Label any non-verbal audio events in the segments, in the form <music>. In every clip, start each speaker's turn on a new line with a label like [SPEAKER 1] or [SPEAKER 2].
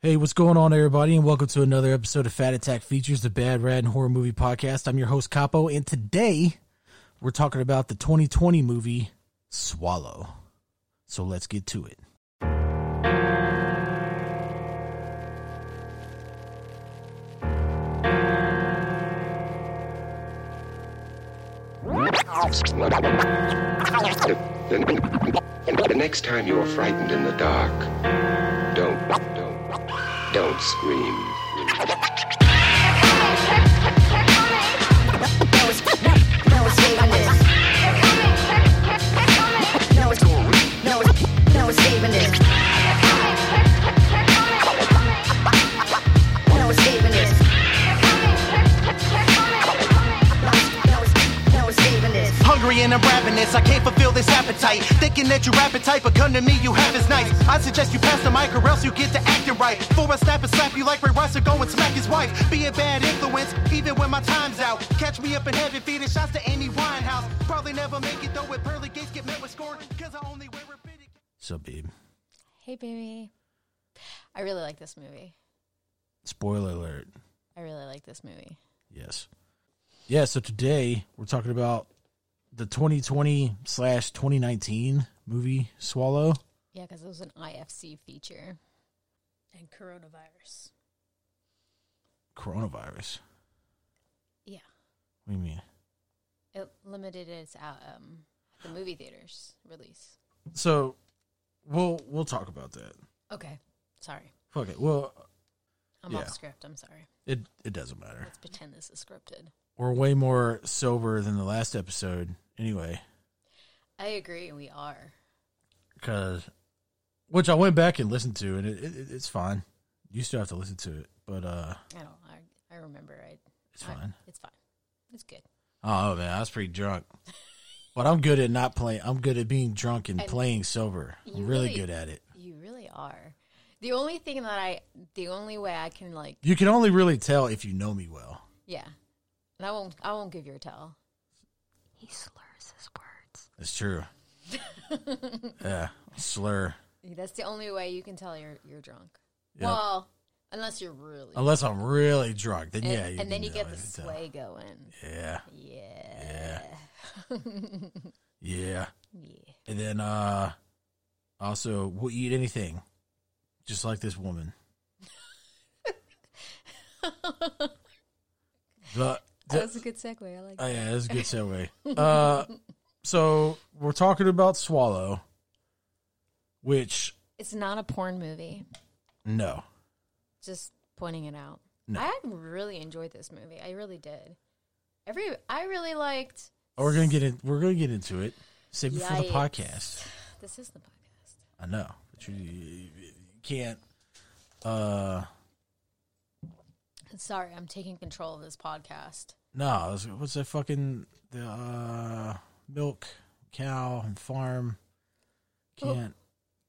[SPEAKER 1] Hey, what's going on, everybody, and welcome to another episode of Fat Attack Features, the bad, rad, and horror movie podcast. I'm your host, Capo, and today we're talking about the 2020 movie Swallow. So let's get to it.
[SPEAKER 2] The next time you're frightened in the dark, don't, don't, don't scream.
[SPEAKER 3] Hungry and I'm rapping this, I can't fulfill this appetite. Thinking that you rapping type, but come to me, you have is nice. I suggest you pass the mic or else you get to acting right. For a snap and slap you like Ray Rice or go and smack his wife. Be a bad influence, even when my time's out. Catch me up in heaven, feeding shots to Amy Winehouse. Probably never make it though with pearly gates, get met with scorn. Cause I only wear a fitted.
[SPEAKER 1] So, babe,
[SPEAKER 4] Hey, baby. I really like this movie.
[SPEAKER 1] spoiler alert.
[SPEAKER 4] I really like this movie.
[SPEAKER 1] Yes. Yeah, so today we're talking about the 2020 slash 2019 movie Swallow.
[SPEAKER 4] Yeah, because it was an IFC feature.
[SPEAKER 5] and coronavirus.
[SPEAKER 1] Coronavirus.
[SPEAKER 4] Yeah.
[SPEAKER 1] What do you mean?
[SPEAKER 4] It limited its out, um, the movie theaters release.
[SPEAKER 1] So, we'll we'll talk about that.
[SPEAKER 4] Okay. Sorry.
[SPEAKER 1] Fuck it. Well,
[SPEAKER 4] I'm
[SPEAKER 1] Yeah.
[SPEAKER 4] off script. I'm sorry.
[SPEAKER 1] it it doesn't matter.
[SPEAKER 4] Let's pretend this is scripted.
[SPEAKER 1] we're way more sober than the last episode anyway
[SPEAKER 4] I agree. We are.
[SPEAKER 1] because which i went back and listened to and it, it, it's fine you still have to listen to it but uh
[SPEAKER 4] I don't. I, I remember. I.
[SPEAKER 1] it's
[SPEAKER 4] I-
[SPEAKER 1] fine
[SPEAKER 4] It's fine. It's good.
[SPEAKER 1] oh man i was pretty drunk but i'm good at not playing i'm good at being drunk and
[SPEAKER 4] And
[SPEAKER 1] playing sober i'm
[SPEAKER 4] you
[SPEAKER 1] really
[SPEAKER 4] really-
[SPEAKER 1] good at it
[SPEAKER 4] You really are. The only thing that I, the only way I can like,
[SPEAKER 1] you can only really tell if you know me well
[SPEAKER 4] yeah, and I won't, I won't give your tell.
[SPEAKER 1] it's
[SPEAKER 4] <laughs>
[SPEAKER 1] true yeah slur
[SPEAKER 4] That's the only way you can tell you're you're drunk.
[SPEAKER 1] Yep.
[SPEAKER 4] Well, unless you're really
[SPEAKER 1] unless i'm really drunk then
[SPEAKER 4] and,
[SPEAKER 1] yeah
[SPEAKER 4] and
[SPEAKER 1] can
[SPEAKER 4] then you get
[SPEAKER 1] know,
[SPEAKER 4] the
[SPEAKER 1] can tell.
[SPEAKER 4] sway going.
[SPEAKER 1] yeah
[SPEAKER 4] Yeah, <laughs>
[SPEAKER 1] yeah yeah
[SPEAKER 4] yeah.
[SPEAKER 1] And then uh also we'll eat anything. Just like this
[SPEAKER 4] <laughs>
[SPEAKER 1] woman. the,
[SPEAKER 4] That was a good segue. I like.
[SPEAKER 1] oh, yeah, that's a
[SPEAKER 4] <laughs>
[SPEAKER 1] good segue. uh so we're talking about Swallow, which
[SPEAKER 4] It's not a porn movie.
[SPEAKER 1] no.
[SPEAKER 4] Just pointing it out.
[SPEAKER 1] No.
[SPEAKER 4] I really enjoyed this movie. I really did. Every I really liked.
[SPEAKER 1] We're gonna get in we're gonna get into it. Save it for the
[SPEAKER 4] Yikes.
[SPEAKER 1] podcast.
[SPEAKER 4] This is the podcast.
[SPEAKER 1] I know. But you, you can't uh
[SPEAKER 4] Sorry, I'm taking control of this podcast.
[SPEAKER 1] No, it's- what's that fucking the uh, milk cow and farm?
[SPEAKER 4] Oh.
[SPEAKER 1] Can't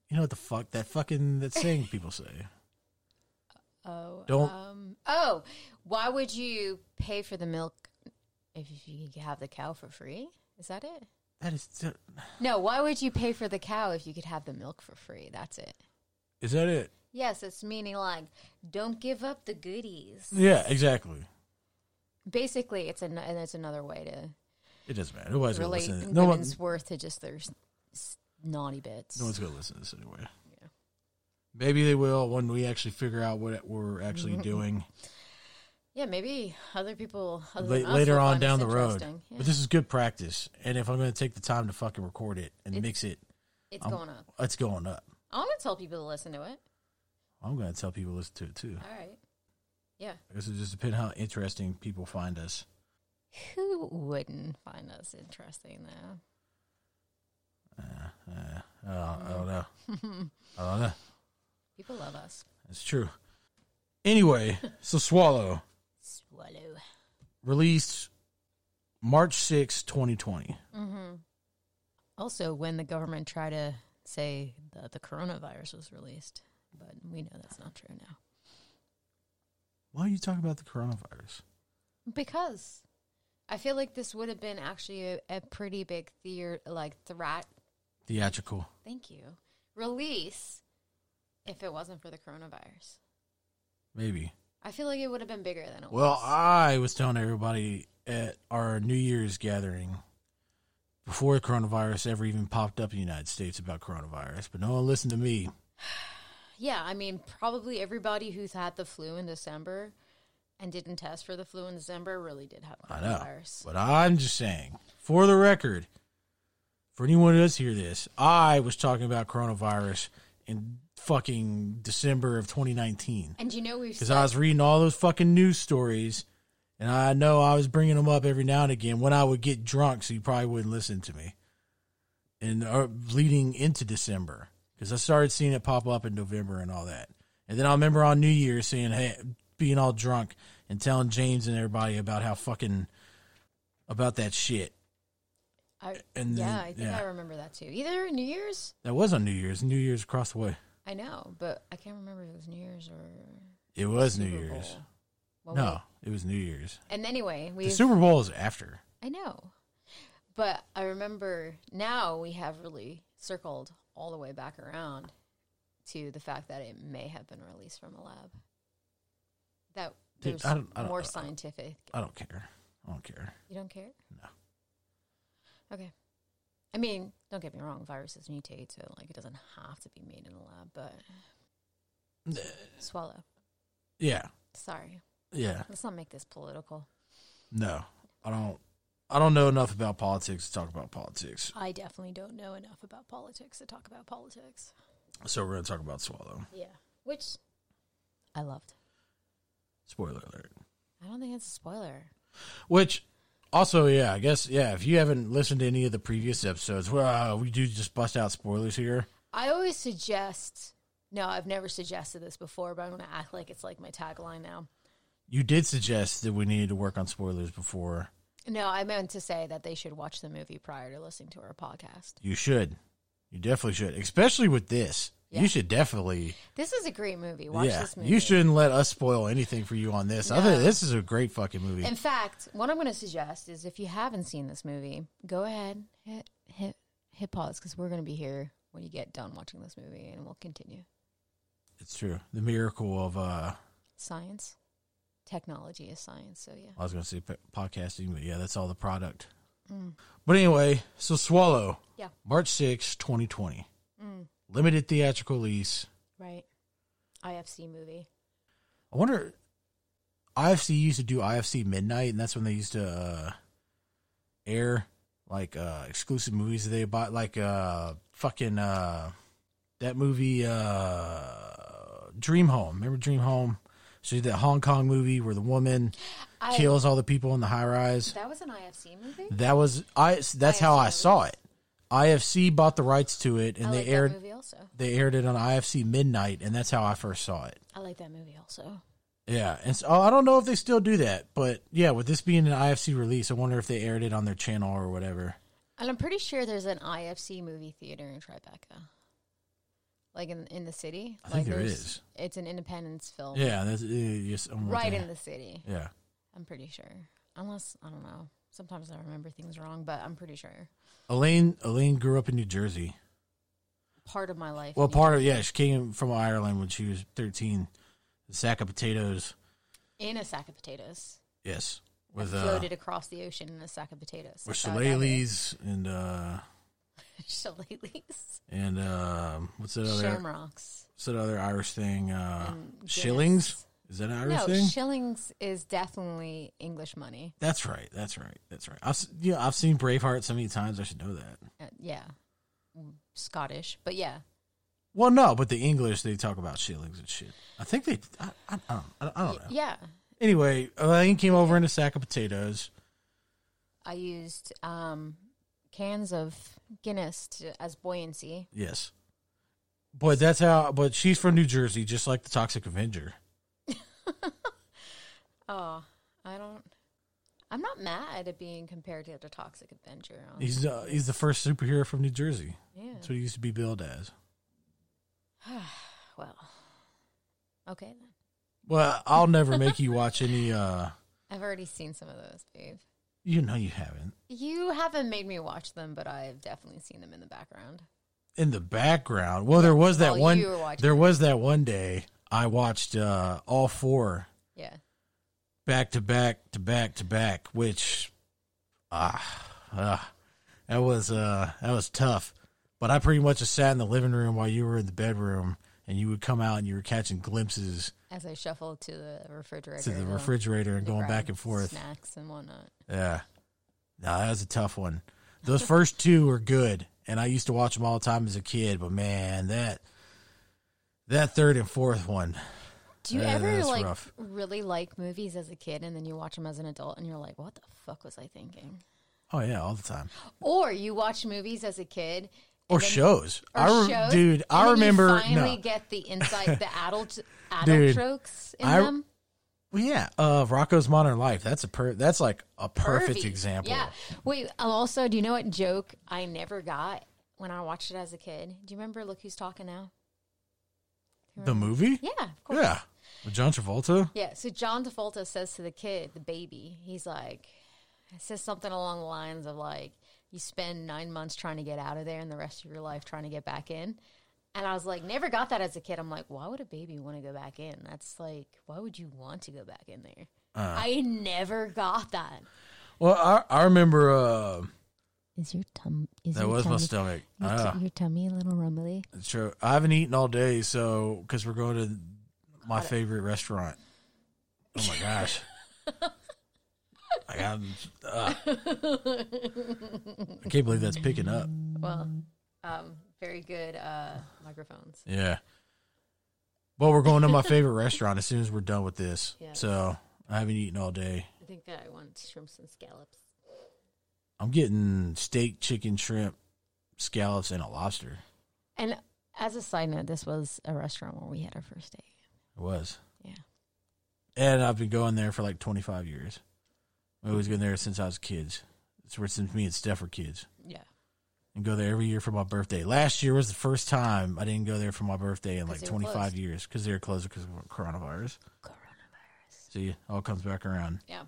[SPEAKER 1] you know what the fuck that fucking that saying people say?
[SPEAKER 4] <laughs> Oh,
[SPEAKER 1] Don't-
[SPEAKER 4] Um, oh, why would you pay for the milk if you could have the cow for free? Is that it?
[SPEAKER 1] That is,
[SPEAKER 4] No, why would you pay for the cow if you could have the milk for free? That's it.
[SPEAKER 1] is that it?
[SPEAKER 4] Yes, it's meaning like don't give up the goodies.
[SPEAKER 1] Yeah, exactly.
[SPEAKER 4] Basically, it's an and it's another way to
[SPEAKER 1] It doesn't matter. Nobody's gonna
[SPEAKER 4] relate
[SPEAKER 1] listen. No one,
[SPEAKER 4] women's worth to just their s- s- naughty bits.
[SPEAKER 1] no one's gonna listen to this anyway. Maybe they will when we actually figure out what we're actually
[SPEAKER 4] Mm-hmm.
[SPEAKER 1] doing
[SPEAKER 4] yeah, maybe other people other
[SPEAKER 1] la-
[SPEAKER 4] than us
[SPEAKER 1] later
[SPEAKER 4] will
[SPEAKER 1] on
[SPEAKER 4] find
[SPEAKER 1] down the
[SPEAKER 4] this
[SPEAKER 1] road.
[SPEAKER 4] interesting. Yeah.
[SPEAKER 1] But this is good practice, and if I'm going to take the time to fucking record it and
[SPEAKER 4] It's-
[SPEAKER 1] mix it,
[SPEAKER 4] it's
[SPEAKER 1] I'm-
[SPEAKER 4] going up.
[SPEAKER 1] it's going up.
[SPEAKER 4] I want to tell people to listen to it.
[SPEAKER 1] I'm going to tell people to listen to it too.
[SPEAKER 4] All right. Yeah.
[SPEAKER 1] I guess it just depends how interesting people find us.
[SPEAKER 4] Who wouldn't find us interesting though?
[SPEAKER 1] Uh, I, don't, I don't know. I don't know.
[SPEAKER 4] People love us.
[SPEAKER 1] It's true. Anyway, so Swallow
[SPEAKER 4] Swallow.
[SPEAKER 1] released March sixth, 2020.
[SPEAKER 4] Also, when the government tried to say that the coronavirus was released, but we know that's not true now.
[SPEAKER 1] Why are you talking about the coronavirus?
[SPEAKER 4] Because I feel like this would have been actually a, a pretty big theater, like threat.
[SPEAKER 1] Theatrical.
[SPEAKER 4] Thank you. Release if it wasn't for the coronavirus.
[SPEAKER 1] Maybe.
[SPEAKER 4] I feel like it would have been bigger than it
[SPEAKER 1] Well,
[SPEAKER 4] was.
[SPEAKER 1] I was telling everybody at our New Year's gathering before coronavirus ever even popped up in the United States about coronavirus, but no one listened to me.
[SPEAKER 4] yeah, I mean, probably everybody who's had the flu in December and didn't test for the flu in December really did have
[SPEAKER 1] I know.
[SPEAKER 4] coronavirus.
[SPEAKER 1] But I'm just saying, for the record, for anyone who does hear this, I was talking about coronavirus in fucking December of 2019
[SPEAKER 4] And you know we've
[SPEAKER 1] because I was reading all those fucking news stories. And I know I was bringing them up every now and again when I would get drunk, so you probably wouldn't listen to me. And uh, leading into December, because I started seeing it pop up in November and all that. And then I remember on New Year's saying, "Hey, being all drunk and telling James and everybody about how fucking about that shit."
[SPEAKER 4] I,
[SPEAKER 1] and
[SPEAKER 4] yeah,
[SPEAKER 1] then-
[SPEAKER 4] I think
[SPEAKER 1] yeah.
[SPEAKER 4] I remember that too. Either New Year's,
[SPEAKER 1] That was on New Year's. New Year's across the way.
[SPEAKER 4] I know, but I can't remember if it was New Year's or
[SPEAKER 1] It was New
[SPEAKER 4] Super
[SPEAKER 1] Year's.
[SPEAKER 4] Bowl. Well,
[SPEAKER 1] No, it was New Year's.
[SPEAKER 4] we- and anyway, we
[SPEAKER 1] The Super Bowl is after.
[SPEAKER 4] I know, but I remember now we have really circled all the way back around to the fact that it may have been released from a lab. That
[SPEAKER 1] Dude,
[SPEAKER 4] there's
[SPEAKER 1] I don't- uh, I don't-
[SPEAKER 4] more
[SPEAKER 1] I don't-
[SPEAKER 4] scientific.
[SPEAKER 1] I don't care. I don't care.
[SPEAKER 4] You don't care?
[SPEAKER 1] No.
[SPEAKER 4] Okay. I mean, don't get me wrong. Viruses mutate, so like it doesn't have to be made in a lab. But swallow.
[SPEAKER 1] Yeah.
[SPEAKER 4] Sorry,
[SPEAKER 1] Yeah.
[SPEAKER 4] let's not make this political.
[SPEAKER 1] No, I don't. I don't know enough about politics to talk about politics.
[SPEAKER 5] I definitely don't know enough about politics to talk about politics.
[SPEAKER 1] So we're gonna talk about Swallow.
[SPEAKER 4] Yeah, which I loved.
[SPEAKER 1] Spoiler alert.
[SPEAKER 4] I don't think it's a spoiler.
[SPEAKER 1] Which also, yeah, I guess, yeah. If you haven't listened to any of the previous episodes, well, uh, we do just bust out spoilers here.
[SPEAKER 4] I always suggest. No, I've never suggested this before, but I'm going to act like it's like my tagline now.
[SPEAKER 1] You did suggest that we needed to work on spoilers before.
[SPEAKER 4] No, I meant to say that they should watch the movie prior to listening to our podcast.
[SPEAKER 1] You should. You definitely should, especially with this.
[SPEAKER 4] Yeah.
[SPEAKER 1] You should definitely.
[SPEAKER 4] This is a great movie. Watch
[SPEAKER 1] yeah,
[SPEAKER 4] this movie.
[SPEAKER 1] you shouldn't let us spoil anything for you on this. I
[SPEAKER 4] No.
[SPEAKER 1] think this is a great fucking movie.
[SPEAKER 4] In fact, what I'm going to suggest is if you haven't seen this movie, go ahead hit hit hit pause because we're going to be here when you get done watching this movie, and we'll continue.
[SPEAKER 1] it's true. The miracle of uh,
[SPEAKER 4] Science, technology is science. So yeah,
[SPEAKER 1] I was going to say p- podcasting, but yeah, that's all the product. But anyway, so Swallow,
[SPEAKER 4] yeah,
[SPEAKER 1] March sixth, 2020. Limited theatrical release.
[SPEAKER 4] right. IFC movie.
[SPEAKER 1] I wonder, IFC used to do IFC Midnight, and that's when they used to uh, air like uh, exclusive movies that they bought, like uh, fucking uh, that movie uh, Dream Home. Remember Dream Home? So that Hong Kong movie where the woman
[SPEAKER 4] I,
[SPEAKER 1] kills all the people in the high rise.
[SPEAKER 4] That was an IFC movie.
[SPEAKER 1] That was I. That's how I
[SPEAKER 4] IFC.
[SPEAKER 1] saw it. IFC bought the rights to it, and
[SPEAKER 4] I
[SPEAKER 1] they
[SPEAKER 4] like
[SPEAKER 1] aired
[SPEAKER 4] that movie also.
[SPEAKER 1] they aired it on IFC Midnight, and that's how I first saw it.
[SPEAKER 4] I like that movie also.
[SPEAKER 1] Yeah, and so I don't know if they still do that, but yeah, with this being an IFC release, I wonder if they aired it on their channel or whatever.
[SPEAKER 4] And I'm pretty sure there's an IFC movie theater in Tribeca, like in in the city.
[SPEAKER 1] I
[SPEAKER 4] like
[SPEAKER 1] think there
[SPEAKER 4] there's-
[SPEAKER 1] is.
[SPEAKER 4] It's an independence film,
[SPEAKER 1] Yeah, that's uh, yes, I'm
[SPEAKER 4] Oh. right
[SPEAKER 1] looking-
[SPEAKER 4] in the city.
[SPEAKER 1] yeah.
[SPEAKER 4] I'm pretty sure, unless I don't know. Sometimes I remember things wrong, but I'm pretty sure.
[SPEAKER 1] Elaine Elaine grew up in New Jersey.
[SPEAKER 4] Part of my life.
[SPEAKER 1] Well,
[SPEAKER 4] in
[SPEAKER 1] part of yeah, she came from Ireland when she was thirteen. A sack of potatoes.
[SPEAKER 4] in a sack of potatoes,
[SPEAKER 1] Yes, with uh,
[SPEAKER 4] floated across the ocean in a sack of potatoes.
[SPEAKER 1] with
[SPEAKER 4] That's how I got there.
[SPEAKER 1] shillelaghs and uh,
[SPEAKER 4] <laughs> shillelaghs,
[SPEAKER 1] and um, what's that other?
[SPEAKER 4] shamrocks.
[SPEAKER 1] What's that other Irish thing? Uh,
[SPEAKER 4] And Mm, Guinness.
[SPEAKER 1] shillings? Is that an Irish
[SPEAKER 4] No,
[SPEAKER 1] thing?
[SPEAKER 4] shillings is definitely English money.
[SPEAKER 1] that's right. That's right. That's right. I've s- you know, I've seen Braveheart so many times. I should know that.
[SPEAKER 4] Uh, yeah, Mm, Scottish, but yeah.
[SPEAKER 1] Well, no, but the English they talk about shillings and shit. I think they. I, I, I don't. I don't know.
[SPEAKER 4] Yeah.
[SPEAKER 1] Anyway, Elaine came over in a sack of potatoes.
[SPEAKER 4] I used um, cans of Guinness to, as buoyancy.
[SPEAKER 1] Yes, but that's how. But she's from New Jersey, just like the Toxic Avenger.
[SPEAKER 4] Oh, I don't. I'm not mad at being compared to the Toxic Avenger. hon-
[SPEAKER 1] He's uh, he's the first superhero from New Jersey.
[SPEAKER 4] Yeah.
[SPEAKER 1] That's what he used to be billed as.
[SPEAKER 4] Well, okay then.
[SPEAKER 1] Well, I'll never make you watch any. uh
[SPEAKER 4] I've already seen some of those, babe.
[SPEAKER 1] You know you haven't.
[SPEAKER 4] You haven't made me watch them, but I've definitely seen them in the background.
[SPEAKER 1] In the background. Well, there was that
[SPEAKER 4] While
[SPEAKER 1] one.
[SPEAKER 4] you were watching
[SPEAKER 1] There was that one day I watched uh, all four
[SPEAKER 4] Yeah.
[SPEAKER 1] back to back to back to back, which ah, ah, that was uh that was tough. But I pretty much just sat in the living room while you were in the bedroom, and you would come out and you were catching glimpses
[SPEAKER 4] As I shuffled to the refrigerator.
[SPEAKER 1] to the refrigerator and
[SPEAKER 4] to
[SPEAKER 1] going
[SPEAKER 4] grab
[SPEAKER 1] back and forth.
[SPEAKER 4] Snacks and whatnot.
[SPEAKER 1] Yeah, no, that was a tough one. Those first two were good, and I used to watch them all the time as a kid. But man, that that third and fourth one,
[SPEAKER 4] Do you
[SPEAKER 1] Yeah,
[SPEAKER 4] ever
[SPEAKER 1] that's
[SPEAKER 4] like
[SPEAKER 1] rough.
[SPEAKER 4] really like movies as a kid and then you watch them as an adult and you're like, what the fuck was I thinking?
[SPEAKER 1] oh yeah, all the time.
[SPEAKER 4] Or you watch movies as a kid
[SPEAKER 1] Or shows,
[SPEAKER 4] or
[SPEAKER 1] I re-
[SPEAKER 4] shows,
[SPEAKER 1] dude.
[SPEAKER 4] and
[SPEAKER 1] I
[SPEAKER 4] then
[SPEAKER 1] remember
[SPEAKER 4] You finally
[SPEAKER 1] no.
[SPEAKER 4] get the
[SPEAKER 1] <laughs>
[SPEAKER 4] insight, the adult adult
[SPEAKER 1] Dude,
[SPEAKER 4] jokes in
[SPEAKER 1] I-
[SPEAKER 4] them.
[SPEAKER 1] Well, yeah, uh, Rocco's Modern Life. That's a per- that's like a perfect
[SPEAKER 4] Pervy.
[SPEAKER 1] example.
[SPEAKER 4] Yeah. Wait. um, Also, do you know what joke I never got when I watched it as a kid? Do you remember? Look who's talking now.
[SPEAKER 1] The movie.
[SPEAKER 4] Yeah. Of course.
[SPEAKER 1] Yeah. With John Travolta.
[SPEAKER 4] Yeah, so John DeFolto says to the kid, the baby, he's like, it says something along the lines of like, you spend nine months trying to get out of there and the rest of your life trying to get back in. And I was like, never got that as a kid. I'm like, why would a baby want to go back in? That's like, why would you want to go back in there?
[SPEAKER 1] Uh.
[SPEAKER 4] I never got that.
[SPEAKER 1] Well, I, I remember uh,
[SPEAKER 4] Is your tum? Is
[SPEAKER 1] that
[SPEAKER 4] your
[SPEAKER 1] was my
[SPEAKER 4] tummy-
[SPEAKER 1] stomach.
[SPEAKER 4] Your,
[SPEAKER 1] Ah,
[SPEAKER 4] t- your tummy a little rumbly?
[SPEAKER 1] sure. I haven't eaten all day, so because we're going to my favorite restaurant. Oh my gosh. like I'm, ah. I can't believe that's picking up.
[SPEAKER 4] Well, um, very good uh, microphones.
[SPEAKER 1] Yeah. Well, we're going to my favorite restaurant as soon as we're done with this.
[SPEAKER 4] Yeah.
[SPEAKER 1] So I haven't eaten all day.
[SPEAKER 4] I think that I want shrimps and scallops.
[SPEAKER 1] I'm getting steak, chicken, shrimp, scallops, and a lobster.
[SPEAKER 4] And as a side note, this was a restaurant where we had our first date.
[SPEAKER 1] It was.
[SPEAKER 4] Yeah.
[SPEAKER 1] And I've been going there for like 25 years. I've always been there since I was kids. It's where since me and Steph were kids.
[SPEAKER 4] Yeah.
[SPEAKER 1] And go there every year for my birthday. Last year was the first time I didn't go there for my birthday in
[SPEAKER 4] 'Cause
[SPEAKER 1] like
[SPEAKER 4] they were
[SPEAKER 1] 25
[SPEAKER 4] closed.
[SPEAKER 1] years because they were closed because of coronavirus.
[SPEAKER 4] Coronavirus.
[SPEAKER 1] See, all comes back around.
[SPEAKER 4] Yeah.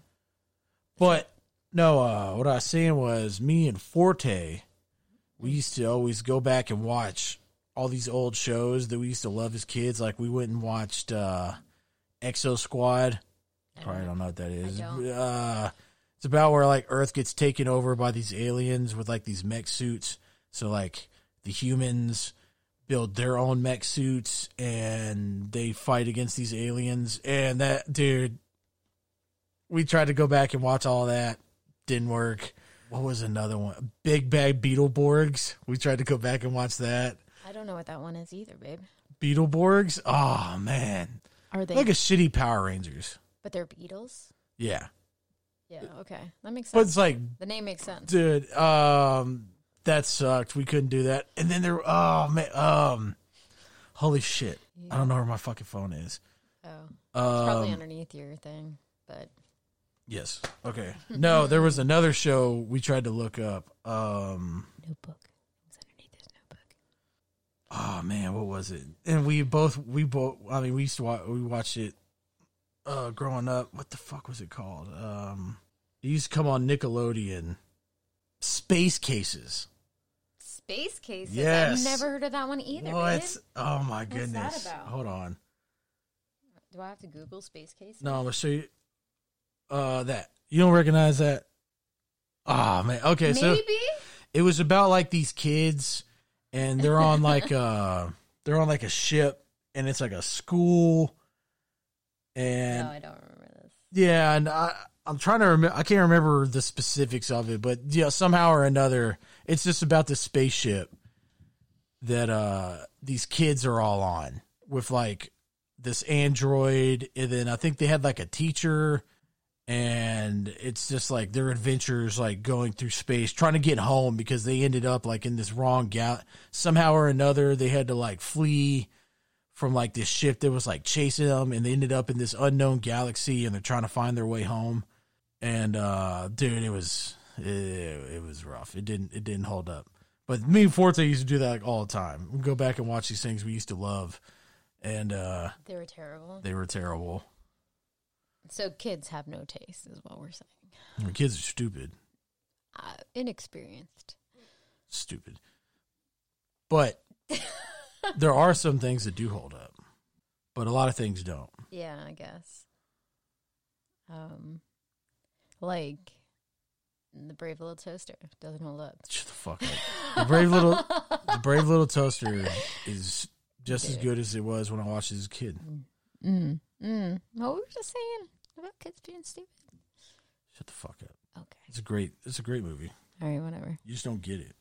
[SPEAKER 1] But no, uh, what I was saying was me and Forte, we used to always go back and watch all these old shows that we used to love as kids. Like we went and watched uh, Exo Squad. Probably don't know what that is.
[SPEAKER 4] don't.
[SPEAKER 1] Uh, it's about where like Earth gets taken over by these aliens with like these mech suits. So like the humans build their own mech suits and they fight against these aliens. And that dude, we tried to go back and watch all that. Didn't work. What was another one? Big Bad Beetleborgs. We tried to go back and watch that.
[SPEAKER 4] I don't know what that one is either, babe.
[SPEAKER 1] Beetleborgs. Oh man,
[SPEAKER 4] Are they?
[SPEAKER 1] like a shitty Power Rangers.
[SPEAKER 4] but they're beetles.
[SPEAKER 1] Yeah,
[SPEAKER 4] Yeah. Okay, that makes
[SPEAKER 1] but
[SPEAKER 4] sense.
[SPEAKER 1] it's like,
[SPEAKER 4] the name makes sense.
[SPEAKER 1] dude, um, that sucked. We couldn't do that. And then there, oh man, um, holy shit. I don't know where my fucking phone is.
[SPEAKER 4] Oh, it's
[SPEAKER 1] Um,
[SPEAKER 4] probably underneath your thing, but
[SPEAKER 1] yes. Okay. No, there was another show we tried to look up. Um.
[SPEAKER 4] notebook. It's underneath his notebook.
[SPEAKER 1] oh man, what was it? And we both we both I mean we used to watch we watched it uh growing up. What the fuck was it called? Um it used to come on Nickelodeon. Space cases.
[SPEAKER 4] Space cases.
[SPEAKER 1] Yes.
[SPEAKER 4] I've never heard of that one either.
[SPEAKER 1] what?
[SPEAKER 4] babe.
[SPEAKER 1] Oh my
[SPEAKER 4] that
[SPEAKER 1] goodness.
[SPEAKER 4] about?
[SPEAKER 1] Hold on.
[SPEAKER 4] Do I have to Google space cases?
[SPEAKER 1] No, I'm gonna show you uh that. You don't recognize that? Ah man. Okay, so
[SPEAKER 4] Maybe.
[SPEAKER 1] it was about like these kids and they're
[SPEAKER 4] <laughs>
[SPEAKER 1] on like uh they're on like a ship and it's like a school and
[SPEAKER 4] no, I don't remember this.
[SPEAKER 1] Yeah, and I, I'm trying to remember. I can't remember the specifics of it, but yeah, somehow or another, it's just about this spaceship that uh these kids are all on with like this android, and then I think they had like a teacher, and it's just like their adventures, like going through space, trying to get home because they ended up like in this wrong gal. Somehow or another, they had to like flee from like this ship that was like chasing them and they ended up in this unknown galaxy and they're trying to find their way home and uh dude it was it, it was rough it didn't it didn't hold up but me and forte used to do that like all the time we go back and watch these things we used to love and uh
[SPEAKER 4] They were terrible.
[SPEAKER 1] they were terrible
[SPEAKER 4] So kids have no taste, is what we're saying.
[SPEAKER 1] our kids are stupid
[SPEAKER 4] Uh, inexperienced.
[SPEAKER 1] stupid but there are some things that do hold up but a lot of things don't.
[SPEAKER 4] Yeah, I guess. Um, like the brave little toaster doesn't hold up.
[SPEAKER 1] Shut the fuck up. The brave little, the brave little toaster is just as good as it was when I watched it as a kid.
[SPEAKER 4] Mm. Mm. What were we just saying about kids being stupid?
[SPEAKER 1] Shut the fuck up.
[SPEAKER 4] Okay.
[SPEAKER 1] It's a great, it's a great movie.
[SPEAKER 4] All right. Whatever.
[SPEAKER 1] You just don't get it.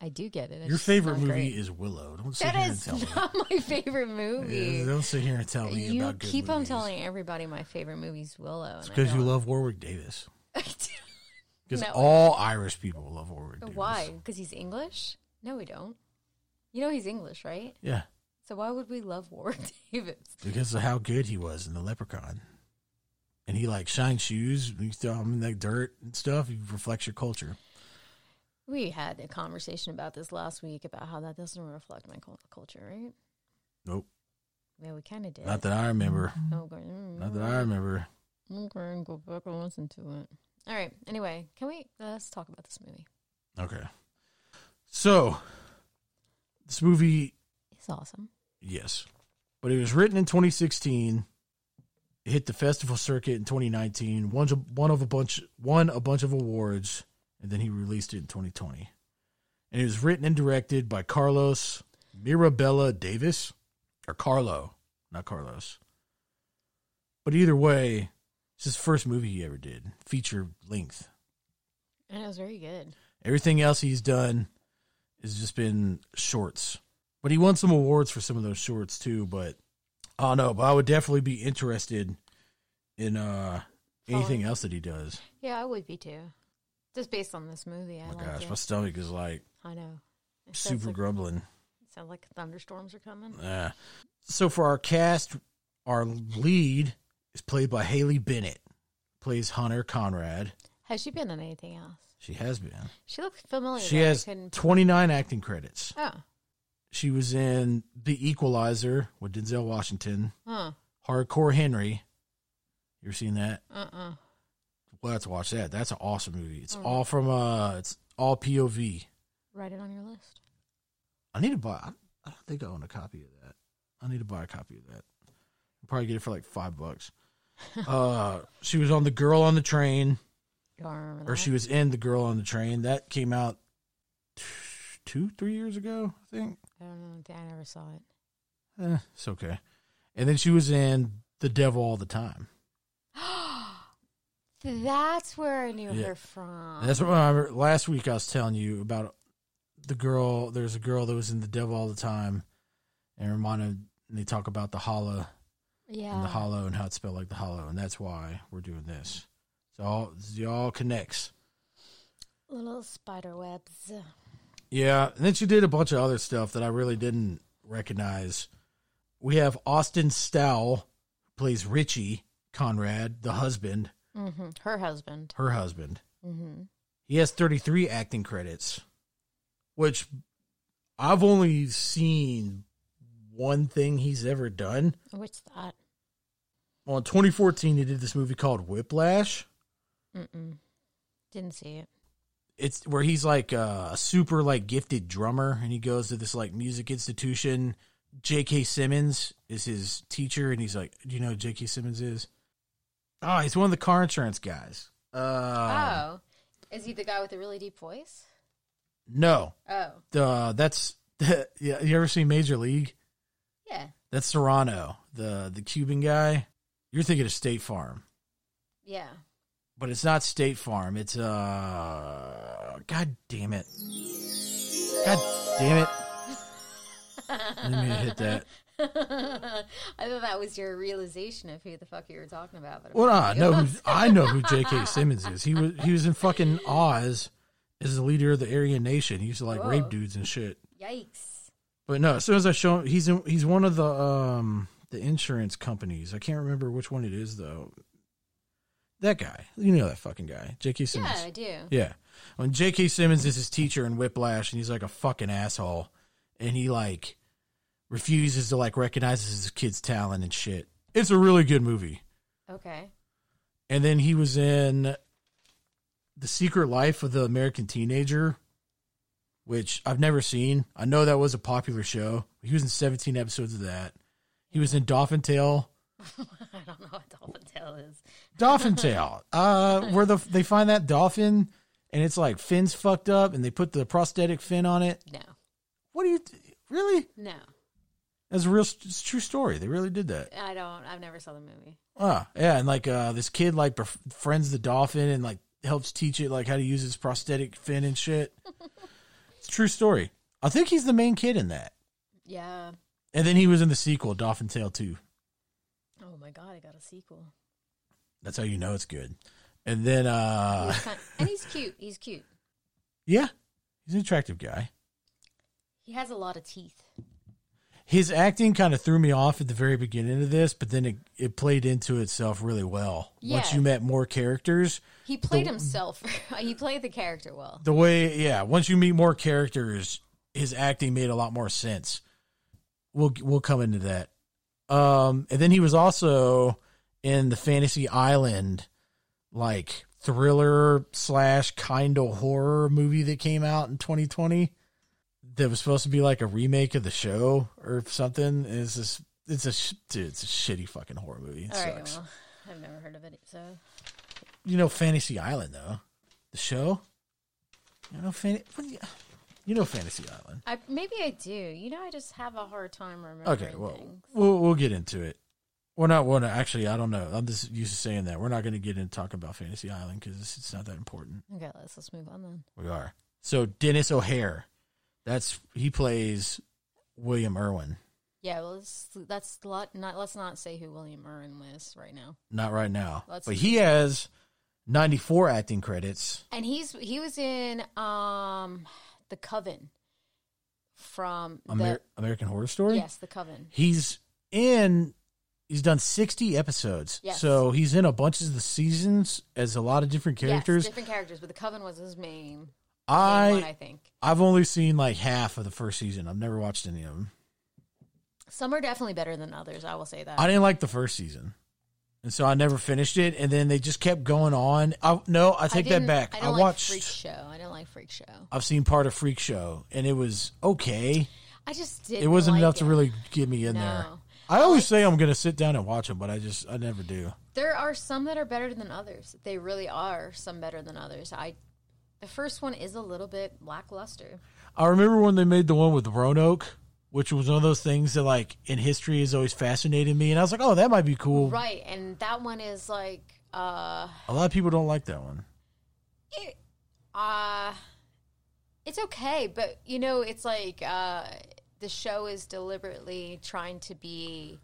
[SPEAKER 4] I do get it. It's
[SPEAKER 1] Your
[SPEAKER 4] just
[SPEAKER 1] favorite
[SPEAKER 4] not
[SPEAKER 1] movie
[SPEAKER 4] great.
[SPEAKER 1] is Willow. Don't sit
[SPEAKER 4] That
[SPEAKER 1] here
[SPEAKER 4] is
[SPEAKER 1] and tell
[SPEAKER 4] not <laughs> my favorite
[SPEAKER 1] me. Yeah,
[SPEAKER 4] movie.
[SPEAKER 1] don't sit here and tell me
[SPEAKER 4] You
[SPEAKER 1] about good
[SPEAKER 4] keep on
[SPEAKER 1] movies.
[SPEAKER 4] telling everybody my favorite movie's Willow.
[SPEAKER 1] It's
[SPEAKER 4] and I
[SPEAKER 1] because you
[SPEAKER 4] don't.
[SPEAKER 1] love Warwick Davis.
[SPEAKER 4] <laughs> I do.
[SPEAKER 1] Because
[SPEAKER 4] No.
[SPEAKER 1] all Irish people love Warwick Davis.
[SPEAKER 4] Why? Because he's English? No, we don't. You know he's English, right?
[SPEAKER 1] Yeah,
[SPEAKER 4] So why would we love <laughs> Warwick Davis?
[SPEAKER 1] because of how good he was in The Leprechaun. And he like shines shoes, and you throw him in the dirt and stuff. He reflects your culture.
[SPEAKER 4] We had a conversation about this last week about how that doesn't reflect my cul- culture, right?
[SPEAKER 1] Nope,
[SPEAKER 4] Yeah, we kind of did.
[SPEAKER 1] not that I remember.
[SPEAKER 4] Okay. mm,
[SPEAKER 1] Not that I remember.
[SPEAKER 4] Okay, go back and listen to it. All right. Anyway, can we let's talk about this movie?
[SPEAKER 1] Okay, so this movie
[SPEAKER 4] It's awesome.
[SPEAKER 1] Yes. But it was written in 2016. It hit the festival circuit in 2019. Won, one of a bunch won a bunch of awards, and then he released it in 2020. And it was written and directed by Carlos Mirabella Davis, or Carlo, not Carlos. But either way, it's his first movie he ever did, feature length.
[SPEAKER 4] And it was very good.
[SPEAKER 1] Everything else he's done has just been shorts. But he won some awards for some of those shorts too, but I don't know, but I would definitely be interested in uh anything
[SPEAKER 4] Following.
[SPEAKER 1] else that he does. Oh
[SPEAKER 4] Yeah, I would be too. Just based on this movie, I
[SPEAKER 1] my
[SPEAKER 4] like
[SPEAKER 1] gosh,
[SPEAKER 4] it.
[SPEAKER 1] my stomach is like
[SPEAKER 4] I know. It sounds
[SPEAKER 1] super
[SPEAKER 4] like-
[SPEAKER 1] grumbling.
[SPEAKER 4] it Sounds like thunderstorms are coming.
[SPEAKER 1] Yeah. So for our cast, our lead is played by Haley Bennett. Plays Hunter Conrad.
[SPEAKER 4] Has she been in anything else?
[SPEAKER 1] She has been.
[SPEAKER 4] She looked familiar.
[SPEAKER 1] She
[SPEAKER 4] but I
[SPEAKER 1] has
[SPEAKER 4] couldn't-
[SPEAKER 1] 29 acting credits.
[SPEAKER 4] Oh,
[SPEAKER 1] She was in The Equalizer with Denzel Washington.
[SPEAKER 4] huh.
[SPEAKER 1] Hardcore Henry. You ever seen that?
[SPEAKER 4] Uh uh
[SPEAKER 1] We'll have to watch that. That's an awesome movie. It's all from uh it's all POV.
[SPEAKER 4] Write it on your list.
[SPEAKER 1] I need to buy I I don't think I own a copy of that. I need to buy a copy of that. I'll probably get it for like five bucks. uh she was on The Girl on the Train.
[SPEAKER 4] You all remember that?
[SPEAKER 1] Or she was in The Girl on the Train. That came out two, three years ago, I think.
[SPEAKER 4] I don't know. I never saw it.
[SPEAKER 1] Eh, it's okay. And then she was in The Devil All the Time.
[SPEAKER 4] That's where I knew
[SPEAKER 1] Yeah.
[SPEAKER 4] her from.
[SPEAKER 1] That's what I remember. Last week I was telling you about the girl. There's a girl that was in the devil all the time, and Romana. And they talk about the hollow
[SPEAKER 4] yeah.
[SPEAKER 1] and the hollow and how it's spelled like the hollow, and that's why we're doing this. So all it all connects.
[SPEAKER 4] Little spider webs.
[SPEAKER 1] Yeah, and then she did a bunch of other stuff that I really didn't recognize. We have Austin Stowell who plays Richie Conrad, the husband,
[SPEAKER 4] hmm Her husband.
[SPEAKER 1] her husband.
[SPEAKER 4] Mm-hmm.
[SPEAKER 1] He has 33 acting credits, which I've only seen one thing he's ever done.
[SPEAKER 4] What's that?
[SPEAKER 1] Well, in 2014, he did this movie called Whiplash.
[SPEAKER 4] Mm-mm. Didn't see it.
[SPEAKER 1] It's where he's like a super like gifted drummer, and he goes to this like music institution. J.K. Simmons is his teacher, and he's like, "Do you know who J.K. Simmons is? Oh, he's one of the car insurance guys. Uh,
[SPEAKER 4] oh. Is he the guy with the really deep voice?
[SPEAKER 1] no,
[SPEAKER 4] Oh.
[SPEAKER 1] uh, that's <laughs> yeah. You ever seen Major League?
[SPEAKER 4] Yeah.
[SPEAKER 1] That's Serrano, the the Cuban guy. You're thinking of State Farm,
[SPEAKER 4] Yeah. <laughs>
[SPEAKER 1] but it's not State Farm. It's uh, God damn it, God damn it. Let me hit that.
[SPEAKER 4] I thought that was your realization of who the fuck you were talking about. But
[SPEAKER 1] Well, nah, I know who I know who J.K. Simmons is. He was he was in fucking Oz as the leader of the Aryan Nation. He used to like
[SPEAKER 4] Whoa.
[SPEAKER 1] rape dudes and shit.
[SPEAKER 4] Yikes.
[SPEAKER 1] But no, as soon as I show him, he's in, he's one of the um the insurance companies. I can't remember which one it is though. That guy, you know that fucking guy, J.K. Simmons.
[SPEAKER 4] Yeah, I do.
[SPEAKER 1] Yeah. When J.K. Simmons is his teacher in Whiplash, and he's like a fucking asshole, and he like refuses to like recognize his kid's talent and shit. It's a really good movie.
[SPEAKER 4] Okay. <laughs>
[SPEAKER 1] And then he was in The Secret Life of the American Teenager, which I've never seen. I know that was a popular show. He was in 17 episodes of that. He was in Dolphin Tale.
[SPEAKER 4] I don't know what dolphin tail is.
[SPEAKER 1] Dolphin Tale. Uh, where the they find that dolphin and it's like fins fucked up and they put the prosthetic fin on it.
[SPEAKER 4] No,
[SPEAKER 1] What do you really?
[SPEAKER 4] no,
[SPEAKER 1] That's a real it's a true story. They really did that.
[SPEAKER 4] I don't. I've never saw the movie.
[SPEAKER 1] Ah, yeah, and like uh, this kid like bef- friends the dolphin and like helps teach it like how to use its prosthetic fin and shit. it's a true story. I think he's the main kid in that.
[SPEAKER 4] Yeah.
[SPEAKER 1] And then he was in the sequel, Dolphin Tale 2.
[SPEAKER 4] Oh my god, I got a sequel.
[SPEAKER 1] That's how you know it's good. And then uh <laughs>
[SPEAKER 4] He's kind- and he's cute. He's cute.
[SPEAKER 1] yeah, he's an attractive guy.
[SPEAKER 4] He has a lot of teeth.
[SPEAKER 1] His acting kind of threw me off at the very beginning of this, but then it, it played into itself really well. Once
[SPEAKER 4] Yeah.
[SPEAKER 1] you met more characters,
[SPEAKER 4] He played himself. <laughs> he played the character well.
[SPEAKER 1] the way yeah once you meet more characters his acting made a lot more sense we'll we'll come into that um and then he was also in the fantasy island like thriller slash kind of horror movie that came out in 2020 that was supposed to be like a remake of the show or something is this it's a sh- dude it's a shitty fucking horror movie it
[SPEAKER 4] All right,
[SPEAKER 1] sucks
[SPEAKER 4] well, I've never heard of it. So
[SPEAKER 1] you know Fantasy Island though, the show. You know Fan- what do you, you know Fantasy Island.
[SPEAKER 4] I maybe I do. You know, I just have a hard time remembering.
[SPEAKER 1] Okay, well,
[SPEAKER 4] things.
[SPEAKER 1] we'll we'll get into it. We're not one. Actually, I don't know. I'm just used to saying that. We're not going to get into talking about Fantasy Island because it's, it's not that important.
[SPEAKER 4] Okay, let's let's move on then.
[SPEAKER 1] We are. So Dennis O'Hare, that's he plays William Irwin.
[SPEAKER 4] Yeah, well, let's, that's lot, not. Let's not say who William Irwin was right now.
[SPEAKER 1] Not right now,
[SPEAKER 4] Let's-
[SPEAKER 1] but he has 94 acting credits.
[SPEAKER 4] And he's he was in um the Coven from
[SPEAKER 1] Amer- American Horror
[SPEAKER 4] the
[SPEAKER 1] Story.
[SPEAKER 4] yes the Coven.
[SPEAKER 1] he's in he's done 60 episodes
[SPEAKER 4] Yes.
[SPEAKER 1] so he's in a bunch of the seasons as a lot of different characters
[SPEAKER 4] yes, different characters, but the Coven was his main. I, one, I
[SPEAKER 1] i
[SPEAKER 4] think
[SPEAKER 1] i've only seen like half of the first season i've never watched any of them
[SPEAKER 4] some are definitely better than others. I will say that.
[SPEAKER 1] i didn't like the first season and so i never finished it and then they just kept going on I, no i take that
[SPEAKER 4] didn't-
[SPEAKER 1] back
[SPEAKER 4] I,
[SPEAKER 1] i,
[SPEAKER 4] don't like
[SPEAKER 1] watched
[SPEAKER 4] Freak Show. I didn't like Freak Show.
[SPEAKER 1] i've seen part of freak show and it was okay
[SPEAKER 4] I just didn't.
[SPEAKER 1] it wasn't
[SPEAKER 4] like
[SPEAKER 1] enough to
[SPEAKER 4] it.
[SPEAKER 1] really get me in there
[SPEAKER 4] No.
[SPEAKER 1] i always say i'm gonna sit down and watch them but i just i never do
[SPEAKER 4] There are some that are better than others. They really are some better than others. I, the first one is a little bit lackluster.
[SPEAKER 1] I remember when they made the one with Roanoke, which was one of those things that, like, in history has always fascinated me. And I was like, oh, that might be cool.
[SPEAKER 4] Right, and that one is like uh
[SPEAKER 1] A lot of people don't like that one.
[SPEAKER 4] it, uh it's okay, but you know, it's like uh the show is deliberately trying to be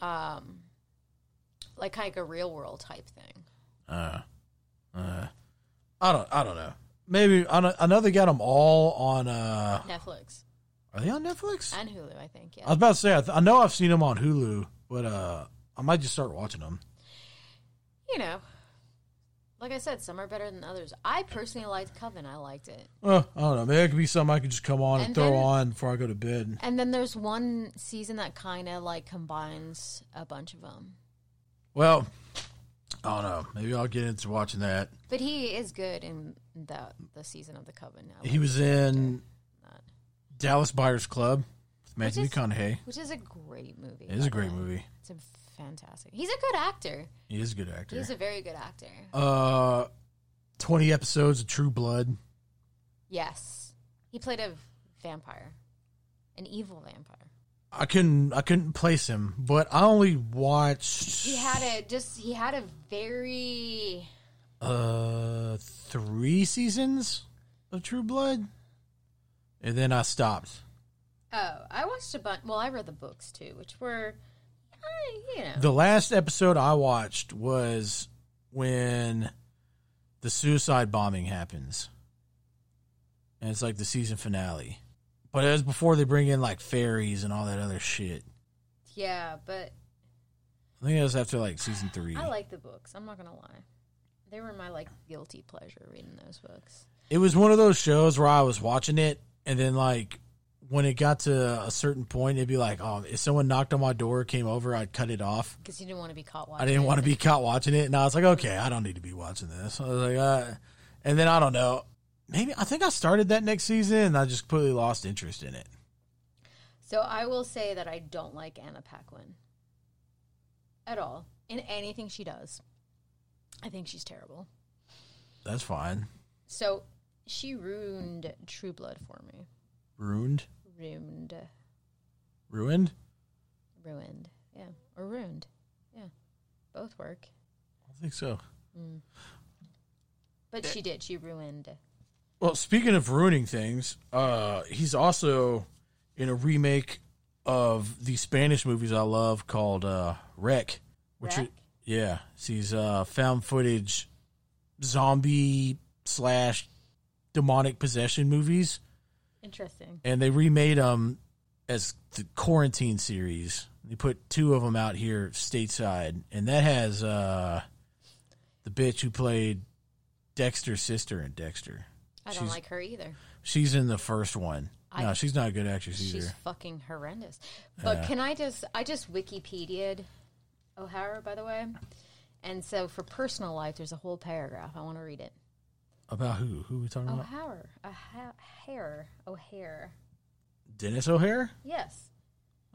[SPEAKER 4] um like like a real world type thing.
[SPEAKER 1] Uh, uh, I don't, I don't know. Maybe I, don't, I know they got them all on. uh
[SPEAKER 4] Netflix
[SPEAKER 1] Are they on Netflix? I
[SPEAKER 4] and Hulu, I think. Yeah.
[SPEAKER 1] was about to say I, th- I know I've seen them on Hulu, but uh I might just start watching them.
[SPEAKER 4] you know, like I said, some are better than others. I personally liked Coven. I liked it.
[SPEAKER 1] Uh, I don't know. Maybe it could be something I could just come on and,
[SPEAKER 4] And
[SPEAKER 1] throw
[SPEAKER 4] then-
[SPEAKER 1] on before I go to bed.
[SPEAKER 4] And then there's one season that kind of like combines a bunch of them.
[SPEAKER 1] Well, I don't know. Maybe I'll get into watching that.
[SPEAKER 4] But he is good in the the season of the Coven. I
[SPEAKER 1] He
[SPEAKER 4] like
[SPEAKER 1] was
[SPEAKER 4] his
[SPEAKER 1] in
[SPEAKER 4] character in
[SPEAKER 1] Dallas Buyers Club with Matthew
[SPEAKER 4] is-
[SPEAKER 1] McConaughey.
[SPEAKER 4] that, which is a great movie.
[SPEAKER 1] It is
[SPEAKER 4] by
[SPEAKER 1] a great
[SPEAKER 4] the way.
[SPEAKER 1] movie.
[SPEAKER 4] It's a fantastic. He's a good actor.
[SPEAKER 1] He is a good actor.
[SPEAKER 4] He's a very good actor.
[SPEAKER 1] uh, twenty episodes of True Blood.
[SPEAKER 4] Yes, he played a vampire, an evil vampire.
[SPEAKER 1] I couldn't I couldn't place him, but I only watched
[SPEAKER 4] He had a just. He had a very
[SPEAKER 1] uh three seasons of True Blood, and then I stopped.
[SPEAKER 4] Oh, I watched a bunch. Well, I read the books too, which were, I, you know,
[SPEAKER 1] The last episode I watched was when the suicide bombing happens. And it's like the season finale. But it was before they bring in like fairies and all that other shit.
[SPEAKER 4] yeah. But
[SPEAKER 1] I think it was after like season three.
[SPEAKER 4] I like the books. I'm not gonna lie, they were my like guilty pleasure reading those books.
[SPEAKER 1] it was one of those shows where I was watching it and then like when it got to a certain point it'd be like, oh, if someone knocked on my door, came over, I'd cut it off.
[SPEAKER 4] Because you didn't want to be caught
[SPEAKER 1] I
[SPEAKER 4] watching.
[SPEAKER 1] didn't
[SPEAKER 4] it.
[SPEAKER 1] want to be caught watching it, and I was like, okay, I don't need to be watching this. I was like, uh, and then I don't know, maybe I think I started that next season, and I just completely lost interest in it.
[SPEAKER 4] So I will say that I don't like Anna Paquin at all in anything she does. I think she's terrible.
[SPEAKER 1] That's fine.
[SPEAKER 4] So she ruined True Blood for me.
[SPEAKER 1] Ruined.
[SPEAKER 4] Ruined.
[SPEAKER 1] Ruined.
[SPEAKER 4] Ruined. Yeah. Or ruined. Yeah. Both work.
[SPEAKER 1] I don't think so.
[SPEAKER 4] But she did. She ruined.
[SPEAKER 1] Well, speaking of ruining things, uh, he's also in a remake of the Spanish movies I love called uh, Wreck. Which
[SPEAKER 4] Wreck?
[SPEAKER 1] It, yeah, it's these uh, found footage zombie slash demonic possession movies,
[SPEAKER 4] Interesting.
[SPEAKER 1] and they remade them as the quarantine series. They put two of them out here stateside, and that has uh, the bitch who played Dexter's sister in Dexter.
[SPEAKER 4] I don't
[SPEAKER 1] She's-
[SPEAKER 4] like her either.
[SPEAKER 1] She's in the first one.
[SPEAKER 4] I-
[SPEAKER 1] no, she's not a good actress either.
[SPEAKER 4] She's fucking horrendous. But can I just I just Wikipedia'd O'Hara, by the way. And so for personal life, there's a whole paragraph. I want to read it.
[SPEAKER 1] About who? Who are we talking about?
[SPEAKER 4] O'Hara. O'Ha- O'Hare. O'Hare.
[SPEAKER 1] Dennis O'Hare?
[SPEAKER 4] Yes.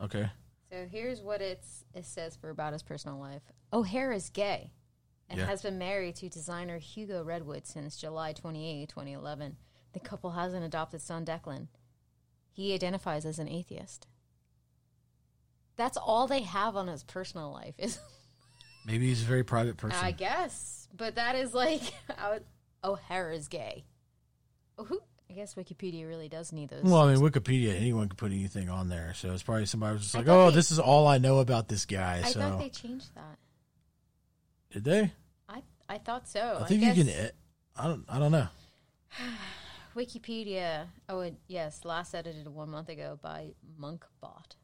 [SPEAKER 1] Okay.
[SPEAKER 4] So here's what it's, it says for about his personal life. O'Hare is gay and
[SPEAKER 1] Yeah.
[SPEAKER 4] has been married to designer Hugo Redwood since July 28, 2011. The couple has an adopted son, Declan. He identifies as an atheist. That's all they have on his personal life is <laughs>
[SPEAKER 1] Maybe he's a very private person.
[SPEAKER 4] I guess, but that is like <laughs> out- O'Hare is gay. Oh, who? I guess Wikipedia really does need those.
[SPEAKER 1] well, I mean, Wikipedia, anyone can put anything on there. So it's probably somebody was just
[SPEAKER 4] I
[SPEAKER 1] like,
[SPEAKER 4] thought
[SPEAKER 1] oh,
[SPEAKER 4] they-
[SPEAKER 1] this is all I know about this guy.
[SPEAKER 4] I
[SPEAKER 1] so
[SPEAKER 4] thought they changed that.
[SPEAKER 1] did they?
[SPEAKER 4] I I thought so.
[SPEAKER 1] I think
[SPEAKER 4] guess
[SPEAKER 1] you can. e- I don't. I don't know.
[SPEAKER 4] Wikipedia. Oh it, yes, last edited one month ago by Monkbot.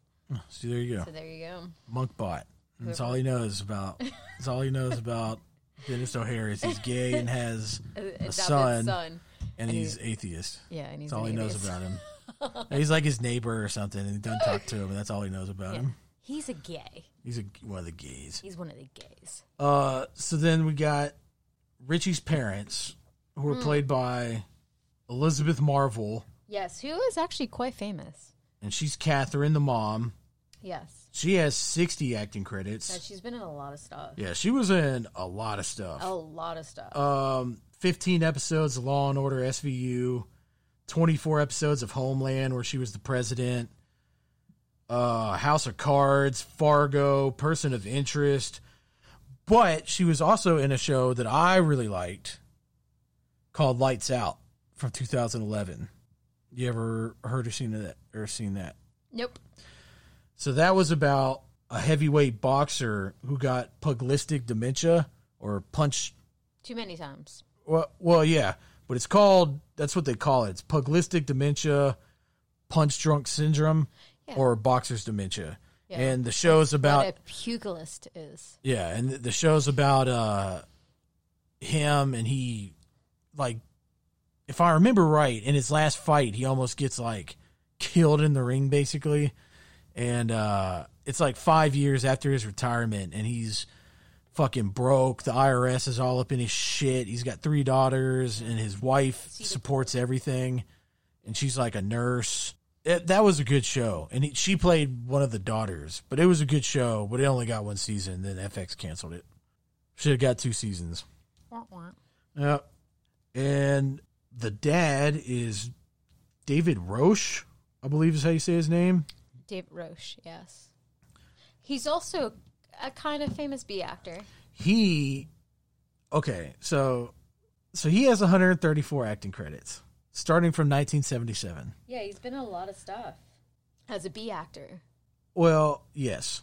[SPEAKER 1] See, there you go.
[SPEAKER 4] So there you go.
[SPEAKER 1] Monkbot. That's all he knows about. That's all he knows
[SPEAKER 4] <laughs>
[SPEAKER 1] about. Dennis O'Hare is he's gay and has
[SPEAKER 4] Adopted
[SPEAKER 1] son.
[SPEAKER 4] son.
[SPEAKER 1] and he's atheist.
[SPEAKER 4] Yeah, and he's
[SPEAKER 1] That's all
[SPEAKER 4] an
[SPEAKER 1] he knows
[SPEAKER 4] atheist.
[SPEAKER 1] about him.
[SPEAKER 4] <laughs>
[SPEAKER 1] he's like his neighbor or something, and he doesn't talk to him. And that's all he knows about him.
[SPEAKER 4] He's a gay.
[SPEAKER 1] He's a, one of the gays.
[SPEAKER 4] He's one of the gays.
[SPEAKER 1] Uh, so then we got Richie's parents, who
[SPEAKER 4] Hmm.
[SPEAKER 1] were played by Elizabeth Marvel,
[SPEAKER 4] Yes, who is actually quite famous.
[SPEAKER 1] and she's Catherine, the mom.
[SPEAKER 4] Yes,
[SPEAKER 1] She has 60 acting
[SPEAKER 4] Now,
[SPEAKER 1] credits.
[SPEAKER 4] she's been in a lot of stuff.
[SPEAKER 1] Yeah, she was in a lot of stuff.
[SPEAKER 4] A lot of stuff.
[SPEAKER 1] Um, 15 episodes of Law and Order SVU, 24 episodes of Homeland, where she was the president, uh, House of Cards, Fargo, Person of Interest. But she was also in a show that I really liked called Lights Out from 2011. You ever heard or seen that? Or seen that?
[SPEAKER 4] nope.
[SPEAKER 1] So that was about a heavyweight boxer who got pugilistic dementia or punch
[SPEAKER 4] Too many times.
[SPEAKER 1] well, well, yeah, but it's called. That's what they call it. It's pugilistic dementia, punch drunk syndrome,
[SPEAKER 4] Yeah.
[SPEAKER 1] or boxer's dementia.
[SPEAKER 4] Yeah.
[SPEAKER 1] And the show's about
[SPEAKER 4] what a pugilist is.
[SPEAKER 1] yeah, and the- the show's about uh him and he like if I remember right, in his last fight he almost gets like killed in the ring basically. And uh it's like 5 years after his retirement and he's fucking broke. The IRS is all up in his shit. He's got three daughters and his wife supports everything and she's like a nurse. It, that was a good show, and he, she played one of the daughters. But it was a good show, but it only got one season. Then FX canceled it. Should have got two seasons.
[SPEAKER 4] Wah, wah.
[SPEAKER 1] Yeah, and the dad is David Roche, I believe is how you say his name.
[SPEAKER 4] David Roche, yes. He's also a kind of famous B actor.
[SPEAKER 1] He, okay, so so he has 134 acting credits starting from 1977.
[SPEAKER 4] Yeah, he's been in a lot of stuff. As a B actor.
[SPEAKER 1] Well, yes.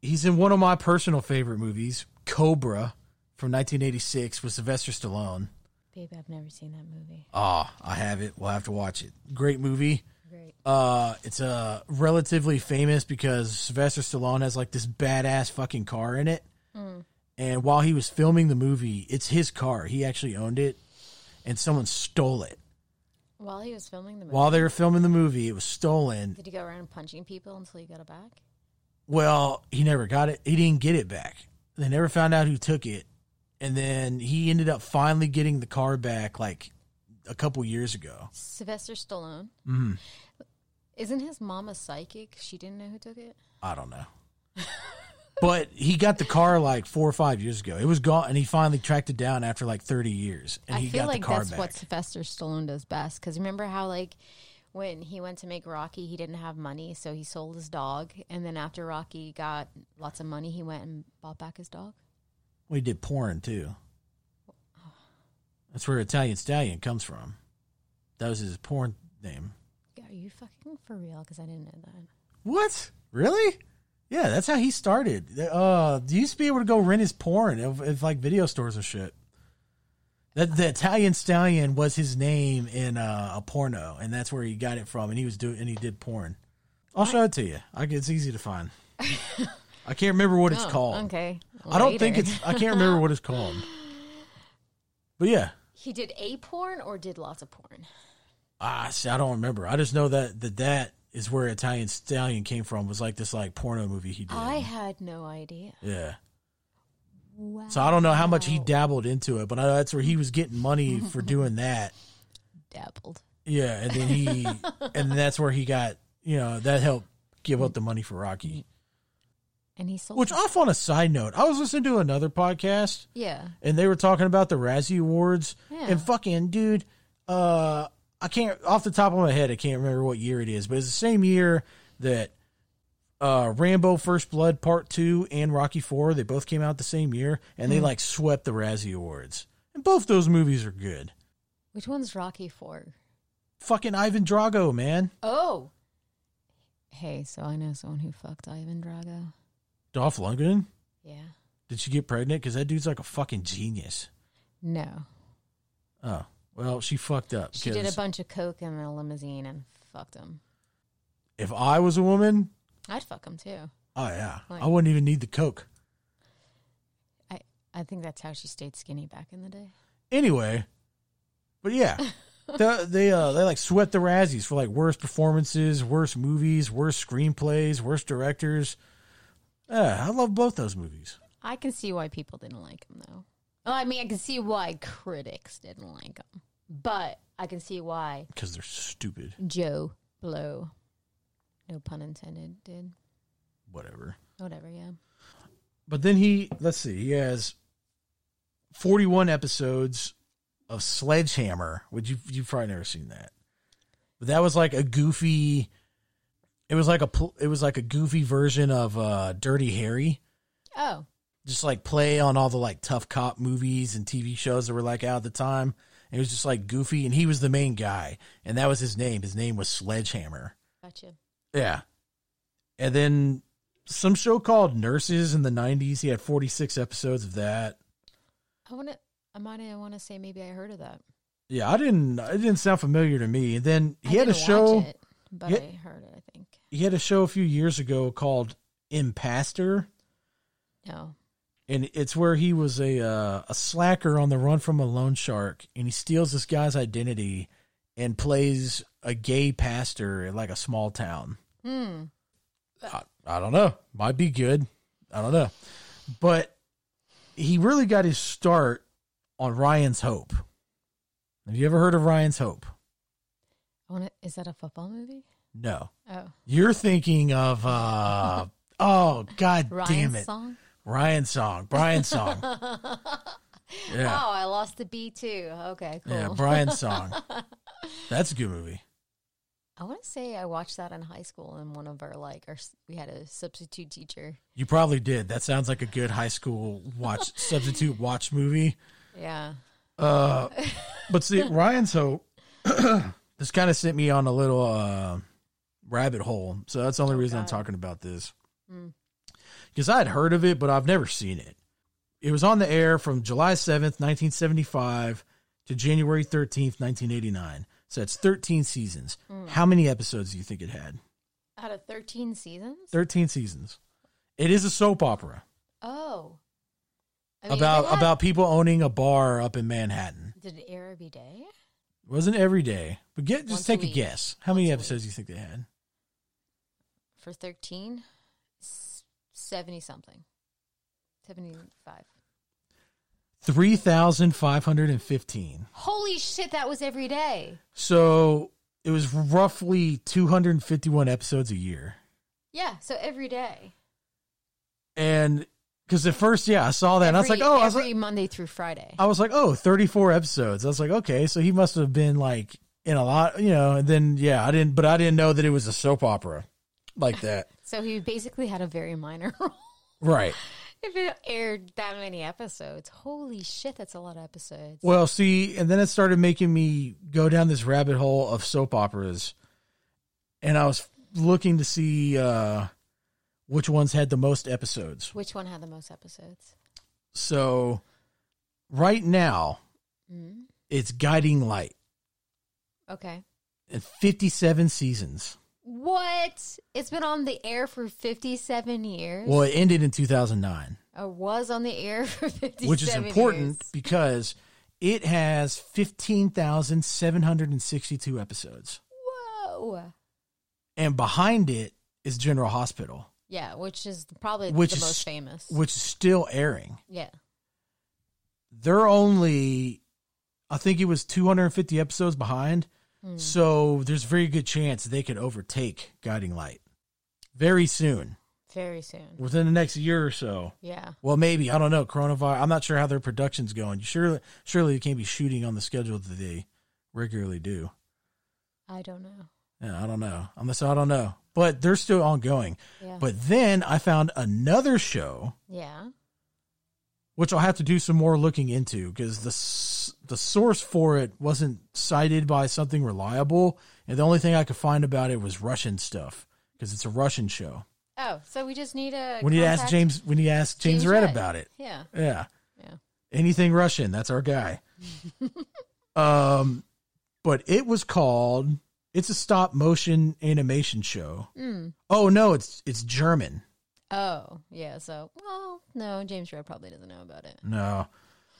[SPEAKER 1] He's in one of my personal favorite movies, Cobra from 1986 with Sylvester Stallone.
[SPEAKER 4] Babe, I've never seen that movie.
[SPEAKER 1] Ah, I have it. We'll have to watch it. Great movie.
[SPEAKER 4] Great.
[SPEAKER 1] Uh, it's uh, relatively famous because Sylvester Stallone has like this badass fucking car in it. And while he was filming the movie, it's his car. He actually owned it, and someone stole it.
[SPEAKER 4] While he was filming the movie,
[SPEAKER 1] While they were filming the movie, it was stolen.
[SPEAKER 4] did he go around punching people until he got it back?
[SPEAKER 1] Well, he never got it. He didn't get it back. They never found out who took it. And then he ended up finally getting the car back like a couple years ago. Mm-hmm.
[SPEAKER 4] Sylvester Stallone. Isn't his mom a psychic? She didn't know who took it.
[SPEAKER 1] I don't
[SPEAKER 4] <laughs>
[SPEAKER 1] know. but he got the car like four or five years ago. It was gone, and he finally tracked it down after like thirty years, and
[SPEAKER 4] I
[SPEAKER 1] he
[SPEAKER 4] feel
[SPEAKER 1] got
[SPEAKER 4] like
[SPEAKER 1] the car
[SPEAKER 4] that's
[SPEAKER 1] back.
[SPEAKER 4] what Sylvester Stallone does best. Because remember how like when he went to make Rocky, he didn't have money, so he sold his dog, and then after Rocky got lots of money, he went and bought back his dog.
[SPEAKER 1] We did porn
[SPEAKER 4] <sighs>
[SPEAKER 1] too. That's where Italian Stallion comes from. That was his porn name.
[SPEAKER 4] Yeah, Are you fucking for real? Because I didn't know that.
[SPEAKER 1] What? Really? Yeah, that's how he started. Uh, he used to be able to go rent his porn of, of like video stores or shit. That the Italian Stallion was his name in uh, a porno, and that's where he got it from. And he was doing and he did porn. I'll show it to you. I, it's easy to
[SPEAKER 4] <laughs>
[SPEAKER 1] find. I can't remember what it's
[SPEAKER 4] Oh,
[SPEAKER 1] called.
[SPEAKER 4] Okay.
[SPEAKER 1] I don't think
[SPEAKER 4] Later.
[SPEAKER 1] it's. I can't
[SPEAKER 4] <laughs>
[SPEAKER 1] remember what it's called. But yeah,
[SPEAKER 4] He did a porn or did lots of porn.
[SPEAKER 1] Ah, see, I don't remember. I just know that that, that is where Italian Stallion came from. Was like this like porno movie he did.
[SPEAKER 4] I had no idea.
[SPEAKER 1] yeah. So I don't know how much he
[SPEAKER 4] Wow.
[SPEAKER 1] dabbled into it, but I know that's where he was getting money for doing that.
[SPEAKER 4] dabbled.
[SPEAKER 1] Yeah, and then he and that's where he got you know that helped give up the money for Rocky.
[SPEAKER 4] And he sold.
[SPEAKER 1] Which off on a side note, I was listening to another podcast
[SPEAKER 4] yeah.
[SPEAKER 1] and they were talking about the Razzie Awards
[SPEAKER 4] Yeah.
[SPEAKER 1] and fucking dude, uh, I can't off the top of my head, I can't remember what year it is, but it's the same year that uh, Rambo First Blood Part Two and Rocky Four, they both came out the same year, and
[SPEAKER 4] Hmm.
[SPEAKER 1] they like swept the Razzie Awards, and both those movies are good.
[SPEAKER 4] Which one's Rocky for?
[SPEAKER 1] Fucking Ivan Drago, man,
[SPEAKER 4] Oh. Hey, so I know someone who fucked Ivan Drago.
[SPEAKER 1] Dolph Lundgren.
[SPEAKER 4] Yeah.
[SPEAKER 1] Did she get pregnant? Because that dude's like a fucking genius.
[SPEAKER 4] No.
[SPEAKER 1] Oh well, she fucked up.
[SPEAKER 4] She did a
[SPEAKER 1] 'cause
[SPEAKER 4] bunch of coke in a limousine and fucked him.
[SPEAKER 1] if I was a woman,
[SPEAKER 4] I'd fuck him too.
[SPEAKER 1] oh yeah,
[SPEAKER 4] Like-
[SPEAKER 1] I wouldn't even need the coke.
[SPEAKER 4] I, I think that's how she stayed skinny back in the day.
[SPEAKER 1] anyway, but yeah, the, they uh, they like swept the Razzies for like worst performances, worst movies, worst screenplays, worst directors. Yeah, I love both those movies.
[SPEAKER 4] I can see why people didn't like him though. Oh, I mean, I can see why critics didn't like him, but I can see why
[SPEAKER 1] because they're stupid.
[SPEAKER 4] Joe Blow, no pun intended, did.
[SPEAKER 1] Whatever.
[SPEAKER 4] Whatever, yeah.
[SPEAKER 1] But then he let's see, he has forty one episodes of Sledgehammer, which you you've probably never seen that. But that was like a goofy it was like a pl- it was like a goofy version of uh, Dirty Harry.
[SPEAKER 4] Oh,
[SPEAKER 1] just like play on all the like tough cop movies and TV shows that were like out at the time. And it was just like goofy, and he was the main guy, and that was his name. His name was Sledgehammer.
[SPEAKER 4] gotcha.
[SPEAKER 1] Yeah. And then some show called Nurses in the '90s. He had 46 episodes of that.
[SPEAKER 4] I want to. I might. I want to say maybe I heard of that.
[SPEAKER 1] Yeah, I didn't. It didn't sound familiar to me. And then he
[SPEAKER 4] I
[SPEAKER 1] had a
[SPEAKER 4] didn't watch
[SPEAKER 1] show.
[SPEAKER 4] it, but
[SPEAKER 1] Yeah.
[SPEAKER 4] I heard it. I think
[SPEAKER 1] He had a show a few years ago called Impastor,
[SPEAKER 4] no.
[SPEAKER 1] and it's where he was a uh, a slacker on the run from a loan shark, and he steals this guy's identity and plays a gay pastor in like a small town.
[SPEAKER 4] Hmm.
[SPEAKER 1] I, I don't know. Might be good. I don't know, but he really got his start on Ryan's Hope. Have you ever heard of Ryan's Hope?
[SPEAKER 4] I want to. Is that a football movie?
[SPEAKER 1] No.
[SPEAKER 4] Oh,
[SPEAKER 1] You're thinking of
[SPEAKER 4] <laughs>
[SPEAKER 1] uh oh god damn
[SPEAKER 4] Ryan's
[SPEAKER 1] it.
[SPEAKER 4] song.
[SPEAKER 1] Ryan's song. Brian's song. yeah.
[SPEAKER 4] Oh, I lost the B too. Okay, cool.
[SPEAKER 1] Yeah,
[SPEAKER 4] <laughs>
[SPEAKER 1] Brian's song. That's a good movie.
[SPEAKER 4] I want to say I watched that in high school, and one of our like our s- we had a substitute teacher.
[SPEAKER 1] You probably did. That sounds like a good high school watch substitute watch movie.
[SPEAKER 4] Yeah.
[SPEAKER 1] Uh, but see, Ryan's Hope. <clears throat> this kind of sent me on a little uh, rabbit hole, so that's the only reason I'm
[SPEAKER 4] Oh, God.
[SPEAKER 1] talking about this.
[SPEAKER 4] Mm.
[SPEAKER 1] Because I had heard of it, but I've never seen it. It was on the air from July 7th, 1975 to January 13th, 1989. So that's 13 seasons.
[SPEAKER 4] Hmm.
[SPEAKER 1] How many episodes do you think it had?
[SPEAKER 4] Out of thirteen seasons.
[SPEAKER 1] 13 seasons. It is a soap opera
[SPEAKER 4] Oh. I mean,
[SPEAKER 1] about
[SPEAKER 4] they had-
[SPEAKER 1] about people owning a bar up in Manhattan.
[SPEAKER 4] Did it air every day?
[SPEAKER 1] It wasn't every day, but get just
[SPEAKER 4] Once a
[SPEAKER 1] take a,
[SPEAKER 4] week.
[SPEAKER 1] guess. How many
[SPEAKER 4] Once a
[SPEAKER 1] episodes do you think they had?
[SPEAKER 4] for 13 s- 70 something 75
[SPEAKER 1] Three thousand five hundred and fifteen.
[SPEAKER 4] holy shit that was every day
[SPEAKER 1] So it was roughly 251 episodes a year.
[SPEAKER 4] Yeah, so every day.
[SPEAKER 1] And because at first, yeah, I saw that and I was like,
[SPEAKER 4] Every-
[SPEAKER 1] oh, I was
[SPEAKER 4] every
[SPEAKER 1] like,
[SPEAKER 4] Monday through Friday.
[SPEAKER 1] I was like, oh, 34 episodes. I was like, okay, so he must have been like in a lot, you know, and then, yeah, I didn't, but I didn't know that it was a soap opera like that.
[SPEAKER 4] So he basically had a very minor <laughs> role.
[SPEAKER 1] right.
[SPEAKER 4] if it aired that many episodes, holy shit, that's a lot of episodes.
[SPEAKER 1] Well, see, and then it started making me go down this rabbit hole of soap operas, and I was looking to see uh, which ones had the most episodes.
[SPEAKER 4] Which one had the most episodes?
[SPEAKER 1] So, right now, it's Guiding Light
[SPEAKER 4] Okay.
[SPEAKER 1] in fifty-seven seasons.
[SPEAKER 4] What? It's been on the air for 57 years.
[SPEAKER 1] Well, it ended in two thousand nine,
[SPEAKER 4] Or was on the air <laughs> for 57
[SPEAKER 1] which is important
[SPEAKER 4] years.
[SPEAKER 1] because it has fifteen thousand seven hundred and sixty-two episodes,
[SPEAKER 4] Whoa.
[SPEAKER 1] and behind it is General Hospital,
[SPEAKER 4] Yeah, which is probably
[SPEAKER 1] Which
[SPEAKER 4] the
[SPEAKER 1] is-
[SPEAKER 4] most famous.
[SPEAKER 1] which is still airing.
[SPEAKER 4] yeah.
[SPEAKER 1] they're only I think it was 250 episodes behind.
[SPEAKER 4] Hmm.
[SPEAKER 1] So there's very good chance they could overtake Guiding Light very soon,
[SPEAKER 4] Very soon.
[SPEAKER 1] within the next year or so.
[SPEAKER 4] Yeah.
[SPEAKER 1] Well, maybe I don't know. Coronavirus. I'm not sure how their production's going. Surely, surely they can't be shooting on the schedule that they regularly do.
[SPEAKER 4] I don't know.
[SPEAKER 1] Yeah, I don't know. I'm so I don't know. But they're still ongoing.
[SPEAKER 4] Yeah.
[SPEAKER 1] But then I found another show
[SPEAKER 4] yeah.
[SPEAKER 1] which I'll have to do some more looking into because the s- the source for it wasn't cited by something reliable, and the only thing I could find about it was Russian stuff because it's a Russian show.
[SPEAKER 4] Oh, so we just need a.
[SPEAKER 1] We need to ask
[SPEAKER 4] contact-
[SPEAKER 1] James. We need to ask James,
[SPEAKER 4] James
[SPEAKER 1] Red
[SPEAKER 4] Red.
[SPEAKER 1] about it.
[SPEAKER 4] Yeah.
[SPEAKER 1] Yeah,
[SPEAKER 4] Yeah.
[SPEAKER 1] anything Russian, that's our
[SPEAKER 4] <laughs>
[SPEAKER 1] guy. um, but it was called. It's a stop motion animation show.
[SPEAKER 4] Hmm.
[SPEAKER 1] Oh no, it's it's German.
[SPEAKER 4] Oh, yeah. So, well, no, James Red probably doesn't know about it.
[SPEAKER 1] No.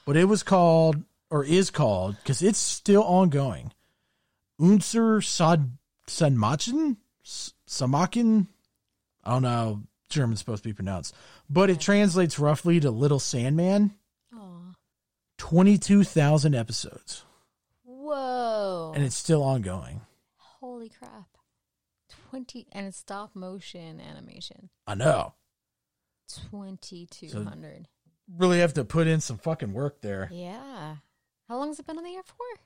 [SPEAKER 1] But it was called, or is called, because it's still ongoing. Unser Sad Sanmachen? S- Samachen? I don't know how German's supposed to be pronounced. But it translates roughly to Little Sandman.
[SPEAKER 4] Oh,
[SPEAKER 1] 22,000 episodes.
[SPEAKER 4] whoa!
[SPEAKER 1] And it's still ongoing.
[SPEAKER 4] holy crap, twenty and it's stop motion animation.
[SPEAKER 1] I know.
[SPEAKER 4] Twenty two hundred.
[SPEAKER 1] Really have to put in some fucking work there.
[SPEAKER 4] yeah. How long has it been on the air for?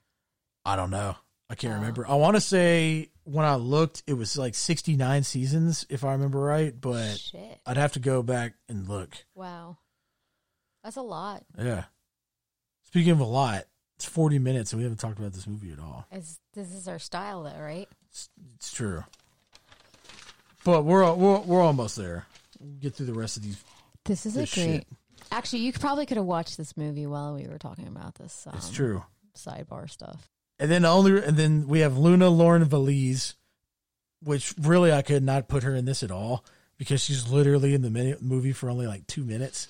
[SPEAKER 1] I don't know. I can't
[SPEAKER 4] Oh.
[SPEAKER 1] remember. I want to say when I looked, it was like 69 seasons, if I remember right. But uh,
[SPEAKER 4] Shit!
[SPEAKER 1] I'd have to go back and look.
[SPEAKER 4] Wow, that's a lot.
[SPEAKER 1] Yeah. Speaking of a lot, it's 40 minutes and we haven't talked about this movie at all.
[SPEAKER 4] As this is our style, though, right?
[SPEAKER 1] It's, it's true. But we're, al- we're we're almost there. We'll get through the rest of these.
[SPEAKER 4] This is
[SPEAKER 1] This
[SPEAKER 4] a great.
[SPEAKER 1] shit.
[SPEAKER 4] Actually, you could- probably could have watched this movie while we were talking about this. Um,
[SPEAKER 1] It's true.
[SPEAKER 4] Sidebar stuff.
[SPEAKER 1] And then the only and then we have Luna Lauren Valise, which really I could not put her in this at all because she's literally in the minute, movie for only like two minutes.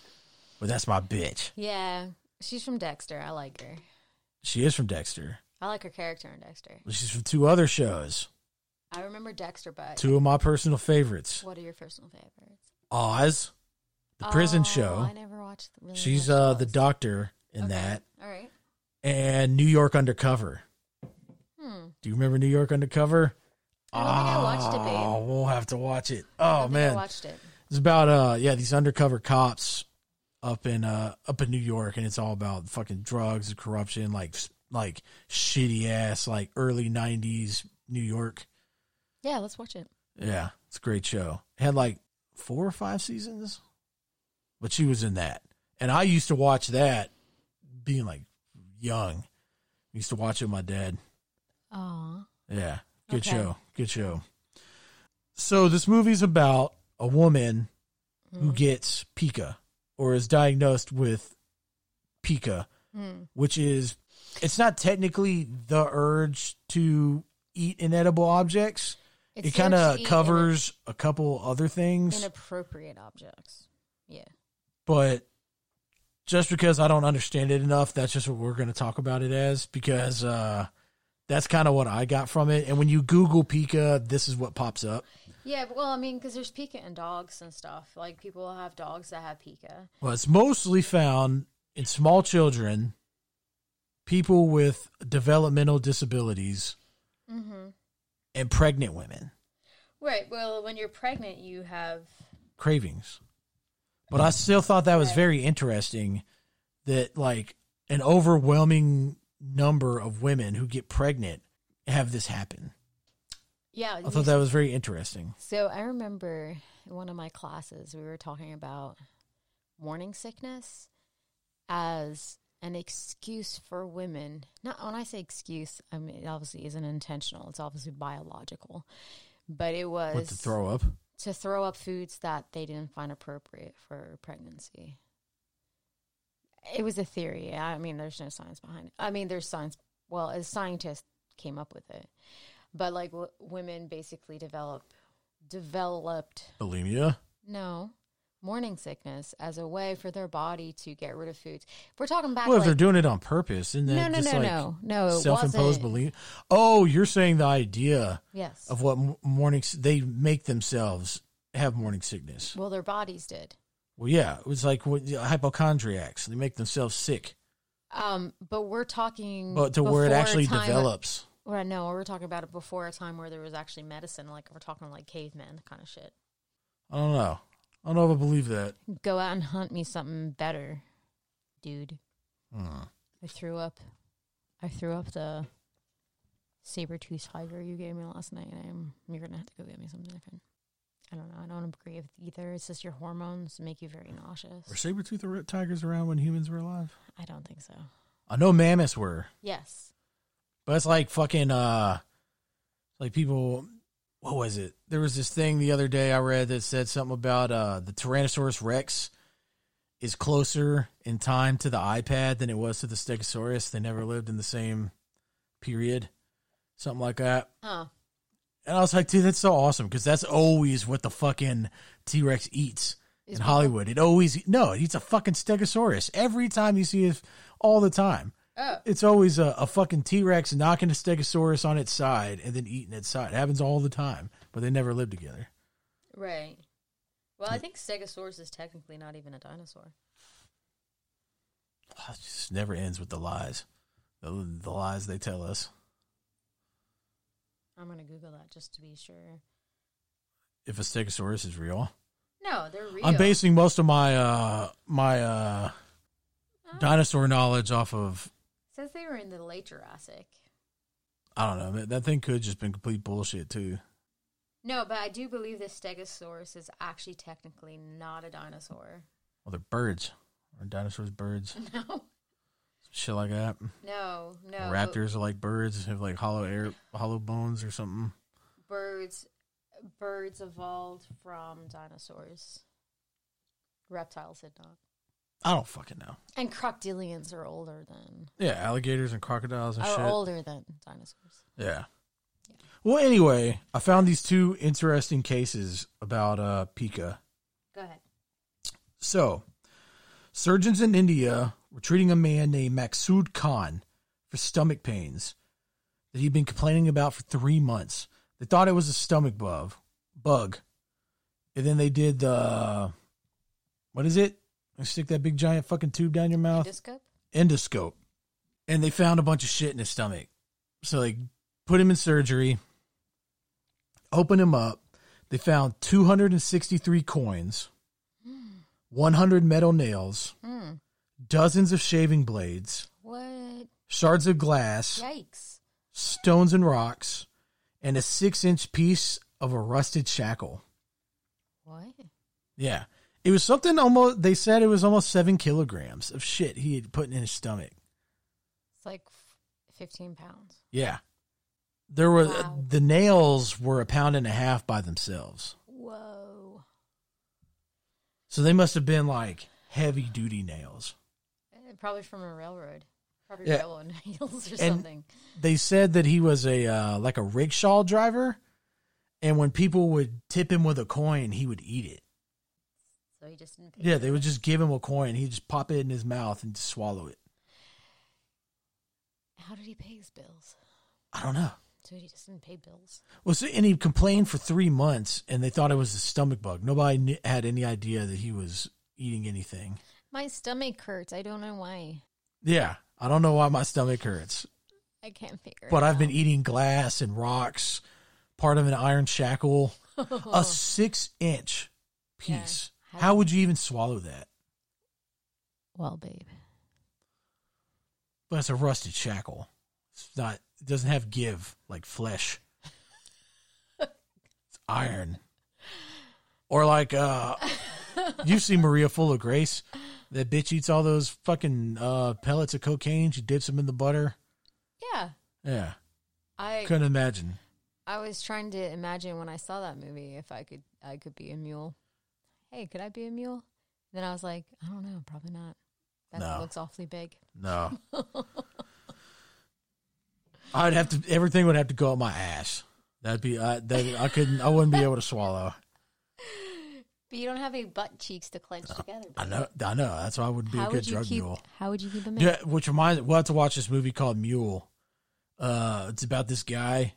[SPEAKER 1] But that's my bitch.
[SPEAKER 4] Yeah, she's from Dexter. I like her.
[SPEAKER 1] She is from Dexter.
[SPEAKER 4] I like her character in Dexter.
[SPEAKER 1] She's from two other shows.
[SPEAKER 4] I remember Dexter, but
[SPEAKER 1] Two of my personal favorites:
[SPEAKER 4] what are your personal favorites?
[SPEAKER 1] Oz, the prison
[SPEAKER 4] Oh,
[SPEAKER 1] show.
[SPEAKER 4] I never watched. Really
[SPEAKER 1] She's
[SPEAKER 4] watched
[SPEAKER 1] uh the
[SPEAKER 4] those.
[SPEAKER 1] doctor in
[SPEAKER 4] Okay.
[SPEAKER 1] that.
[SPEAKER 4] All right.
[SPEAKER 1] and New York Undercover.
[SPEAKER 4] Hmm.
[SPEAKER 1] Do you remember New York Undercover?
[SPEAKER 4] I don't think I watched it, babe.
[SPEAKER 1] Oh, we'll have to watch it.
[SPEAKER 4] I
[SPEAKER 1] Oh
[SPEAKER 4] don't think I
[SPEAKER 1] man,
[SPEAKER 4] watched it.
[SPEAKER 1] it's about uh yeah these undercover cops up in uh up in New York, and it's all about fucking drugs and corruption, like s- like shitty ass like early '90s New York.
[SPEAKER 4] Yeah, let's watch it.
[SPEAKER 1] Yeah, it's a great show. It had like four or five seasons, but she was in that. And I used to watch that being like young. I used to watch it with my dad.
[SPEAKER 4] Aw.
[SPEAKER 1] Yeah. Good
[SPEAKER 4] Okay.
[SPEAKER 1] show. Good show. So this movie's about a woman who gets pica or is diagnosed with pica, which is it's not technically the urge to eat inedible objects.
[SPEAKER 4] It's
[SPEAKER 1] it
[SPEAKER 4] the urge
[SPEAKER 1] kind
[SPEAKER 4] to
[SPEAKER 1] of
[SPEAKER 4] eat
[SPEAKER 1] covers a couple other things,
[SPEAKER 4] Inappropriate objects. Yeah.
[SPEAKER 1] but just because I don't understand it enough, that's just what we're going to talk about it as because uh, that's kind of what I got from it. And when you Google Pika, this is what pops up.
[SPEAKER 4] Yeah, but- well, I mean, because there's Pika and dogs and stuff. Like, people will have dogs that have Pika.
[SPEAKER 1] Well, it's mostly found in small children,
[SPEAKER 4] Mm-hmm.
[SPEAKER 1] people with developmental disabilities, and pregnant women
[SPEAKER 4] Right. Well, when you're pregnant, you have
[SPEAKER 1] cravings. But I still thought that was very interesting that like an overwhelming number of women who get pregnant have this happen.
[SPEAKER 4] yeah.
[SPEAKER 1] I thought that was very interesting.
[SPEAKER 4] So I remember in one of my classes we were talking about morning sickness as an excuse for women. Not when I say excuse, I mean it obviously isn't intentional. It's obviously biological. But it was
[SPEAKER 1] What to throw up?
[SPEAKER 4] to throw up foods that they didn't find appropriate for pregnancy. It was a theory. I mean, there's no science behind it. I mean, there's science. Well, a scientist came up with it, but like w- women basically develop developed
[SPEAKER 1] Bulimia?
[SPEAKER 4] no morning sickness as a way for their body to get rid of foods. We're talking back.
[SPEAKER 1] Well, if
[SPEAKER 4] like,
[SPEAKER 1] they're doing it on purpose, isn't
[SPEAKER 4] no,
[SPEAKER 1] that
[SPEAKER 4] no,
[SPEAKER 1] just
[SPEAKER 4] no,
[SPEAKER 1] like
[SPEAKER 4] no, no, it
[SPEAKER 1] self-imposed bulimia?
[SPEAKER 4] wasn't.
[SPEAKER 1] Oh, you're saying the idea
[SPEAKER 4] Yes.
[SPEAKER 1] of what m- morning s- they make themselves have morning sickness.
[SPEAKER 4] well, their bodies did.
[SPEAKER 1] Well, yeah, it was like what, hypochondriacs. They make themselves sick,
[SPEAKER 4] Um, but we're talking
[SPEAKER 1] but to where it
[SPEAKER 4] before a
[SPEAKER 1] actually
[SPEAKER 4] time-
[SPEAKER 1] develops.
[SPEAKER 4] Well, no, we're talking about it before a time where there was actually medicine. Like we're talking like cavemen kind of shit.
[SPEAKER 1] I don't know. I don't know if I believe that.
[SPEAKER 4] Go out and hunt me something better, dude. I threw up. I threw up the saber tooth tiger you gave me last night. I'm you're gonna have to go get me something different. I don't know. I don't agree with either. It's just your hormones make you very
[SPEAKER 1] Were
[SPEAKER 4] nauseous.
[SPEAKER 1] saber tooth tigers around when humans were alive?
[SPEAKER 4] I don't think so.
[SPEAKER 1] I know mammoths were,
[SPEAKER 4] Yes.
[SPEAKER 1] but it's like fucking uh, like people. What was it? There was this thing the other day I read that said something about uh the Tyrannosaurus Rex is closer in time to the iPad than it was to the Stegosaurus. They never lived in the same period, something like that.
[SPEAKER 4] Oh.
[SPEAKER 1] And I was like, dude, that's so awesome because that's always what the fucking T Rex eats in Hollywood. It always no, it eats a fucking Stegosaurus every time you see it, all the time. It's always a, a fucking T Rex knocking a Stegosaurus on its side and then eating its side. It happens all the time, but they never live together.
[SPEAKER 4] Right. Well, I think Stegosaurus is technically not even a dinosaur.
[SPEAKER 1] Ah, It just never ends with the lies, the, the lies they tell us.
[SPEAKER 4] I'm gonna Google that just to be sure.
[SPEAKER 1] If a Stegosaurus is real,
[SPEAKER 4] No, they're real.
[SPEAKER 1] I'm basing most of my uh my uh dinosaur knowledge off of
[SPEAKER 4] Says they were in the late Jurassic.
[SPEAKER 1] I don't know. That, that thing could have just been complete bullshit too.
[SPEAKER 4] No, but I do believe the Stegosaurus is actually technically not a dinosaur. <laughs>
[SPEAKER 1] Well, they're birds. Are dinosaurs birds?
[SPEAKER 4] No,
[SPEAKER 1] Shit like that.
[SPEAKER 4] no, no. but
[SPEAKER 1] Raptors are like birds. Have like hollow air, hollow bones or something.
[SPEAKER 4] Birds, birds evolved from dinosaurs. Reptiles did not.
[SPEAKER 1] I don't fucking know.
[SPEAKER 4] And crocodilians are older than
[SPEAKER 1] Yeah, alligators and crocodiles and Oh, shit.
[SPEAKER 4] are older than dinosaurs.
[SPEAKER 1] Yeah. Well, anyway, I found these two interesting cases about uh, Pika.
[SPEAKER 4] Go ahead.
[SPEAKER 1] So, surgeons in India were treating a man named Maksud Khan for stomach pains that he'd been complaining about for three months. They thought it was a stomach bug, bug, and then they did the what is it? They stick that big giant fucking tube down your mouth
[SPEAKER 4] Endoscope.
[SPEAKER 1] endoscope and they found a bunch of shit in his stomach. So they put him in surgery, opened him up. They found 263 coins, 100 metal nails,
[SPEAKER 4] Mm.
[SPEAKER 1] dozens of shaving blades,
[SPEAKER 4] What?
[SPEAKER 1] shards of glass,
[SPEAKER 4] Yikes!
[SPEAKER 1] stones and rocks, and a six inch piece of a rusted shackle.
[SPEAKER 4] What?
[SPEAKER 1] Yeah. It was something almost, they said it was almost seven kilograms of shit he had put in his stomach.
[SPEAKER 4] It's like f- fifteen pounds.
[SPEAKER 1] Yeah. There were
[SPEAKER 4] Wow.
[SPEAKER 1] the nails were a pound and a half by themselves.
[SPEAKER 4] Whoa.
[SPEAKER 1] So they must have been like heavy duty nails.
[SPEAKER 4] Uh, Probably from a railroad. Probably
[SPEAKER 1] Yeah.
[SPEAKER 4] railroad <laughs> nails or
[SPEAKER 1] And-
[SPEAKER 4] something.
[SPEAKER 1] They said that he was a uh, like a rickshaw driver and when people would tip him with a coin, he would eat it.
[SPEAKER 4] So he just didn't pay.
[SPEAKER 1] Yeah, they would just give him a coin, he'd just pop it in his mouth and just swallow it.
[SPEAKER 4] How did he pay his bills?
[SPEAKER 1] I don't know.
[SPEAKER 4] Dude, he just didn't pay bills.
[SPEAKER 1] Well, so, and he complained for 3 months and they thought it was a stomach bug. Nobody kn- had any idea that he was eating anything.
[SPEAKER 4] My stomach hurts. I don't know why.
[SPEAKER 1] Yeah, I don't know why my stomach hurts.
[SPEAKER 4] I can't figure.
[SPEAKER 1] but
[SPEAKER 4] it
[SPEAKER 1] I've been
[SPEAKER 4] out.
[SPEAKER 1] eating glass and rocks, part of an iron shackle, a six inch
[SPEAKER 4] Yeah.
[SPEAKER 1] piece. How would you even swallow that?
[SPEAKER 4] Well, babe.
[SPEAKER 1] But it's a rusted shackle. It's not. It doesn't have give like flesh. it's iron. Or like uh, you see Maria Full of Grace. That bitch eats all those fucking uh, pellets of cocaine. She dips them in the butter.
[SPEAKER 4] Yeah.
[SPEAKER 1] Yeah,
[SPEAKER 4] I
[SPEAKER 1] couldn't imagine.
[SPEAKER 4] I was trying to imagine when I saw that movie if I could I could be a mule. Hey, could I be a mule? Then I was like, I don't know, probably not. That
[SPEAKER 1] No.
[SPEAKER 4] looks awfully big.
[SPEAKER 1] No. I'd have to. Everything would have to go up my ass. That'd be. I. That I couldn't. I wouldn't be able to swallow.
[SPEAKER 4] But you don't have any butt cheeks to clench together.
[SPEAKER 1] I know. I know. That's why I wouldn't be a
[SPEAKER 4] how
[SPEAKER 1] good
[SPEAKER 4] would you
[SPEAKER 1] drug
[SPEAKER 4] keep
[SPEAKER 1] mule.
[SPEAKER 4] how would you keep a man?
[SPEAKER 1] Yeah, which reminds. We'll have to watch this movie called Mule. Uh, it's about this guy,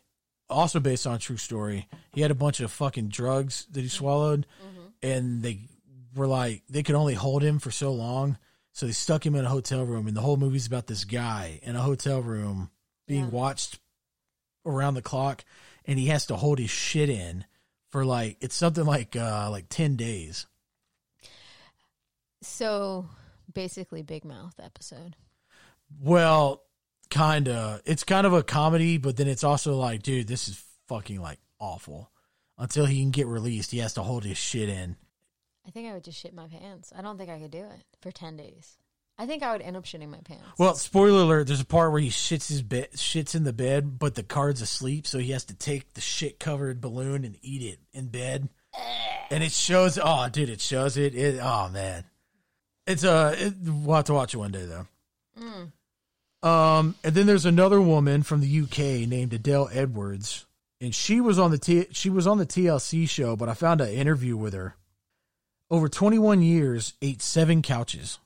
[SPEAKER 1] also based on a true story. He had a bunch of fucking drugs that he swallowed, and they were like they could only hold him for so long, so they stuck him in a hotel room. And the whole movie's about this guy in a hotel room being
[SPEAKER 4] Yeah.
[SPEAKER 1] watched around the clock, and he has to hold his shit in for like it's something like uh like ten days.
[SPEAKER 4] So basically big mouth episode.
[SPEAKER 1] Well, kind of. It's kind of a comedy, but then it's also like, dude, this is fucking like awful. Until he can get released, he has to hold his shit in.
[SPEAKER 4] I think I would just shit my pants. I don't think I could do it for ten days. I think I would end up shitting my pants.
[SPEAKER 1] Well, spoiler alert: there's a part where he shits his bed, shits in the bed, but the card's asleep, so he has to take the shit covered balloon and eat it in bed. And it shows. Oh, dude, it shows it. it oh man, it's uh, it, we'll have to watch it one day though. Um, and then there's another woman from the UK named Adele Edwards, and she was on the T- she was on the TLC show, but I found an interview with her. Over 21 years, ate seven couches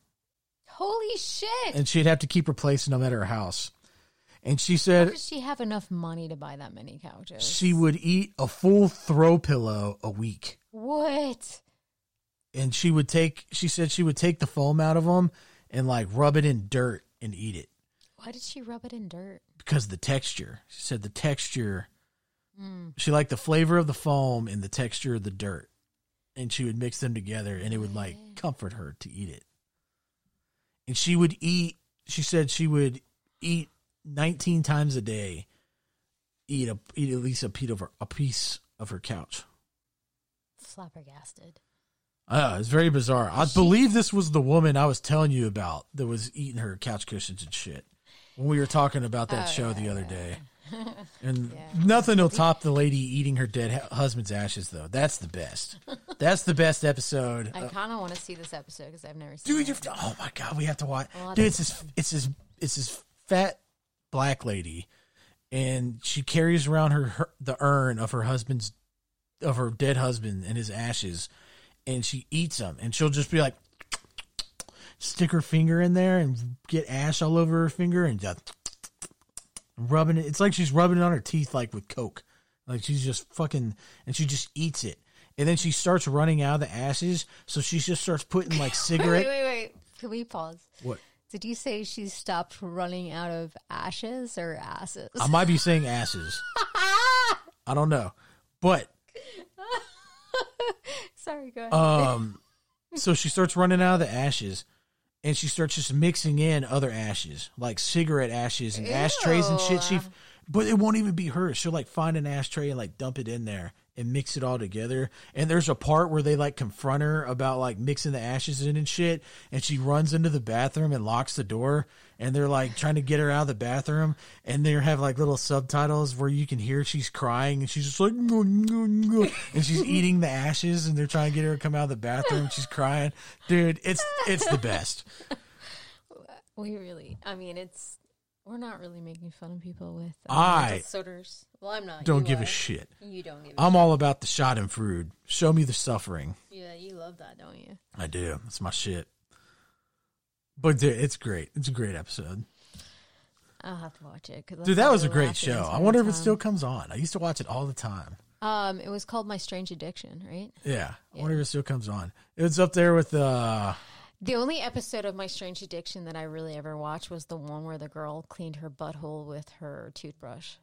[SPEAKER 4] Holy shit!
[SPEAKER 1] and she'd have to keep replacing them at her house. And she
[SPEAKER 4] How
[SPEAKER 1] said
[SPEAKER 4] does she have enough money to buy that many couches?
[SPEAKER 1] she would eat a full throw pillow a week.
[SPEAKER 4] what?
[SPEAKER 1] And she would take, she said she would take the foam out of them and like rub it in dirt and eat it
[SPEAKER 4] Why did she rub it in dirt?
[SPEAKER 1] because of the texture. She said the texture, she liked the flavor of the foam and the texture of the dirt. And she would mix them together and it would like comfort her to eat it. And she would eat, she said she would eat 19 times a day, eat a, eat at least a piece of her, a piece of her couch.
[SPEAKER 4] Flabbergasted.
[SPEAKER 1] Uh, it's very bizarre. I believe this was the woman I was telling you about that was eating her couch cushions and shit when we were talking about that
[SPEAKER 4] Oh,
[SPEAKER 1] show
[SPEAKER 4] yeah,
[SPEAKER 1] the other
[SPEAKER 4] yeah, <laughs>
[SPEAKER 1] day. And
[SPEAKER 4] Yeah.
[SPEAKER 1] nothing will top the lady eating her dead hu- husband's ashes, though. That's the best. That's the best episode.
[SPEAKER 4] <laughs> I
[SPEAKER 1] Uh,
[SPEAKER 4] kind of want to see this episode because I've never seen
[SPEAKER 1] dude,
[SPEAKER 4] it.
[SPEAKER 1] you've oh my god, we have to watch.
[SPEAKER 4] Well, I
[SPEAKER 1] Dude,
[SPEAKER 4] don't-
[SPEAKER 1] it's this, it's this, it's this fat black lady, and she carries around her, her the urn of her husband's of her dead husband and his ashes, and she eats them, and she'll just be like, stick her finger in there and get ash all over her finger and just rubbing it. It's like she's rubbing it on her teeth like with coke. Like she's just fucking and she just eats it. And then she starts running out of the ashes, so she just starts putting like
[SPEAKER 4] Wait,
[SPEAKER 1] cigarette
[SPEAKER 4] wait, wait, wait. Can we pause?
[SPEAKER 1] what
[SPEAKER 4] Did you say she stopped running out of ashes or asses?
[SPEAKER 1] I might be saying asses. I don't know. But
[SPEAKER 4] <laughs> Sorry, go ahead.
[SPEAKER 1] um so she starts running out of the ashes and she starts just mixing in other ashes, like cigarette ashes and ashtrays and shit. She but it won't even be hers. She'll like find an ashtray and like dump it in there and mix it all together. And there's a part where they like confront her about like mixing the ashes in and shit. And she runs into the bathroom and locks the door. And they're like trying to get her out of the bathroom. And they have like little subtitles where you can hear she's crying and she's just like, "No, no, no," and she's eating the ashes. And they're trying to get her to come out of the bathroom. She's crying, dude. It's it's the best.
[SPEAKER 4] we really, I mean, it's, we're not really making fun of people with uh,
[SPEAKER 1] I
[SPEAKER 4] mental disorders. Well, I'm not.
[SPEAKER 1] Don't
[SPEAKER 4] You
[SPEAKER 1] give
[SPEAKER 4] are.
[SPEAKER 1] a uh, shit.
[SPEAKER 4] You don't give a
[SPEAKER 1] I'm all about the shot and food. Show me the suffering.
[SPEAKER 4] Yeah, you love that, don't you?
[SPEAKER 1] I do. It's my shit. But dude, it's great. It's a great episode.
[SPEAKER 4] I'll have to watch it. 'cause
[SPEAKER 1] Dude,
[SPEAKER 4] I'll
[SPEAKER 1] that was a
[SPEAKER 4] probably
[SPEAKER 1] great
[SPEAKER 4] laugh the
[SPEAKER 1] show. I
[SPEAKER 4] entire
[SPEAKER 1] wonder if it
[SPEAKER 4] time.
[SPEAKER 1] still comes on. I used to watch it all the time.
[SPEAKER 4] Um, it was called My Strange Addiction, right?
[SPEAKER 1] Yeah. I wonder if it still comes on. It was up there with uh
[SPEAKER 4] The only episode of My Strange Addiction that I really ever watched was the one where the girl cleaned her butthole with her toothbrush.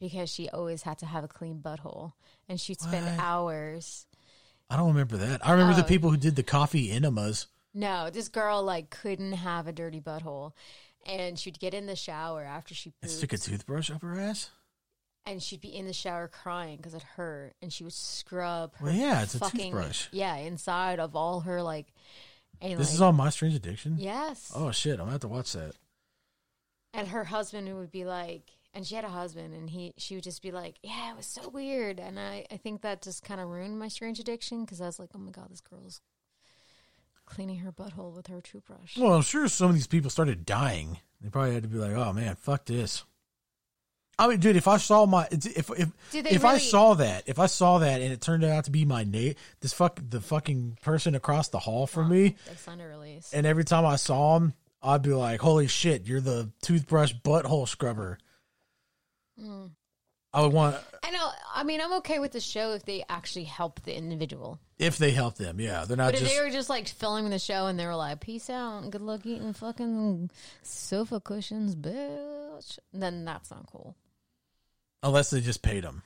[SPEAKER 4] because she always had to have a clean butthole, and she'd spend
[SPEAKER 1] What?
[SPEAKER 4] hours.
[SPEAKER 1] I don't remember that. I remember the
[SPEAKER 4] Oh.
[SPEAKER 1] people who did the coffee enemas.
[SPEAKER 4] No, this girl like couldn't have a dirty butthole, and she'd get in the shower after she
[SPEAKER 1] and
[SPEAKER 4] pooped,
[SPEAKER 1] stick a toothbrush up her ass.
[SPEAKER 4] and she'd be in the shower crying because it hurt, and she would scrub. Her
[SPEAKER 1] Well, yeah, it's a
[SPEAKER 4] fucking
[SPEAKER 1] toothbrush.
[SPEAKER 4] yeah inside of all her like. And
[SPEAKER 1] This
[SPEAKER 4] like,
[SPEAKER 1] is on My Strange Addiction.
[SPEAKER 4] Yes.
[SPEAKER 1] Oh shit, I'm gonna have to watch that.
[SPEAKER 4] and her husband would be like and she had a husband and he she would just be like yeah it was so weird and i i think that just kind of ruined my strange addiction because i was like oh my god this girl's cleaning her butthole with her toothbrush
[SPEAKER 1] Well, I'm sure some of these people started dying. They probably had to be like, "Oh man, fuck this." I mean, dude, if I saw my if if
[SPEAKER 4] Do they
[SPEAKER 1] if I
[SPEAKER 4] really-
[SPEAKER 1] saw that, if I saw that, and it turned out to be my Nate, this fuck the fucking person across the hall from me,
[SPEAKER 4] they signed a release
[SPEAKER 1] and every time I saw him, I'd be like, "Holy shit, you're the toothbrush butthole scrubber."
[SPEAKER 4] Hmm.
[SPEAKER 1] I would want
[SPEAKER 4] i know i mean i'm okay with the show if they actually help the individual
[SPEAKER 1] if they help them. Yeah, they're not
[SPEAKER 4] but if
[SPEAKER 1] just
[SPEAKER 4] they were just like filming the show and they were like peace out good luck eating fucking sofa cushions bitch then that's not cool
[SPEAKER 1] unless they just paid them.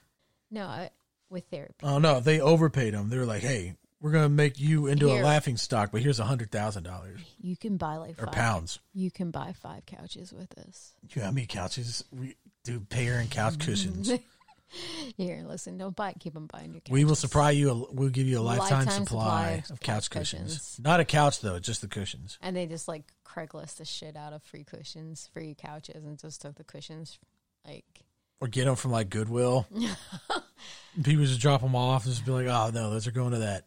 [SPEAKER 4] no I, with therapy
[SPEAKER 1] Oh no, they overpaid him. They were like, "Hey, we're gonna make you into a
[SPEAKER 4] Here.
[SPEAKER 1] laughing stock, but here's a hundred thousand dollars
[SPEAKER 4] you can buy like
[SPEAKER 1] or
[SPEAKER 4] five
[SPEAKER 1] pounds."
[SPEAKER 4] You can buy five couches with us.
[SPEAKER 1] Do you know how many couches we do? Pair and couch
[SPEAKER 4] <laughs>
[SPEAKER 1] cushions.
[SPEAKER 4] Here, listen, don't buy. Keep them buying your couches.
[SPEAKER 1] we will supply you. A, we'll give you a lifetime,
[SPEAKER 4] Lifetime
[SPEAKER 1] supply,
[SPEAKER 4] supply
[SPEAKER 1] of couch cushions.
[SPEAKER 4] cushions.
[SPEAKER 1] Not a couch though, just the cushions.
[SPEAKER 4] And they just like Craigslist the shit out of free cushions, free couches, and just took the cushions. Like,
[SPEAKER 1] Or get them from like
[SPEAKER 4] <laughs>
[SPEAKER 1] Goodwill. People just drop them off and just be like, "Oh no, those are going to that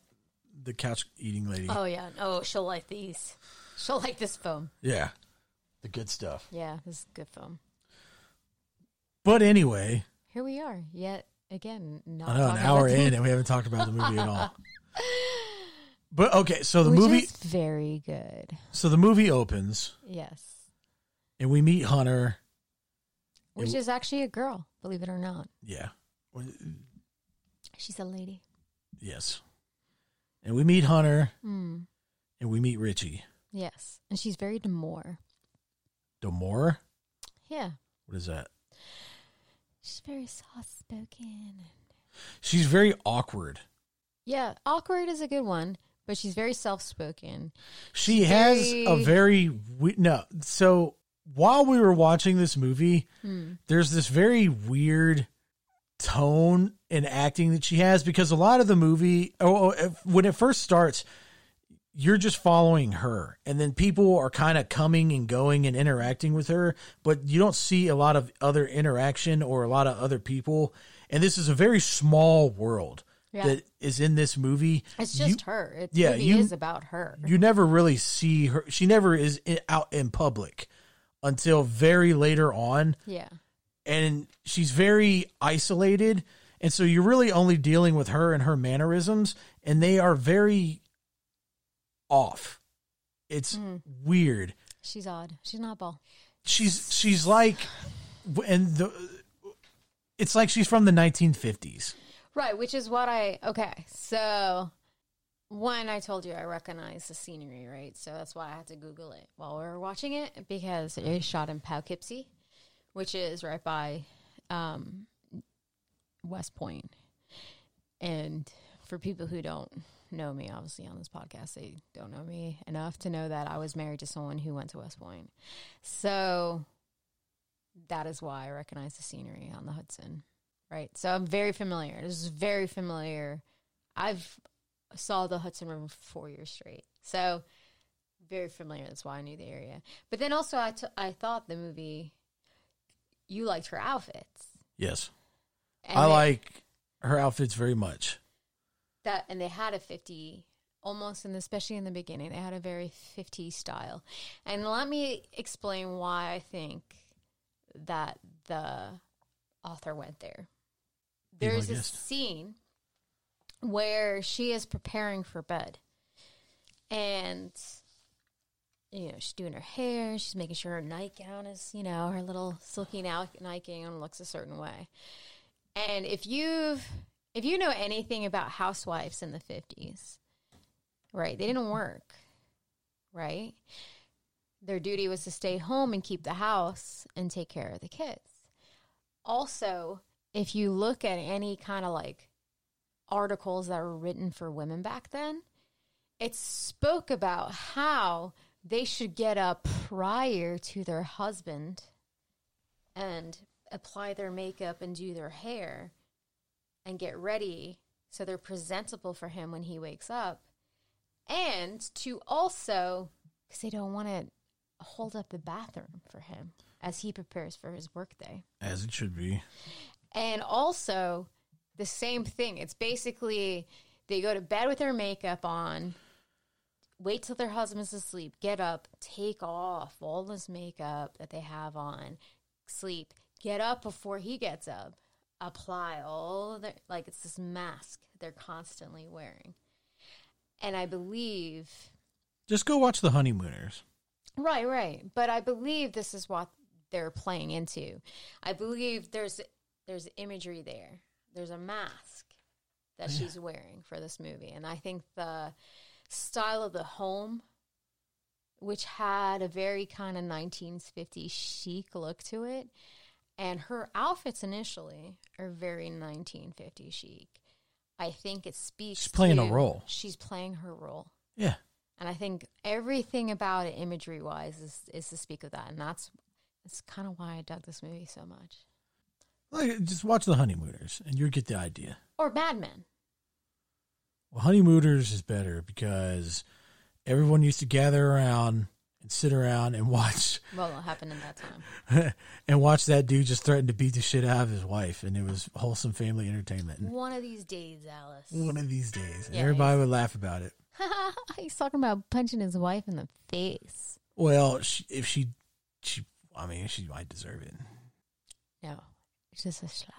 [SPEAKER 1] the couch eating lady."
[SPEAKER 4] oh yeah, oh she'll like these. She'll like this foam.
[SPEAKER 1] Yeah, the good stuff.
[SPEAKER 4] Yeah, this is good foam.
[SPEAKER 1] But anyway,
[SPEAKER 4] Here we are. Yet again, not
[SPEAKER 1] I know an
[SPEAKER 4] talking
[SPEAKER 1] hour
[SPEAKER 4] about the-
[SPEAKER 1] in and we haven't talked about the movie at
[SPEAKER 4] <laughs>
[SPEAKER 1] all. But okay, so the
[SPEAKER 4] which
[SPEAKER 1] movie
[SPEAKER 4] is very good.
[SPEAKER 1] So the movie opens
[SPEAKER 4] Yes,
[SPEAKER 1] and we meet Hunter.
[SPEAKER 4] which is actually a girl. Believe it or not,
[SPEAKER 1] Yeah.
[SPEAKER 4] she's a lady.
[SPEAKER 1] Yes. And we meet Hunter
[SPEAKER 4] Hmm.
[SPEAKER 1] and we meet Richie.
[SPEAKER 4] Yes, and she's very demure.
[SPEAKER 1] Demora?
[SPEAKER 4] Yeah,
[SPEAKER 1] What is that?
[SPEAKER 4] she's very soft spoken.
[SPEAKER 1] She's very awkward.
[SPEAKER 4] Yeah, awkward is a good one, but she's very self spoken.
[SPEAKER 1] She has a very we- no. So while we were watching this movie,
[SPEAKER 4] Hmm.
[SPEAKER 1] there's this very weird tone and acting that she has because a lot of the movie, oh, oh, if- when it first starts, you're just following her, and then people are kind of coming and going and interacting with her, but you don't see a lot of other interaction or a lot of other people. And this is a very small world
[SPEAKER 4] Yeah.
[SPEAKER 1] that is in this movie.
[SPEAKER 4] It's
[SPEAKER 1] You-
[SPEAKER 4] just her. It
[SPEAKER 1] yeah,
[SPEAKER 4] really
[SPEAKER 1] you-
[SPEAKER 4] is about her.
[SPEAKER 1] you never really see her. She never is i- out in public until very later on,
[SPEAKER 4] yeah.
[SPEAKER 1] and she's very isolated. And so you're really only dealing with her and her mannerisms, and they are very off. It's weird.
[SPEAKER 4] She's odd. She's not ball.
[SPEAKER 1] She's she's like, and the it's like she's from the 1950s.
[SPEAKER 4] Right, which is what I okay. So one I told you I recognize the scenery, right? So that's why I had to Google it while we were watching it because it is shot in Poughkeepsie, which is right by um, West Point. And for people who don't know me, obviously on this podcast, they don't know me enough to know that I was married to someone who went to West Point. So that is why I recognize the scenery on the Hudson. Right. So I'm very familiar. This is very familiar. I've saw the Hudson River for four years straight. So very familiar. That's why I knew the area. But then also I, t- I thought the movie, you liked her outfits.
[SPEAKER 1] Yes,
[SPEAKER 4] And
[SPEAKER 1] Oh, I
[SPEAKER 4] they-
[SPEAKER 1] like her outfits very much.
[SPEAKER 4] that and they had a 50 almost and especially in the beginning they had a very 50 style and let me explain why i think that the author went there
[SPEAKER 1] Be my
[SPEAKER 4] there's a
[SPEAKER 1] guest.
[SPEAKER 4] scene where she is preparing for bed and you know she's doing her hair she's making sure her nightgown is you know her little silky now- nightgown looks a certain way and if you've if you know anything about housewives in the 50s, right? They didn't work, right? Their duty was to stay home and keep the house and take care of the kids. Also, if you look at any kind of like articles that were written for women back then, it spoke about how they should get up prior to their husband and apply their makeup and do their hair and get ready so they're presentable for him when he wakes up. And to also, because they don't want to hold up the bathroom for him as he prepares for his workday.
[SPEAKER 1] As it should be.
[SPEAKER 4] And also, the same thing. It's basically they go to bed with their makeup on, wait till their husband's asleep, get up, take off all this makeup that they have on, sleep, get up before he gets up, apply all their, like it's this mask they're constantly wearing. And I believe,
[SPEAKER 1] Just go watch The Honeymooners.
[SPEAKER 4] right, right. But I believe this is what they're playing into. I believe there's there's imagery there. There's a mask that she's wearing for this movie. And I think the style of the home, which had a very kind of 1950s chic look to it, and her outfits initially are very 1950s chic. I think it speaks.
[SPEAKER 1] She's playing a
[SPEAKER 4] to-
[SPEAKER 1] role.
[SPEAKER 4] She's playing her role.
[SPEAKER 1] Yeah.
[SPEAKER 4] And I think everything about it, imagery wise, is, is to speak of that. And that's, that's kind of why I dug this movie so much.
[SPEAKER 1] Like, just watch The Honeymooners and you'll get the idea.
[SPEAKER 4] Or Mad Men.
[SPEAKER 1] Well, Honeymooners is better because everyone used to gather around and sit around and watch <laughs>
[SPEAKER 4] Well, it happened in that time.
[SPEAKER 1] and watch that dude just threaten to beat the shit out of his wife, and it was wholesome family entertainment. And
[SPEAKER 4] One of these days, Alice.
[SPEAKER 1] One of these days, and
[SPEAKER 4] Yeah,
[SPEAKER 1] everybody would laugh about it.
[SPEAKER 4] <laughs> He's talking about punching his wife in the face.
[SPEAKER 1] Well, she, if she, she, I mean, she might deserve it.
[SPEAKER 4] No, it's just a slap.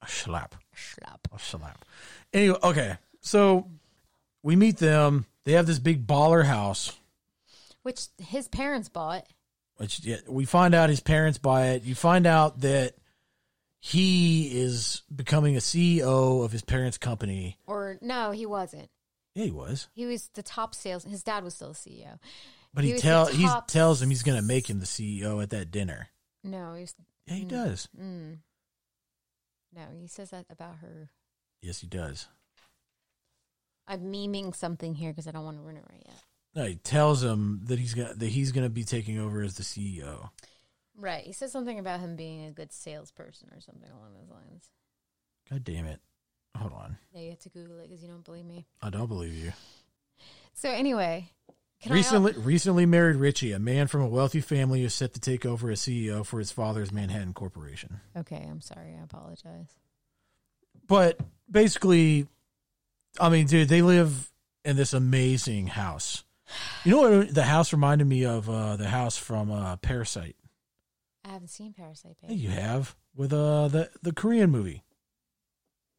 [SPEAKER 1] A slap,
[SPEAKER 4] A slap.
[SPEAKER 1] a slap. Anyway, okay, so we meet them. They have this big baller house,
[SPEAKER 4] Which his parents bought.
[SPEAKER 1] which yeah, we find out his parents buy it. You find out that he is becoming a CEO of his parents' company.
[SPEAKER 4] Or no, he wasn't.
[SPEAKER 1] Yeah, he was.
[SPEAKER 4] He was the top sales. His dad was still the CEO.
[SPEAKER 1] But
[SPEAKER 4] He
[SPEAKER 1] he,
[SPEAKER 4] was
[SPEAKER 1] tell
[SPEAKER 4] the
[SPEAKER 1] he
[SPEAKER 4] top-
[SPEAKER 1] tells him he's going to make him the CEO at that dinner.
[SPEAKER 4] No, he was.
[SPEAKER 1] Yeah, he
[SPEAKER 4] Mm.
[SPEAKER 1] does.
[SPEAKER 4] Mm. No, he says that about her.
[SPEAKER 1] Yes, he does.
[SPEAKER 4] I'm memeing something here because I don't want to ruin it right yet.
[SPEAKER 1] No, he tells him that he's gonna that he's going to be taking over as the E CEO.
[SPEAKER 4] Right. He says something about him being a good salesperson or something along those lines.
[SPEAKER 1] God damn it! Hold on,
[SPEAKER 4] Now you have to Google it because you don't believe me.
[SPEAKER 1] I don't believe you.
[SPEAKER 4] So anyway, can
[SPEAKER 1] recently, recently married Richie, a man from a wealthy family, is set to take over as CEO for his father's Manhattan corporation.
[SPEAKER 4] I? al- Okay, I'm sorry. I apologize.
[SPEAKER 1] But basically, I mean, dude, they live in this amazing house. You know what? The house reminded me of uh, the house from uh, Parasite.
[SPEAKER 4] I haven't seen Parasite. Babe.
[SPEAKER 1] Yeah, you have with uh the the Korean movie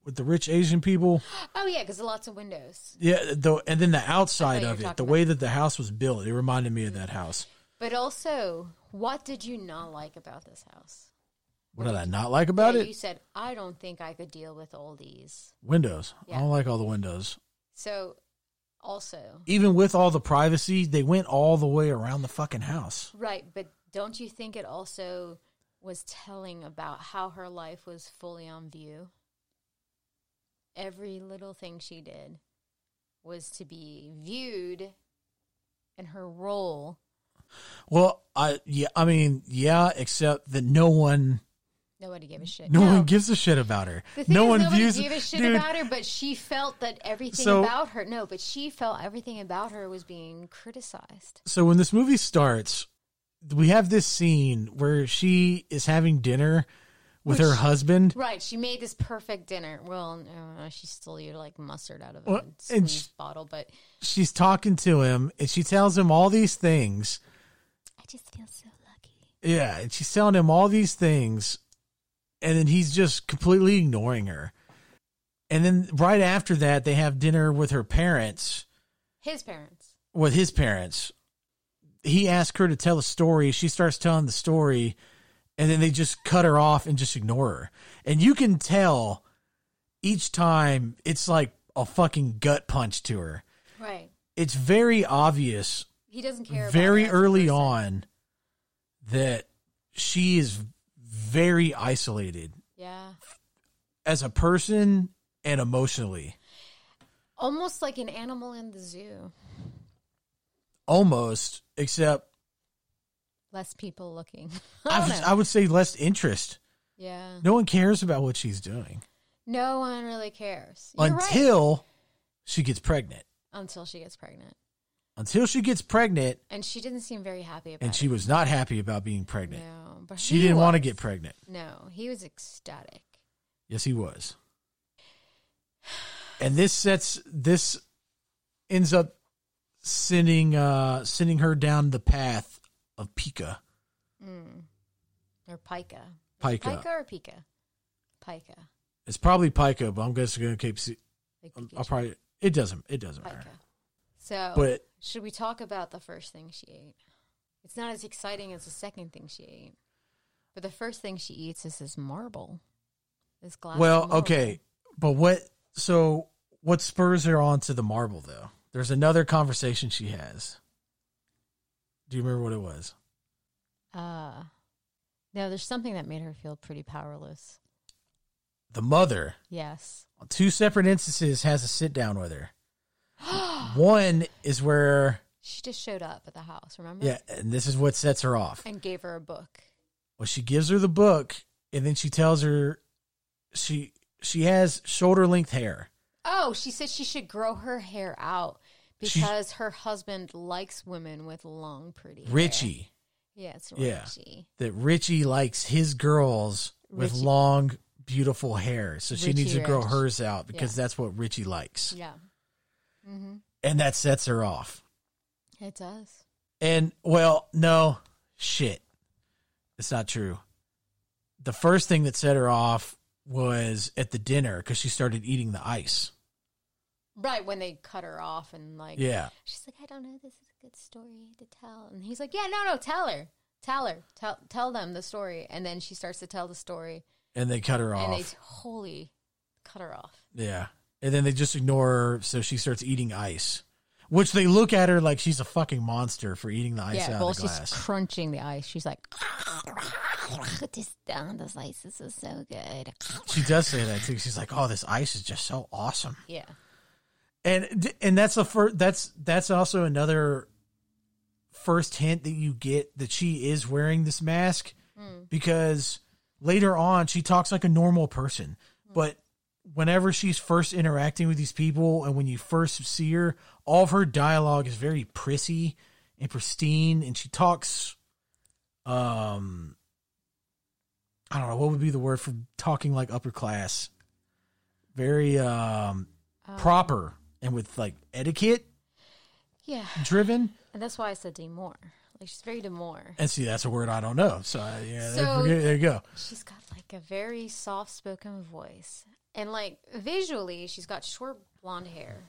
[SPEAKER 1] with the rich Asian people.
[SPEAKER 4] Oh yeah, because lots of windows.
[SPEAKER 1] Yeah, the and then the outside
[SPEAKER 4] you were
[SPEAKER 1] of it,
[SPEAKER 4] talking
[SPEAKER 1] the
[SPEAKER 4] about-
[SPEAKER 1] way that the house was built, it reminded me of that house.
[SPEAKER 4] But also, what did you not like about this house?
[SPEAKER 1] What did I not like about
[SPEAKER 4] Yeah,
[SPEAKER 1] it?
[SPEAKER 4] You said I don't think I could deal with all these.
[SPEAKER 1] Windows. I
[SPEAKER 4] Yeah.
[SPEAKER 1] don't like all the windows.
[SPEAKER 4] So, also,
[SPEAKER 1] Even with all the privacy, they went all the way around the fucking house.
[SPEAKER 4] right? But don't you think it also was telling about how her life was fully on view? Every little thing she did was to be viewed, and her role
[SPEAKER 1] Well, I yeah, I mean, yeah, except that no one
[SPEAKER 4] nobody gave a shit.
[SPEAKER 1] no, one gives a shit about her.
[SPEAKER 4] The thing
[SPEAKER 1] No
[SPEAKER 4] is,
[SPEAKER 1] one
[SPEAKER 4] nobody
[SPEAKER 1] views
[SPEAKER 4] gave a shit
[SPEAKER 1] dude,
[SPEAKER 4] about her, but she felt that everything
[SPEAKER 1] So-
[SPEAKER 4] about her. No, but she felt everything about her was being criticized.
[SPEAKER 1] so when this movie starts, we have this scene where she is having dinner with her
[SPEAKER 4] Which-
[SPEAKER 1] husband.
[SPEAKER 4] Right? She made this perfect dinner. Well, no, no, she still you like mustard out of a
[SPEAKER 1] Well, and
[SPEAKER 4] squeeze
[SPEAKER 1] she-
[SPEAKER 4] bottle, but
[SPEAKER 1] She's talking to him and she tells him all these things.
[SPEAKER 4] I just feel so lucky.
[SPEAKER 1] Yeah, and she's telling him all these things and then he's just completely ignoring her. And then right after that they have dinner with her parents,
[SPEAKER 4] His parents.
[SPEAKER 1] with his parents. He asks her to tell a story, she starts telling the story, and then they just cut her off and just ignore her. And you can tell each time it's like a fucking gut punch to her.
[SPEAKER 4] Right.
[SPEAKER 1] It's very obvious
[SPEAKER 4] He doesn't care. about
[SPEAKER 1] very
[SPEAKER 4] her as a
[SPEAKER 1] early
[SPEAKER 4] person.
[SPEAKER 1] on that she is very isolated
[SPEAKER 4] Yeah.
[SPEAKER 1] as a person and emotionally.
[SPEAKER 4] Almost like an animal in the zoo.
[SPEAKER 1] Almost, except
[SPEAKER 4] Less people looking. <laughs>
[SPEAKER 1] I,
[SPEAKER 4] I don't
[SPEAKER 1] was-
[SPEAKER 4] know.
[SPEAKER 1] I would say less interest.
[SPEAKER 4] yeah.
[SPEAKER 1] No one cares about what she's doing
[SPEAKER 4] No one really cares. You're right.
[SPEAKER 1] until she gets pregnant.
[SPEAKER 4] Until she gets pregnant.
[SPEAKER 1] Until she gets pregnant,
[SPEAKER 4] And she didn't seem very happy about
[SPEAKER 1] and
[SPEAKER 4] it.
[SPEAKER 1] she was not happy about being pregnant.
[SPEAKER 4] No, but
[SPEAKER 1] She
[SPEAKER 4] he
[SPEAKER 1] didn't want to
[SPEAKER 4] was.
[SPEAKER 1] get pregnant.
[SPEAKER 4] No, he was ecstatic.
[SPEAKER 1] Yes, he was. And this sets this ends up sending uh sending her down the path of Pika.
[SPEAKER 4] Or pica.
[SPEAKER 1] Pika.
[SPEAKER 4] Pica or Pika? Pica.
[SPEAKER 1] It's probably Pika, but I'm guessing gonna keep. See,
[SPEAKER 4] Like
[SPEAKER 1] I'll, I'll
[SPEAKER 4] Pikachu.
[SPEAKER 1] probably. It doesn't. It doesn't matter.
[SPEAKER 4] Pica. So,
[SPEAKER 1] But-
[SPEAKER 4] should we talk about the first thing she ate? It's not as exciting as the second thing she ate. But the first thing she eats is this marble. This glass. of
[SPEAKER 1] Well,
[SPEAKER 4] marble.
[SPEAKER 1] okay, but what? So what spurs her on to the marble though? There's another conversation she has. Do you remember what it was?
[SPEAKER 4] Uh, no, there's something that made her feel pretty powerless.
[SPEAKER 1] The mother,
[SPEAKER 4] Yes.
[SPEAKER 1] on two separate instances, has a sit down with
[SPEAKER 4] <gasps>
[SPEAKER 1] her. One is where,
[SPEAKER 4] She just showed up at the house, remember?
[SPEAKER 1] yeah, and this is what sets her off.
[SPEAKER 4] And gave her a book.
[SPEAKER 1] Well, she gives her the book, and then she tells her she she has shoulder length hair.
[SPEAKER 4] Oh, she said she should grow her hair out
[SPEAKER 1] She-
[SPEAKER 4] because her husband likes women with long, pretty hair.
[SPEAKER 1] Richie,
[SPEAKER 4] Yeah, it's
[SPEAKER 1] Yeah.
[SPEAKER 4] Richie.
[SPEAKER 1] that Richie likes his girls with
[SPEAKER 4] Richie-
[SPEAKER 1] long, beautiful hair. So she
[SPEAKER 4] Richie
[SPEAKER 1] needs to grow
[SPEAKER 4] Rich.
[SPEAKER 1] hers out because
[SPEAKER 4] Yeah.
[SPEAKER 1] that's what Richie likes.
[SPEAKER 4] Yeah. hmm
[SPEAKER 1] And that sets her off.
[SPEAKER 4] It does.
[SPEAKER 1] And well, no, shit. It's not true. The first thing that set her off was at the dinner because she started eating the ice.
[SPEAKER 4] Right when they cut her off and like,
[SPEAKER 1] Yeah.
[SPEAKER 4] she's like, I don't know, this is a good story to tell, and he's like, Yeah, no, no, tell her, tell her, tell tell them the story, and then she starts to tell the story,
[SPEAKER 1] And they cut her
[SPEAKER 4] and
[SPEAKER 1] off.
[SPEAKER 4] they wholly cut her off.
[SPEAKER 1] yeah. And then they just ignore her. So she starts eating ice, which they look at her like she's a fucking monster for eating the ice
[SPEAKER 4] yeah,
[SPEAKER 1] out
[SPEAKER 4] well,
[SPEAKER 1] of the
[SPEAKER 4] she's
[SPEAKER 1] glass.
[SPEAKER 4] crunching the ice. She's like, this, oh, this ice this is so good.
[SPEAKER 1] she does say that too. She's like, "Oh, this ice is just so awesome,"
[SPEAKER 4] Yeah,
[SPEAKER 1] and and that's the first. That's that's also another first hint that you get that she is wearing this mask because later on she talks like a normal person, but whenever she's first interacting with these people and when you first see her, all of her dialogue is very prissy and pristine, and she talks, um. I don't know what would be the word for talking like upper class, very um, proper and with like etiquette
[SPEAKER 4] yeah,
[SPEAKER 1] driven.
[SPEAKER 4] and that's why I said demure. Like she's very demure.
[SPEAKER 1] And see, that's a word I don't know. So I, yeah,
[SPEAKER 4] So-
[SPEAKER 1] there, there you go.
[SPEAKER 4] She's got like a very soft spoken voice. And like visually, she's got short blonde hair.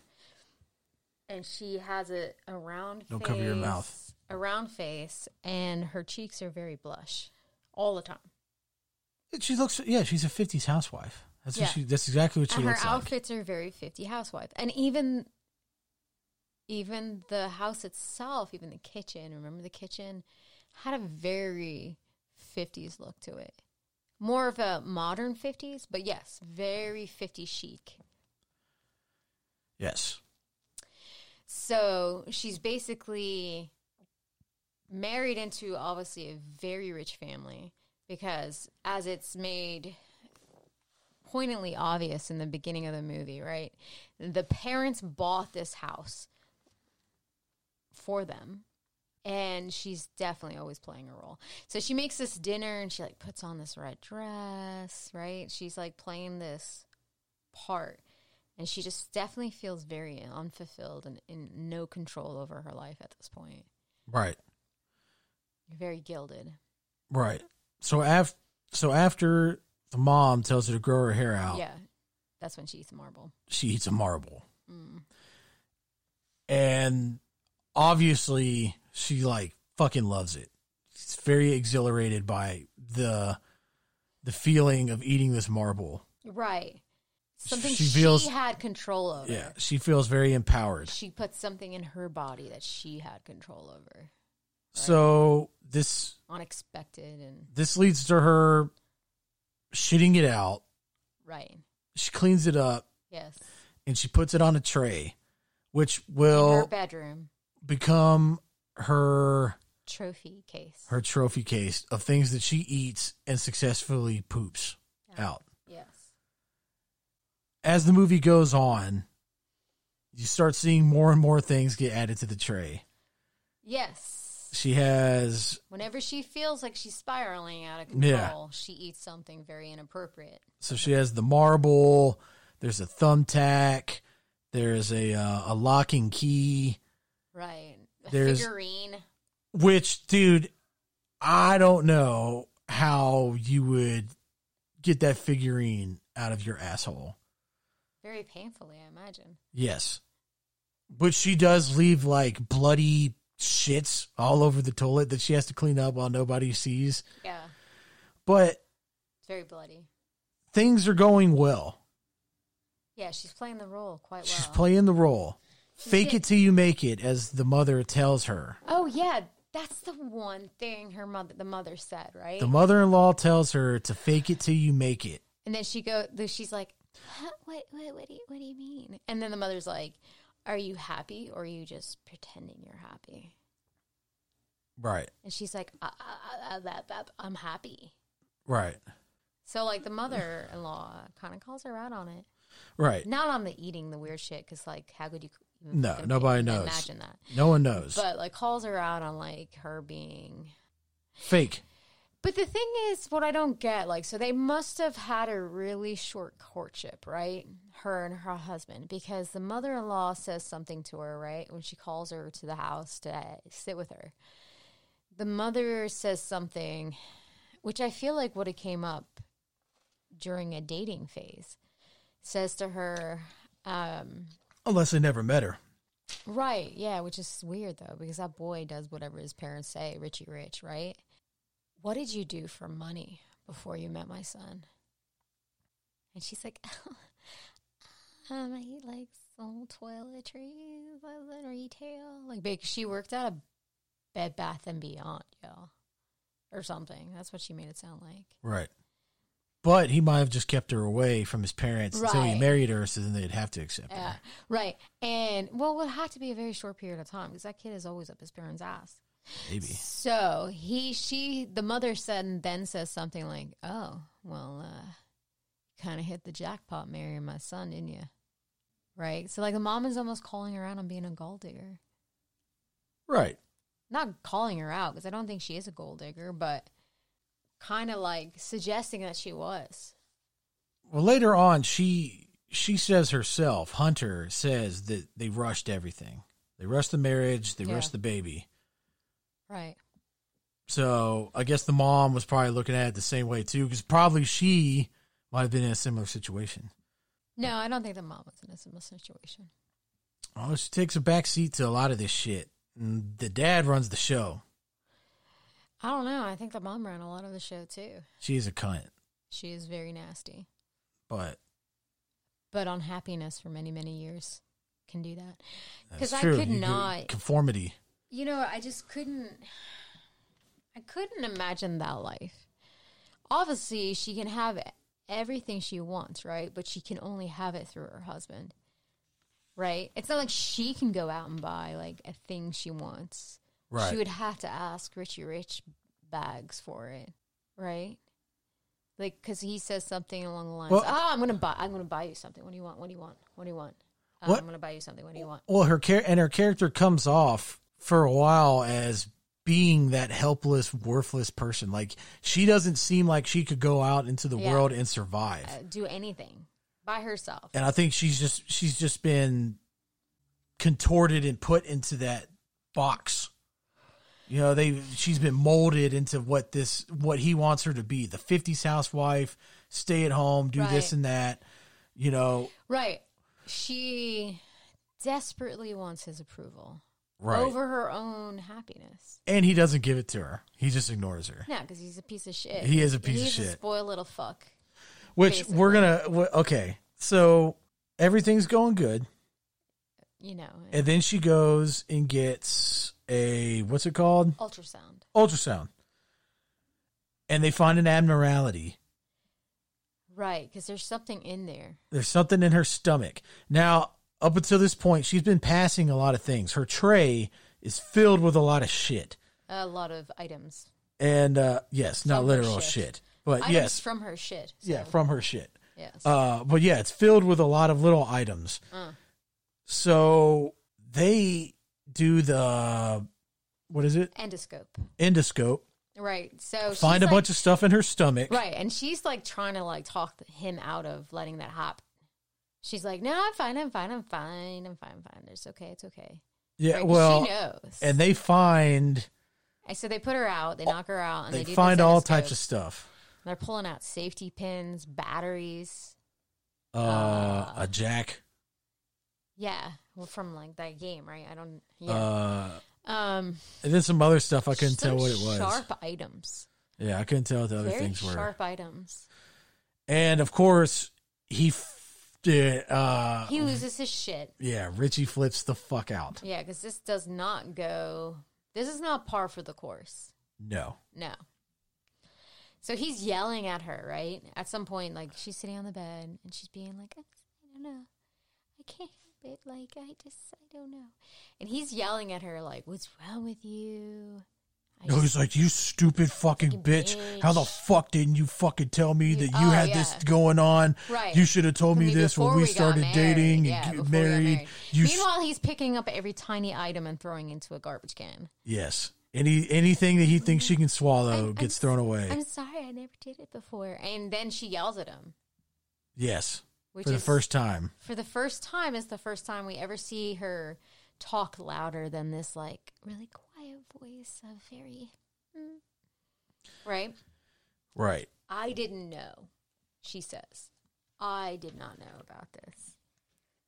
[SPEAKER 4] And she has a, a round
[SPEAKER 1] Don't
[SPEAKER 4] face.
[SPEAKER 1] cover your mouth.
[SPEAKER 4] A round face. And her cheeks are very blush all the time.
[SPEAKER 1] She looks, yeah, she's a '50s housewife. That's
[SPEAKER 4] Yeah.
[SPEAKER 1] what she. That's exactly what she
[SPEAKER 4] and her
[SPEAKER 1] looks like.
[SPEAKER 4] outfits are very 50 housewife. And even even the house itself, even the kitchen, remember the kitchen had a very 50s look to it. More of a modern 50s, but yes, very 50 chic.
[SPEAKER 1] Yes,
[SPEAKER 4] So she's basically married into obviously a very rich family because, as it's made poignantly obvious in the beginning of the movie, right? The parents bought this house for them. And she's definitely always playing a role. So she makes this dinner and she like puts on this red dress, right? She's like playing this part and she just definitely feels very unfulfilled and in no control over her life at this point.
[SPEAKER 1] right,
[SPEAKER 4] Very gilded.
[SPEAKER 1] right. So af, so after the mom tells her to grow her hair out,
[SPEAKER 4] Yeah, that's when she eats marble.
[SPEAKER 1] she eats a marble,
[SPEAKER 4] Mm.
[SPEAKER 1] and obviously she like fucking loves it. She's very exhilarated by the the feeling of eating this marble.
[SPEAKER 4] Right, something
[SPEAKER 1] She
[SPEAKER 4] she,
[SPEAKER 1] feels-
[SPEAKER 4] had control over.
[SPEAKER 1] Yeah, she feels very empowered.
[SPEAKER 4] She put something in her body that she had control over.
[SPEAKER 1] So this
[SPEAKER 4] Unexpected and
[SPEAKER 1] this leads to her shitting it out
[SPEAKER 4] Right.
[SPEAKER 1] She cleans it up
[SPEAKER 4] Yes.
[SPEAKER 1] and she puts it on a tray, which
[SPEAKER 4] In her
[SPEAKER 1] will
[SPEAKER 4] bedroom
[SPEAKER 1] become her
[SPEAKER 4] trophy case.
[SPEAKER 1] her trophy case of things that she eats and successfully poops out.
[SPEAKER 4] Yes.
[SPEAKER 1] As the movie goes on, you start seeing more and more things get added to the tray.
[SPEAKER 4] Yes.
[SPEAKER 1] She has
[SPEAKER 4] Whenever she feels like she's spiraling out of control,
[SPEAKER 1] Yeah.
[SPEAKER 4] she eats something very inappropriate.
[SPEAKER 1] So she has the marble. There's a thumbtack. There's a uh, a locking key.
[SPEAKER 4] Right. A
[SPEAKER 1] There's-
[SPEAKER 4] figurine.
[SPEAKER 1] Which, dude, I don't know how you would get that figurine out of your asshole.
[SPEAKER 4] Very painfully, I imagine.
[SPEAKER 1] Yes, but she does leave like bloody shits all over the toilet that she has to clean up while nobody sees.
[SPEAKER 4] Yeah.
[SPEAKER 1] But
[SPEAKER 4] It's very bloody.
[SPEAKER 1] things are going well.
[SPEAKER 4] Yeah, she's playing the role quite well.
[SPEAKER 1] She's playing the role. Fake it till you make it, as the mother tells her.
[SPEAKER 4] Oh yeah, that's the one thing her mother the mother said, right?
[SPEAKER 1] The mother-in-law tells her to fake it till you make it.
[SPEAKER 4] and then she go the- she's like, "Huh? "What what what do you, what do you mean?" And then the mother's like, "Are you happy or are you just pretending you're happy?"
[SPEAKER 1] Right.
[SPEAKER 4] And she's like, "Uh, "I- I- I- I- that- that- uh, "I'm happy."
[SPEAKER 1] Right.
[SPEAKER 4] So like the mother-in-law kind of calls her out on it.
[SPEAKER 1] Right.
[SPEAKER 4] Not on the eating the weird shit cuz like how could you even
[SPEAKER 1] No,
[SPEAKER 4] fucking
[SPEAKER 1] nobody knows.
[SPEAKER 4] imagine that.
[SPEAKER 1] No one knows.
[SPEAKER 4] But like calls her out on like her being
[SPEAKER 1] Fake.
[SPEAKER 4] But the thing is, what I don't get, like, so they must have had a really short courtship, right? Her and her husband, because the mother in law says something to her, right? When she calls her to the house to uh, sit with her, the mother says something, which I feel like would have came up during a dating phase, says to her, um,
[SPEAKER 1] Unless they never met her.
[SPEAKER 4] Right, yeah, which is weird though, because that boy does whatever his parents say, Richie Rich, right? What did you do for money before you met my son? And she's like, <laughs> um, I like sold toiletries, I was in retail. Like, big, she worked at a Bed Bath and Beyond, y'all, or something. That's what she made it sound like.
[SPEAKER 1] Right. But he might have just kept her away from his parents until he
[SPEAKER 4] Right.
[SPEAKER 1] married her, so then they'd have to accept
[SPEAKER 4] Yeah,
[SPEAKER 1] her.
[SPEAKER 4] right. And well, it would have to be a very short period of time because that kid is always up his parents' ass.
[SPEAKER 1] Maybe.
[SPEAKER 4] So he, she, the mother said, and then says something like, "Oh, well, uh, kind of hit the jackpot marrying my son, didn't you?" Right. So like the mom is almost calling her out on being a gold digger.
[SPEAKER 1] Right.
[SPEAKER 4] Not calling her out because I don't think she is a gold digger, but kind of like suggesting that she was.
[SPEAKER 1] Well, later on, she she says herself. Hunter says that they rushed everything. They rushed the marriage. They
[SPEAKER 4] Yeah.
[SPEAKER 1] rushed the baby.
[SPEAKER 4] Right.
[SPEAKER 1] So I guess the mom was probably looking at it the same way too, because probably she might have been in a similar situation.
[SPEAKER 4] No, I don't think the mom was in a similar situation.
[SPEAKER 1] Oh, she takes a back seat to a lot of this shit. And the dad runs the show.
[SPEAKER 4] I don't know. I think the mom ran a lot of the show too.
[SPEAKER 1] She's a cunt,
[SPEAKER 4] She is very nasty.
[SPEAKER 1] but
[SPEAKER 4] but unhappiness for many many years can do that
[SPEAKER 1] that's
[SPEAKER 4] because i
[SPEAKER 1] true.
[SPEAKER 4] could
[SPEAKER 1] You
[SPEAKER 4] not
[SPEAKER 1] conformity.
[SPEAKER 4] you know i just couldn't i couldn't imagine that life obviously she can have everything she wants right but she can only have it through her husband right it's not like she can go out and buy like a thing she wants
[SPEAKER 1] Right.
[SPEAKER 4] she would have to ask richie rich bags for it right like because he says something along the lines
[SPEAKER 1] Well-
[SPEAKER 4] oh i'm gonna buy i'm gonna buy you something what do you want what do you want what do you want Uh,
[SPEAKER 1] What- Oh,
[SPEAKER 4] i'm gonna buy you something what do you want
[SPEAKER 1] Well, her char- and her character comes off for a while as being that helpless, worthless person. Like she doesn't seem like she could go out into the
[SPEAKER 4] Yeah.
[SPEAKER 1] world and survive.
[SPEAKER 4] uh, do anything by herself
[SPEAKER 1] and I think she's just she's just been contorted and put into that box. You know, they she's been molded into what this what he wants her to be, the 50s housewife, stay at home, do this
[SPEAKER 4] Right.
[SPEAKER 1] and that. You know,
[SPEAKER 4] right she desperately wants his approval over her own happiness
[SPEAKER 1] And he doesn't give it to her. He just ignores her.
[SPEAKER 4] yeah because he's a piece of shit
[SPEAKER 1] He is a piece of
[SPEAKER 4] he's a
[SPEAKER 1] shit.
[SPEAKER 4] spoiled little fuck
[SPEAKER 1] Which
[SPEAKER 4] Basically.
[SPEAKER 1] we're going to okay. So everything's going good.
[SPEAKER 4] you know
[SPEAKER 1] And then she goes and gets a what's it called?
[SPEAKER 4] ultrasound
[SPEAKER 1] ultrasound and they find an abnormality
[SPEAKER 4] Right, because there's something in there.
[SPEAKER 1] There's something in her stomach. Now, up until this point, she's been passing a lot of things. Her tray is filled with a lot of shit.
[SPEAKER 4] A lot of items.
[SPEAKER 1] And uh yes, not
[SPEAKER 4] From her
[SPEAKER 1] literal
[SPEAKER 4] shit.
[SPEAKER 1] shit. But
[SPEAKER 4] items
[SPEAKER 1] yes.
[SPEAKER 4] from her shit. So,
[SPEAKER 1] yeah, from her shit.
[SPEAKER 4] yes.
[SPEAKER 1] Uh but yeah, it's filled with a lot of little items.
[SPEAKER 4] Uh.
[SPEAKER 1] So they do the what is it?
[SPEAKER 4] Endoscope.
[SPEAKER 1] Endoscope.
[SPEAKER 4] Right. So
[SPEAKER 1] find a
[SPEAKER 4] she's like-
[SPEAKER 1] bunch of stuff in her stomach.
[SPEAKER 4] Right, and she's like trying to like talk him out of letting that hop. She's like, "No, I'm fine. I'm fine. I'm fine. I'm fine. I'm fine. It's okay. It's okay."
[SPEAKER 1] Yeah,
[SPEAKER 4] Right, 'cause
[SPEAKER 1] well,
[SPEAKER 4] she knows.
[SPEAKER 1] and they find
[SPEAKER 4] And so they put her out. They knock her out. And
[SPEAKER 1] they,
[SPEAKER 4] they, do
[SPEAKER 1] find
[SPEAKER 4] this
[SPEAKER 1] all
[SPEAKER 4] endoscope.
[SPEAKER 1] types of stuff.
[SPEAKER 4] They're pulling out safety pins, batteries.
[SPEAKER 1] Uh,
[SPEAKER 4] Ah.
[SPEAKER 1] a jack.
[SPEAKER 4] Yeah, well, from like that game, right? I don't. Yeah.
[SPEAKER 1] Uh,
[SPEAKER 4] um,
[SPEAKER 1] and then some other stuff I couldn't
[SPEAKER 4] some
[SPEAKER 1] tell what it was.
[SPEAKER 4] Sharp items.
[SPEAKER 1] Yeah, I couldn't tell what the other
[SPEAKER 4] Very
[SPEAKER 1] things were.
[SPEAKER 4] sharp items.
[SPEAKER 1] And of course, he f- did. Uh,
[SPEAKER 4] He loses his shit.
[SPEAKER 1] yeah, Richie flips the fuck out.
[SPEAKER 4] Yeah, because this does not go. This is not par for the course.
[SPEAKER 1] No.
[SPEAKER 4] No. So he's yelling at her, right? At some point, like she's sitting on the bed and she's being like, I don't know. I can't help it. Like, I just, I don't know. And he's yelling at her, like, what's wrong with you? I
[SPEAKER 1] No, he's like, you stupid fucking
[SPEAKER 4] Fucking
[SPEAKER 1] bitch. How the
[SPEAKER 4] bitch."
[SPEAKER 1] fuck didn't you fucking tell me that you
[SPEAKER 4] Oh,
[SPEAKER 1] had this
[SPEAKER 4] yeah.
[SPEAKER 1] going on?
[SPEAKER 4] Right.
[SPEAKER 1] You should have told
[SPEAKER 4] Told
[SPEAKER 1] me this when
[SPEAKER 4] before
[SPEAKER 1] we,
[SPEAKER 4] got
[SPEAKER 1] started
[SPEAKER 4] married.
[SPEAKER 1] dating
[SPEAKER 4] Yeah,
[SPEAKER 1] and
[SPEAKER 4] before
[SPEAKER 1] get
[SPEAKER 4] we got
[SPEAKER 1] married. You s-
[SPEAKER 4] Meanwhile, he's picking up every tiny item and throwing into a garbage can.
[SPEAKER 1] Yes. Any anything that he thinks she can swallow
[SPEAKER 4] I'm-
[SPEAKER 1] gets
[SPEAKER 4] I'm-
[SPEAKER 1] thrown away.
[SPEAKER 4] I'm sorry, I never did it before. And then she yells at him,
[SPEAKER 1] yes.
[SPEAKER 4] which
[SPEAKER 1] for the
[SPEAKER 4] is
[SPEAKER 1] first time.
[SPEAKER 4] for the first time is the first time we ever see her talk louder than this like really quiet voice of very mm. right
[SPEAKER 1] Right.
[SPEAKER 4] i didn't know she says i did not know about this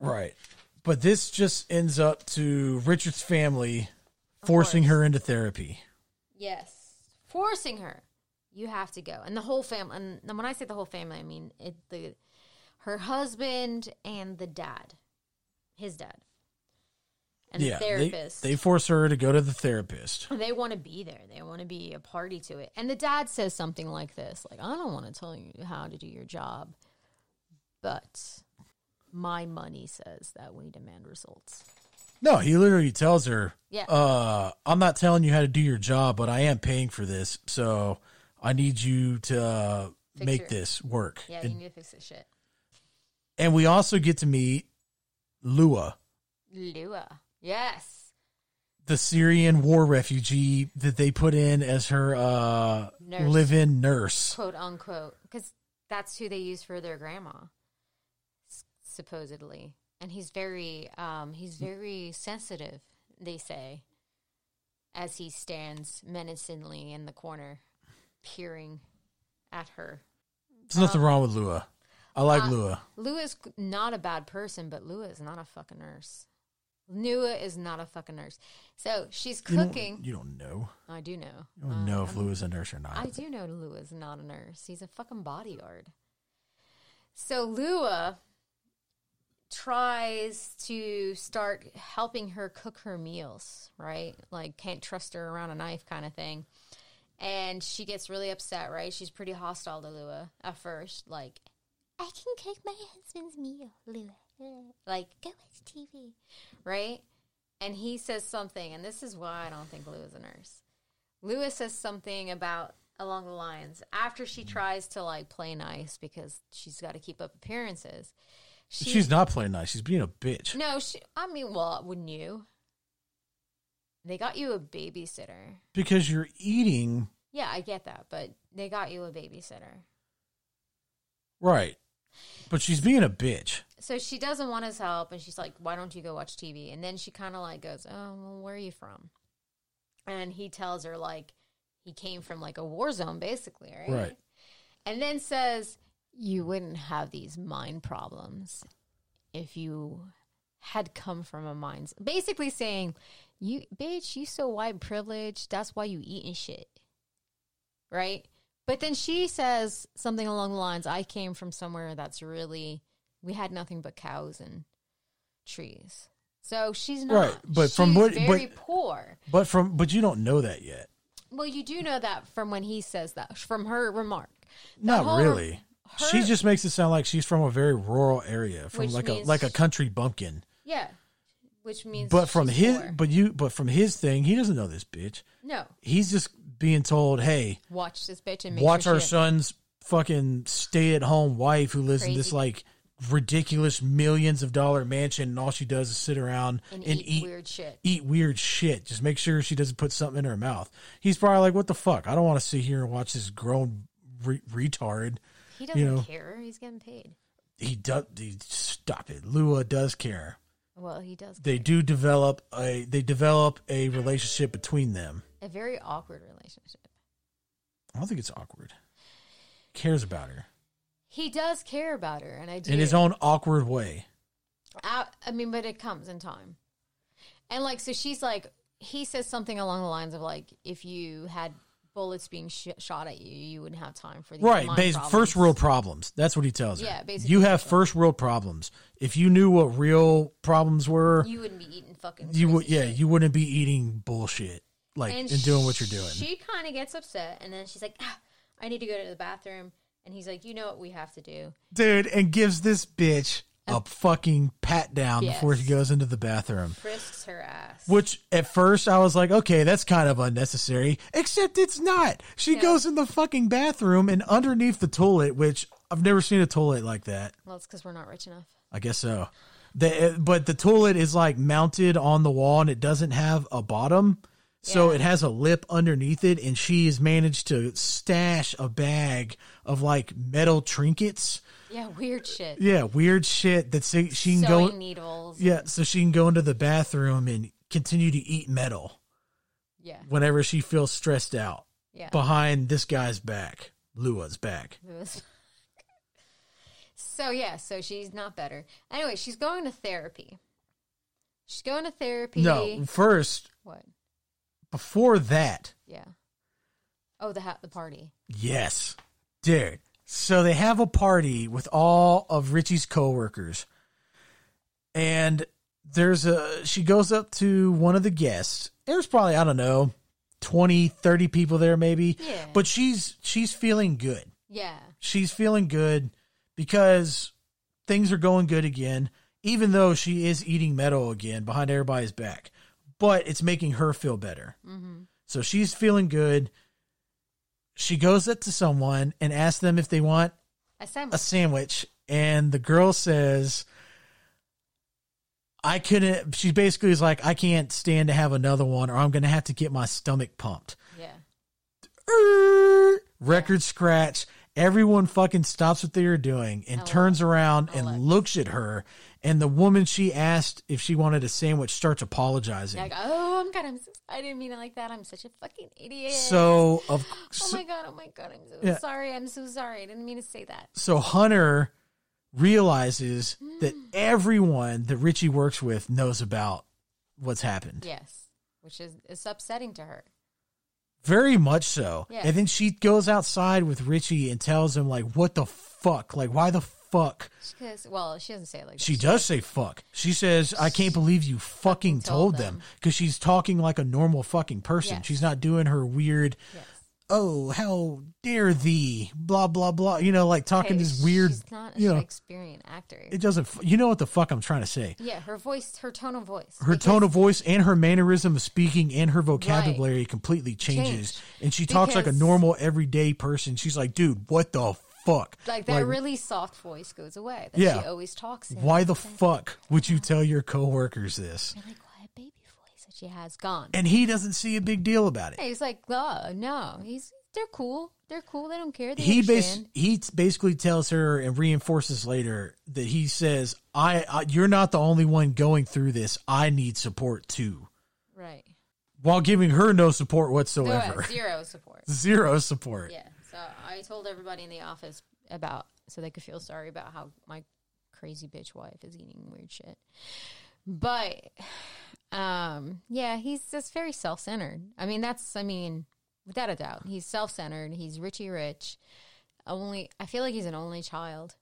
[SPEAKER 4] Oh.
[SPEAKER 1] Right. But this just ends up to Richard's family forcing
[SPEAKER 4] course.
[SPEAKER 1] her into therapy.
[SPEAKER 4] yes forcing her you have to go and the whole family and and when i say the whole family i mean it, the her husband and the dad his dad and
[SPEAKER 1] yeah.
[SPEAKER 4] the
[SPEAKER 1] they-
[SPEAKER 4] therapist
[SPEAKER 1] They, force her to go to the therapist.
[SPEAKER 4] <laughs> they want to be there. They want to be a party to it. And the dad says something like this, like I don't want to tell you how to do your job, but my money says that we demand results.
[SPEAKER 1] No, he literally tells her,
[SPEAKER 4] Yeah.
[SPEAKER 1] uh, I'm not telling you how to do your job, but I am paying for this. So I need you to uh,
[SPEAKER 4] Fix
[SPEAKER 1] make
[SPEAKER 4] her.
[SPEAKER 1] this work.
[SPEAKER 4] Yeah,
[SPEAKER 1] and,
[SPEAKER 4] you need to fix this shit.
[SPEAKER 1] and we also get to meet Lua,
[SPEAKER 4] Lua. Yes.
[SPEAKER 1] the Syrian war refugee that they put in as her uh,
[SPEAKER 4] Nurse.
[SPEAKER 1] live in nurse.
[SPEAKER 4] Quote unquote. Because that's who they use for their grandma, s- supposedly. And he's very um, he's
[SPEAKER 1] Hmm.
[SPEAKER 4] very sensitive, they say, as he stands menacingly in the corner, peering at her.
[SPEAKER 1] There's nothing wrong with Lua. I like
[SPEAKER 4] Um, Uh,
[SPEAKER 1] Lua.
[SPEAKER 4] Lua's c- not a bad person, but Lua is not a fucking nurse. Lua is not a fucking nurse. So she's
[SPEAKER 1] You don't-
[SPEAKER 4] cooking.
[SPEAKER 1] You don't, know.
[SPEAKER 4] I do know.
[SPEAKER 1] You don't
[SPEAKER 4] Uh,
[SPEAKER 1] know
[SPEAKER 4] I'm-
[SPEAKER 1] if Lua's a nurse or not.
[SPEAKER 4] I do know Lua's not a nurse. He's a fucking bodyguard. So Lua tries to start helping her cook her meals, right? Like can't trust her around a knife kind of thing. And she gets really upset, right? She's pretty hostile to Lua at first, like I can cook my husband's meal, Lua. Like go watch TV, right? And he says something, and this is why I don't think Lua's a nurse. Lewis says something about along the lines after she tries to like play nice because she's got to keep up appearances. She,
[SPEAKER 1] She's not playing nice. She's being a bitch.
[SPEAKER 4] No, she, I mean, well, wouldn't you? They got you a babysitter.
[SPEAKER 1] Because you're eating.
[SPEAKER 4] Yeah, I get that, but they got you a babysitter.
[SPEAKER 1] Right. But she's being a bitch.
[SPEAKER 4] So she doesn't want his help, and she's like, "Why don't you go watch TV?" And then she kind of like goes, "Oh, well, where are you from?" And he tells her like he came from like a war zone, basically, right?
[SPEAKER 1] Right.
[SPEAKER 4] and then says, You wouldn't have these mind problems if you had come from a mind. Basically saying, You bitch, you so white privileged, that's why you eating shit. Right? But then she says something along the lines, I came from somewhere that's really we had nothing but cows and trees. So she's not
[SPEAKER 1] Right, but from
[SPEAKER 4] She's
[SPEAKER 1] what-
[SPEAKER 4] very
[SPEAKER 1] but-
[SPEAKER 4] poor.
[SPEAKER 1] But from but you don't know that yet.
[SPEAKER 4] Well, you do know that from when he says that, from her remark. That
[SPEAKER 1] Not
[SPEAKER 4] whole-
[SPEAKER 1] really.
[SPEAKER 4] her,
[SPEAKER 1] she just makes it sound like she's from a very rural area, from
[SPEAKER 4] Which
[SPEAKER 1] like a
[SPEAKER 4] means
[SPEAKER 1] like a
[SPEAKER 4] she-
[SPEAKER 1] country bumpkin.
[SPEAKER 4] yeah, which means
[SPEAKER 1] But from
[SPEAKER 4] she's
[SPEAKER 1] his,
[SPEAKER 4] poor.
[SPEAKER 1] but you, but from his thing, he doesn't know this bitch.
[SPEAKER 4] no,
[SPEAKER 1] He's just being told, "Hey,
[SPEAKER 4] watch this bitch and make
[SPEAKER 1] watch
[SPEAKER 4] sure
[SPEAKER 1] our
[SPEAKER 4] she-
[SPEAKER 1] son's fucking stay-at-home wife who lives in this
[SPEAKER 4] Crazy.
[SPEAKER 1] like ridiculous millions of dollar mansion, and all she does is sit around
[SPEAKER 4] and, eat, weird shit.
[SPEAKER 1] eat weird shit. Just make sure she doesn't put something in her mouth. He's probably like, what the fuck? I don't want to sit here and watch this grown re- retard.
[SPEAKER 4] He doesn't
[SPEAKER 1] know.
[SPEAKER 4] care. He's getting paid.
[SPEAKER 1] He does. He, stop it. Lua does care.
[SPEAKER 4] Well, he does.
[SPEAKER 1] They
[SPEAKER 4] care.
[SPEAKER 1] do develop a. They develop a relationship between them.
[SPEAKER 4] a very awkward relationship.
[SPEAKER 1] I don't think it's awkward. Cares about her
[SPEAKER 4] He does care about her, and I do.
[SPEAKER 1] in his own awkward way.
[SPEAKER 4] I, I mean, but it comes in time. And like, so she's like, he says something along the lines of like, if you had bullets being sh- shot at you, you wouldn't have time for these
[SPEAKER 1] Right,
[SPEAKER 4] mind
[SPEAKER 1] bas-
[SPEAKER 4] problems.
[SPEAKER 1] first world problems. That's what he tells her.
[SPEAKER 4] Yeah, basically
[SPEAKER 1] You have
[SPEAKER 4] that's what-
[SPEAKER 1] first world problems. If you knew what real problems were,
[SPEAKER 4] You wouldn't be eating fucking.
[SPEAKER 1] you would
[SPEAKER 4] crazy
[SPEAKER 1] yeah
[SPEAKER 4] shit.
[SPEAKER 1] you wouldn't be eating bullshit like and, doing what you're doing
[SPEAKER 4] She kind of gets upset, and then she's like, ah, I need to go to the bathroom. And he's like, you know what we have to do.
[SPEAKER 1] dude and gives this bitch a fucking pat down
[SPEAKER 4] Yes.
[SPEAKER 1] before she goes into the bathroom
[SPEAKER 4] Frisks her ass.
[SPEAKER 1] which at first I was like, okay, that's kind of unnecessary, except it's not. She
[SPEAKER 4] Yeah.
[SPEAKER 1] goes in the fucking bathroom and underneath the toilet, which I've never seen a toilet like that.
[SPEAKER 4] Well, it's because we're not rich enough.
[SPEAKER 1] I guess so. The, eh, but the toilet is like mounted on the wall and it doesn't have a bottom. So
[SPEAKER 4] Yeah.
[SPEAKER 1] it has a lip underneath it, and she has managed to stash a bag of like metal trinkets.
[SPEAKER 4] Yeah, weird shit.
[SPEAKER 1] Yeah, weird shit that she, she can
[SPEAKER 4] Sewing
[SPEAKER 1] go.
[SPEAKER 4] needles.
[SPEAKER 1] Yeah, so she can go into the bathroom and continue to eat metal
[SPEAKER 4] Yeah.
[SPEAKER 1] whenever she feels stressed out
[SPEAKER 4] Yeah.
[SPEAKER 1] behind this guy's back, Lua's back.
[SPEAKER 4] It was- so yeah, so she's not better. Anyway, she's going to therapy. She's going to therapy.
[SPEAKER 1] No, first,
[SPEAKER 4] What?
[SPEAKER 1] before that,
[SPEAKER 4] Yeah. Oh, the ha- the party.
[SPEAKER 1] Yes, dude. So they have a party with all of Richie's coworkers, and there's a she goes up to one of the guests. There's probably I don't know 20, 30 people there maybe,
[SPEAKER 4] Yeah.
[SPEAKER 1] but she's she's feeling good.
[SPEAKER 4] Yeah.
[SPEAKER 1] She's feeling good because things are going good again, even though she is eating metal again behind everybody's back. But it's making her feel better. So she's feeling good. She goes up to someone and asks them if they want
[SPEAKER 4] A sandwich.
[SPEAKER 1] a sandwich. And the girl says, I couldn't. She basically is like, I can't stand to have another one, or I'm going to have to get my stomach pumped.
[SPEAKER 4] yeah.
[SPEAKER 1] "Er," record scratch. Everyone fucking stops what they are doing and
[SPEAKER 4] Oh,
[SPEAKER 1] turns around and
[SPEAKER 4] Alex.
[SPEAKER 1] looks at her. And the woman she asked if she wanted a sandwich starts apologizing.
[SPEAKER 4] Like, oh, I'm God, I'm so, I didn't mean it like that. I'm such a fucking idiot.
[SPEAKER 1] So of
[SPEAKER 4] Oh
[SPEAKER 1] so,
[SPEAKER 4] my god, oh my god, I'm so
[SPEAKER 1] Yeah.
[SPEAKER 4] sorry. I'm so sorry. I didn't mean to say that.
[SPEAKER 1] so Hunter realizes
[SPEAKER 4] Mm.
[SPEAKER 1] that everyone that Richie works with knows about what's happened.
[SPEAKER 4] Yes. Which is it's upsetting to her.
[SPEAKER 1] Very much so.
[SPEAKER 4] Yeah.
[SPEAKER 1] And then she goes outside with Richie and tells him like what the fuck? Like why the fuck
[SPEAKER 4] Because well, she doesn't say it like
[SPEAKER 1] She
[SPEAKER 4] that.
[SPEAKER 1] does say fuck. She says, I can't believe you fucking told
[SPEAKER 4] told
[SPEAKER 1] them.
[SPEAKER 4] them.
[SPEAKER 1] Because she's talking like a normal fucking person.
[SPEAKER 4] Yes.
[SPEAKER 1] She's not doing her weird,
[SPEAKER 4] Yes.
[SPEAKER 1] oh, how dare thee, blah, blah, blah. You know, like talking
[SPEAKER 4] Okay,
[SPEAKER 1] this weird,
[SPEAKER 4] She's not a
[SPEAKER 1] you know,
[SPEAKER 4] Shakespearean actor.
[SPEAKER 1] it doesn't, f- you know what the fuck I'm trying to say.
[SPEAKER 4] Yeah, her voice, her tone of voice.
[SPEAKER 1] Her
[SPEAKER 4] Because-
[SPEAKER 1] tone of voice and her mannerism of speaking and her vocabulary completely changes.
[SPEAKER 4] Changed.
[SPEAKER 1] And she talks like a
[SPEAKER 4] Because-
[SPEAKER 1] normal everyday person. She's like, dude, what the fuck?
[SPEAKER 4] like that really soft voice goes away that
[SPEAKER 1] Yeah.
[SPEAKER 4] she always talks in.
[SPEAKER 1] why the
[SPEAKER 4] It's like
[SPEAKER 1] fuck would you tell your coworkers this?
[SPEAKER 4] really quiet baby voice that she has gone.
[SPEAKER 1] And he doesn't see a big deal about it.
[SPEAKER 4] Yeah, he's like, oh no, he's they're cool, they're cool, they don't care. They
[SPEAKER 1] he bas-
[SPEAKER 4] understand.
[SPEAKER 1] he t- basically tells her and reinforces later that he says I, I you're not the only one going through this i need support too
[SPEAKER 4] right.
[SPEAKER 1] while giving her no support
[SPEAKER 4] So, uh,
[SPEAKER 1] whatsoever
[SPEAKER 4] zero
[SPEAKER 1] <laughs>
[SPEAKER 4] support.
[SPEAKER 1] zero support
[SPEAKER 4] Yeah. So I told everybody in the office about so they could feel sorry about how my crazy bitch wife is eating weird shit. But um yeah, he's just very self centered. I mean that's I mean, without a doubt. He's self centered, he's richy rich. Only I feel like he's an only child.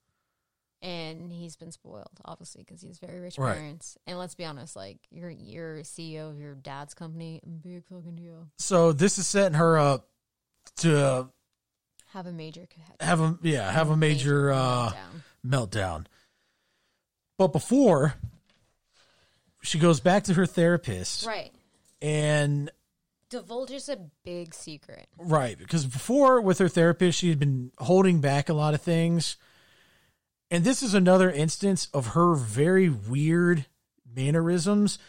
[SPEAKER 4] And he's been spoiled, obviously, because he's very rich
[SPEAKER 1] Right.
[SPEAKER 4] parents. And let's be honest, like you're you're CEO of your dad's company, big fucking deal.
[SPEAKER 1] so this is setting her up to
[SPEAKER 4] Have a major ca-
[SPEAKER 1] have a yeah have a major uh,
[SPEAKER 4] meltdown.
[SPEAKER 1] meltdown. But before she goes back to her therapist
[SPEAKER 4] Right.
[SPEAKER 1] and
[SPEAKER 4] Divulges a big secret.
[SPEAKER 1] Right, because before with her therapist, she had been holding back a lot of things. And this is another instance of her very weird mannerisms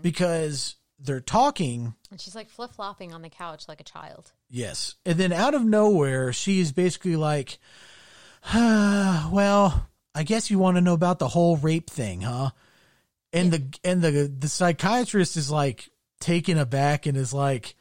[SPEAKER 1] because they're talking,
[SPEAKER 4] And she's like flip flopping on the couch like a child.
[SPEAKER 1] yes. And then out of nowhere, she is basically like, <sighs> "Ah, "Well, I guess you want to know about the whole rape thing, huh?" And the and the the psychiatrist is like taken aback and is like,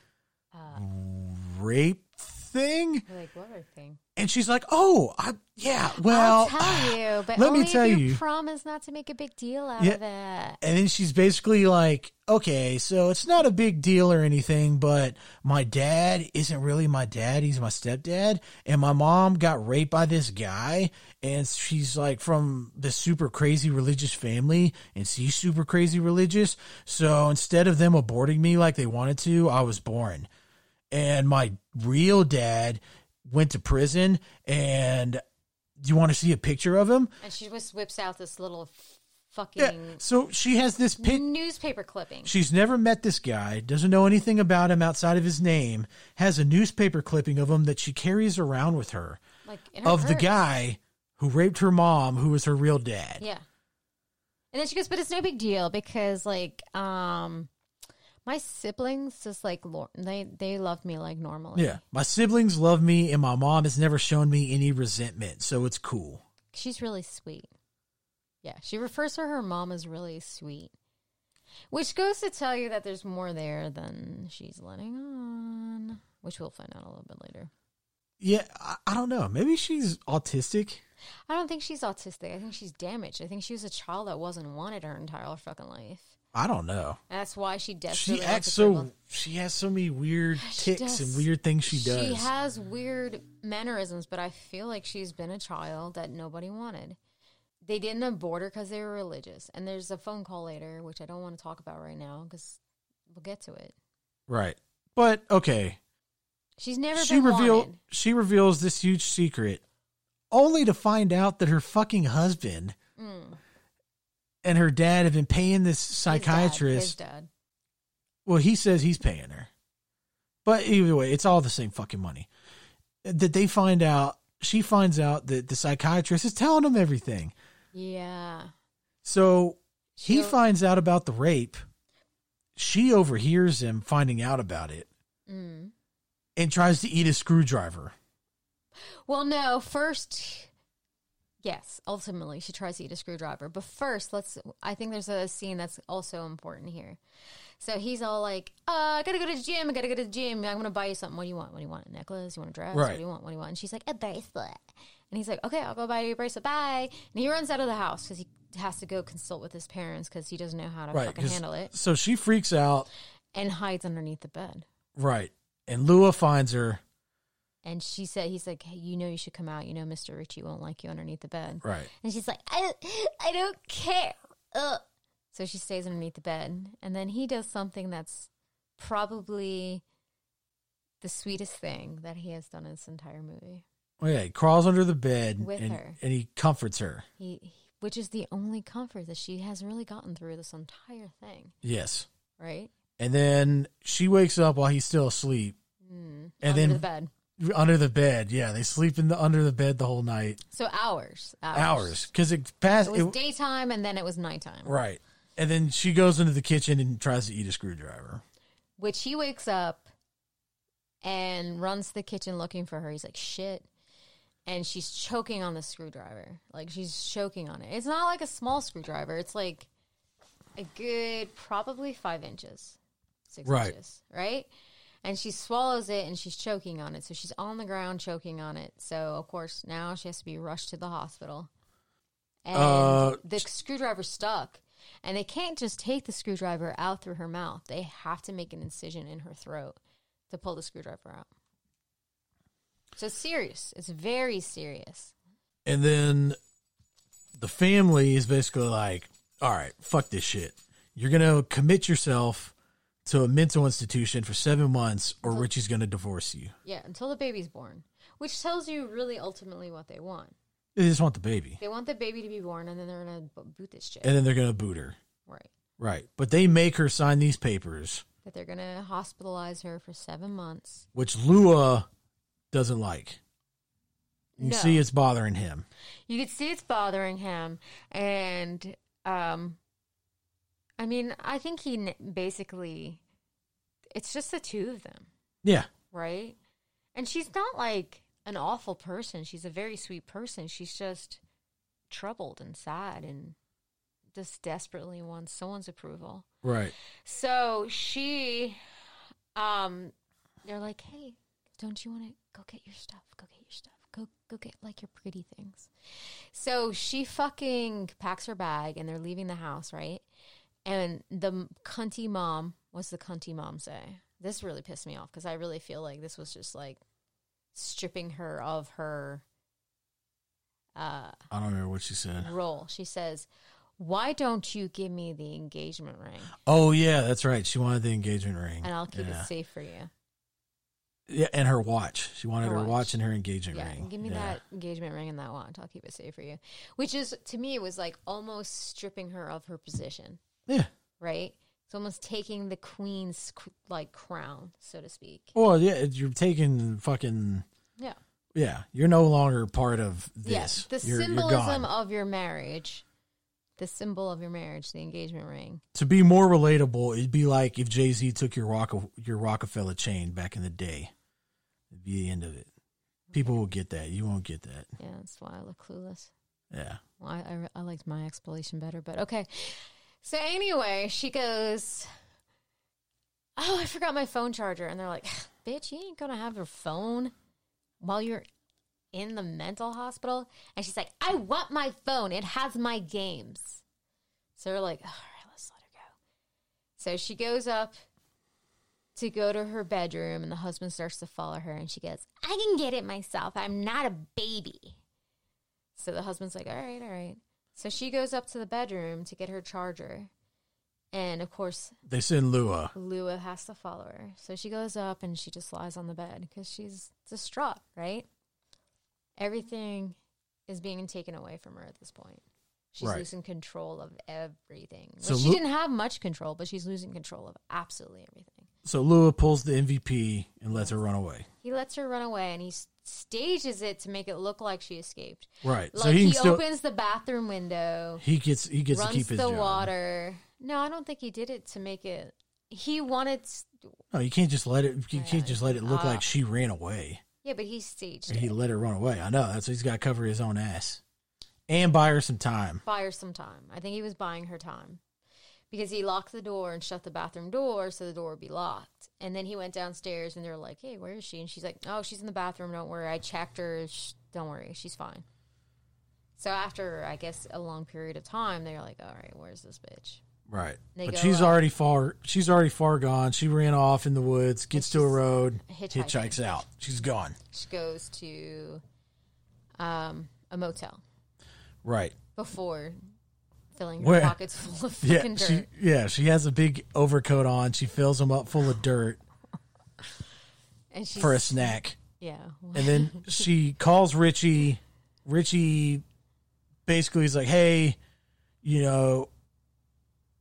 [SPEAKER 1] "Rape thing?"
[SPEAKER 4] You're like, what are thing?
[SPEAKER 1] And she's like, "Oh, I, yeah, well,
[SPEAKER 4] I'll tell you, but
[SPEAKER 1] let
[SPEAKER 4] only
[SPEAKER 1] me tell
[SPEAKER 4] if
[SPEAKER 1] you."
[SPEAKER 4] you, promise not to make a big deal out of it.
[SPEAKER 1] <sighs> And then she's basically like, "Okay, so it's not a big deal or anything, but my dad isn't really my dad; he's my stepdad, and my mom got raped by this guy, and she's like from this super crazy religious family, and she's super crazy religious. So instead of them aborting me like they wanted to, I was born." and my real dad went to prison and do you want to see a picture of him
[SPEAKER 4] And she just whips out this little f- fucking
[SPEAKER 1] yeah so she has this pit
[SPEAKER 4] newspaper clipping.
[SPEAKER 1] she's never met this guy doesn't know anything about him outside of his name has a newspaper clipping of him that she carries around with her
[SPEAKER 4] like in her
[SPEAKER 1] of the
[SPEAKER 4] purse.
[SPEAKER 1] guy who raped her mom who was her real dad
[SPEAKER 4] Yeah. And then she goes, but it's no big deal because like um my siblings just like lo- they they love me like normally.
[SPEAKER 1] yeah my siblings love me and my mom has never shown me any resentment so it's cool
[SPEAKER 4] She's really sweet. Yeah, she refers to her mom as really sweet. Which goes to tell you that there's more there than she's letting on, which we'll find out a little bit later.
[SPEAKER 1] yeah i, I don't know maybe she's autistic
[SPEAKER 4] I don't think she's autistic. I think she's damaged. I think she was a child that wasn't wanted her entire fucking life.
[SPEAKER 1] i don't know
[SPEAKER 4] That's why she
[SPEAKER 1] she
[SPEAKER 4] desperately wants
[SPEAKER 1] acts
[SPEAKER 4] to
[SPEAKER 1] so
[SPEAKER 4] cripple-
[SPEAKER 1] she has so many weird
[SPEAKER 4] <sighs> She
[SPEAKER 1] ticks and
[SPEAKER 4] does.
[SPEAKER 1] weird things she does
[SPEAKER 4] She has weird mannerisms, but I feel like she's been a child that nobody wanted. They didn't abort her because they were religious. And there's a phone call later, which I don't want to talk about right now because we'll get to it.
[SPEAKER 1] right but okay
[SPEAKER 4] She's never
[SPEAKER 1] she
[SPEAKER 4] been
[SPEAKER 1] reveal
[SPEAKER 4] wanted.
[SPEAKER 1] she reveals this huge secret only to find out that her fucking husband and her dad have been paying this
[SPEAKER 4] Hmm. His dad- His
[SPEAKER 1] psychiatrist
[SPEAKER 4] dad,
[SPEAKER 1] well he says he's paying her but either way it's all the same fucking money that they find out she finds out that the psychiatrist is telling them everything
[SPEAKER 4] Yeah.
[SPEAKER 1] So he
[SPEAKER 4] She'll-
[SPEAKER 1] finds out about the rape. She overhears him finding out about it
[SPEAKER 4] Mm.
[SPEAKER 1] and tries to eat a screwdriver.
[SPEAKER 4] Well, no, first, yes, ultimately she tries to eat a screwdriver. But first, let's, I think there's a scene that's also important here. So he's all like, uh, I gotta go to the gym. I gotta go to the gym. I'm gonna buy you something. What do you want? What do you want? A necklace? You want a dress? What
[SPEAKER 1] Right.
[SPEAKER 4] do you want? What do you want? And she's like, a bracelet. And he's like, okay, I'll go buy you a bracelet. Bye. And he runs out of the house because he has to go consult with his parents because he doesn't know how to
[SPEAKER 1] Right.
[SPEAKER 4] fucking
[SPEAKER 1] 'cause-
[SPEAKER 4] handle it
[SPEAKER 1] So she freaks out.
[SPEAKER 4] and hides underneath the bed.
[SPEAKER 1] Right. And Lua finds her.
[SPEAKER 4] And she said, he's like, hey, you know, you should come out. You know, Mr. Ritchie won't like you underneath the bed.
[SPEAKER 1] Right.
[SPEAKER 4] And she's like, I, I don't care. Ugh. So she stays underneath the bed. And then he does something that's probably the sweetest thing that he has done in this entire movie.
[SPEAKER 1] Oh, yeah. He crawls under the bed
[SPEAKER 4] With
[SPEAKER 1] and,
[SPEAKER 4] her.
[SPEAKER 1] and he comforts her.
[SPEAKER 4] He, which is the only comfort that she has really gotten through this entire thing,
[SPEAKER 1] Yes.
[SPEAKER 4] right?
[SPEAKER 1] And then she wakes up while he's still asleep
[SPEAKER 4] Mm.
[SPEAKER 1] And
[SPEAKER 4] Under
[SPEAKER 1] then-
[SPEAKER 4] the bed.
[SPEAKER 1] under the bed. Yeah. They sleep in the under the bed the whole night.
[SPEAKER 4] So hours, hours.
[SPEAKER 1] Hours. Because it passed.
[SPEAKER 4] It was
[SPEAKER 1] it-
[SPEAKER 4] daytime and then it was nighttime.
[SPEAKER 1] right. And then she goes into the kitchen and tries to eat a screwdriver.
[SPEAKER 4] which he wakes up and runs to the kitchen looking for her. He's like, shit. And she's choking on the screwdriver. Like, she's choking on it. It's not like a small screwdriver, it's like a good, probably five inches, six
[SPEAKER 1] Right.
[SPEAKER 4] inches, right? And she swallows it and she's choking on it. So she's on the ground choking on it. So, of course, now she has to be rushed to the hospital. And
[SPEAKER 1] Uh,
[SPEAKER 4] the screwdriver's stuck. And they can't just take the screwdriver out through her mouth. They have to make an incision in her throat to pull the screwdriver out. So it's serious. It's very serious.
[SPEAKER 1] And then the family is basically like, all right, fuck this shit. You're going to commit yourself to a mental institution for seven months, or Richie's going to divorce you.
[SPEAKER 4] Yeah, until the baby's born, which tells you really ultimately what they want.
[SPEAKER 1] They just want the baby,
[SPEAKER 4] They want the baby to be born, and then they're gonna bo- boot this shit,
[SPEAKER 1] and then they're going to boot her.
[SPEAKER 4] right?
[SPEAKER 1] Right. But they make her sign these papers,
[SPEAKER 4] That they're gonna hospitalize her for seven months.
[SPEAKER 1] which Lua doesn't like. You
[SPEAKER 4] No.
[SPEAKER 1] see, it's bothering him.
[SPEAKER 4] You could see it's bothering him, and um, I mean, I think he n- basically, it's just the two of them,
[SPEAKER 1] Yeah.
[SPEAKER 4] right? And she's not like an awful person. She's a very sweet person. She's just troubled and sad and just desperately wants someone's approval.
[SPEAKER 1] Right.
[SPEAKER 4] So she, um, they're like, hey, don't you want to go get your stuff? Go get your stuff. Go go get like your pretty things. So she fucking packs her bag and they're leaving the house, right? And the m- cunty mom, what's the cunty mom say? This really pissed me off because I really feel like this was just like stripping her of her uh
[SPEAKER 1] I don't remember what she said.
[SPEAKER 4] role. She says, "Why don't you give me the engagement ring?"
[SPEAKER 1] Oh, yeah, that's right. She wanted the engagement ring.
[SPEAKER 4] and I'll keep
[SPEAKER 1] yeah.
[SPEAKER 4] it safe for you.
[SPEAKER 1] Yeah, and her watch. She wanted
[SPEAKER 4] Her
[SPEAKER 1] her, watch.
[SPEAKER 4] watch.
[SPEAKER 1] and her engagement
[SPEAKER 4] Yeah,
[SPEAKER 1] ring.
[SPEAKER 4] give me
[SPEAKER 1] Yeah.
[SPEAKER 4] that engagement ring and that watch. I'll keep it safe for you. Which is to me it was like almost stripping her of her position,
[SPEAKER 1] Yeah.
[SPEAKER 4] right? It's almost taking the queen's cr- like crown, so to speak.
[SPEAKER 1] Well, yeah, you're taking fucking.
[SPEAKER 4] Yeah.
[SPEAKER 1] Yeah, you're no longer part of this.
[SPEAKER 4] Yes. The
[SPEAKER 1] You're- you're
[SPEAKER 4] symbolism
[SPEAKER 1] gone.
[SPEAKER 4] of your marriage, the symbol of your marriage, the engagement ring.
[SPEAKER 1] to be more relatable, it'd be like if Jay Z took your Rock your Rockefeller chain back in the day. It'd be the end of it. People will get that. You won't get that.
[SPEAKER 4] Yeah, that's why I look clueless.
[SPEAKER 1] Yeah.
[SPEAKER 4] Well, I, I, re- I liked my explanation better, but okay. So anyway, she goes, "Oh, I forgot my phone charger," and they're like, <sighs> "Bitch, you ain't gonna have your phone while you're in the mental hospital." And she's like, "I want my phone. It has my games." So they're like, "All right, let's let her go." So she goes up to go to her bedroom, and the husband starts to follow her, and she goes, "I can get it myself. I'm not a baby." So the husband's like, all right, all right. So she goes up to the bedroom to get her charger. And of course,
[SPEAKER 1] They send Lua.
[SPEAKER 4] Lua has to follow her. So she goes up and she just lies on the bed because she's distraught, right? Everything is being taken away from her at this point. She's
[SPEAKER 1] Right.
[SPEAKER 4] losing control of everything.
[SPEAKER 1] So
[SPEAKER 4] Well, she
[SPEAKER 1] Lu-
[SPEAKER 4] didn't have much control, but she's losing control of absolutely everything.
[SPEAKER 1] So Lua pulls the MVP and lets her run away.
[SPEAKER 4] He lets her run away and he s- stages it to make it look like she escaped.
[SPEAKER 1] Right.
[SPEAKER 4] Like
[SPEAKER 1] so he,
[SPEAKER 4] he,
[SPEAKER 1] can still
[SPEAKER 4] opens the bathroom window.
[SPEAKER 1] he gets he gets to
[SPEAKER 4] runs
[SPEAKER 1] keep his
[SPEAKER 4] the
[SPEAKER 1] job.
[SPEAKER 4] water. No, I don't think he did it to make it. He wanted, s-
[SPEAKER 1] No, you can't just let it. You
[SPEAKER 4] Yeah.
[SPEAKER 1] can't just let it look
[SPEAKER 4] Uh,
[SPEAKER 1] like she ran away.
[SPEAKER 4] yeah, but he staged
[SPEAKER 1] Or he
[SPEAKER 4] it.
[SPEAKER 1] let her run away. I know. That's he's got to cover his own ass and buy her some time.
[SPEAKER 4] Buy her some time. I think he was buying her time because he locked the door and shut the bathroom door so the door would be locked. And then he went downstairs and they're like, "Hey, where is she?" And she's like, "Oh, she's in the bathroom. Don't worry. I checked her. Sh- don't worry. She's fine." So after I guess a long period of time, they're like, "All right, where's this bitch?"
[SPEAKER 1] Right.
[SPEAKER 4] They
[SPEAKER 1] but
[SPEAKER 4] go
[SPEAKER 1] she's
[SPEAKER 4] up.
[SPEAKER 1] already far. She's already far gone. She ran off in the woods. Gets to a
[SPEAKER 4] she's
[SPEAKER 1] road.
[SPEAKER 4] hitchhiking.
[SPEAKER 1] Hitchhikes out. She's gone.
[SPEAKER 4] She goes to um, a motel.
[SPEAKER 1] Right.
[SPEAKER 4] before filling her
[SPEAKER 1] Where-
[SPEAKER 4] pockets full of
[SPEAKER 1] Yeah.
[SPEAKER 4] fucking
[SPEAKER 1] She
[SPEAKER 4] dirt.
[SPEAKER 1] yeah. She has a big overcoat on. She fills them up full of dirt
[SPEAKER 4] And <gasps> she's
[SPEAKER 1] for a snack,
[SPEAKER 4] yeah.
[SPEAKER 1] and then
[SPEAKER 4] <laughs>
[SPEAKER 1] she calls Richie. Richie basically is like, "Hey, you know,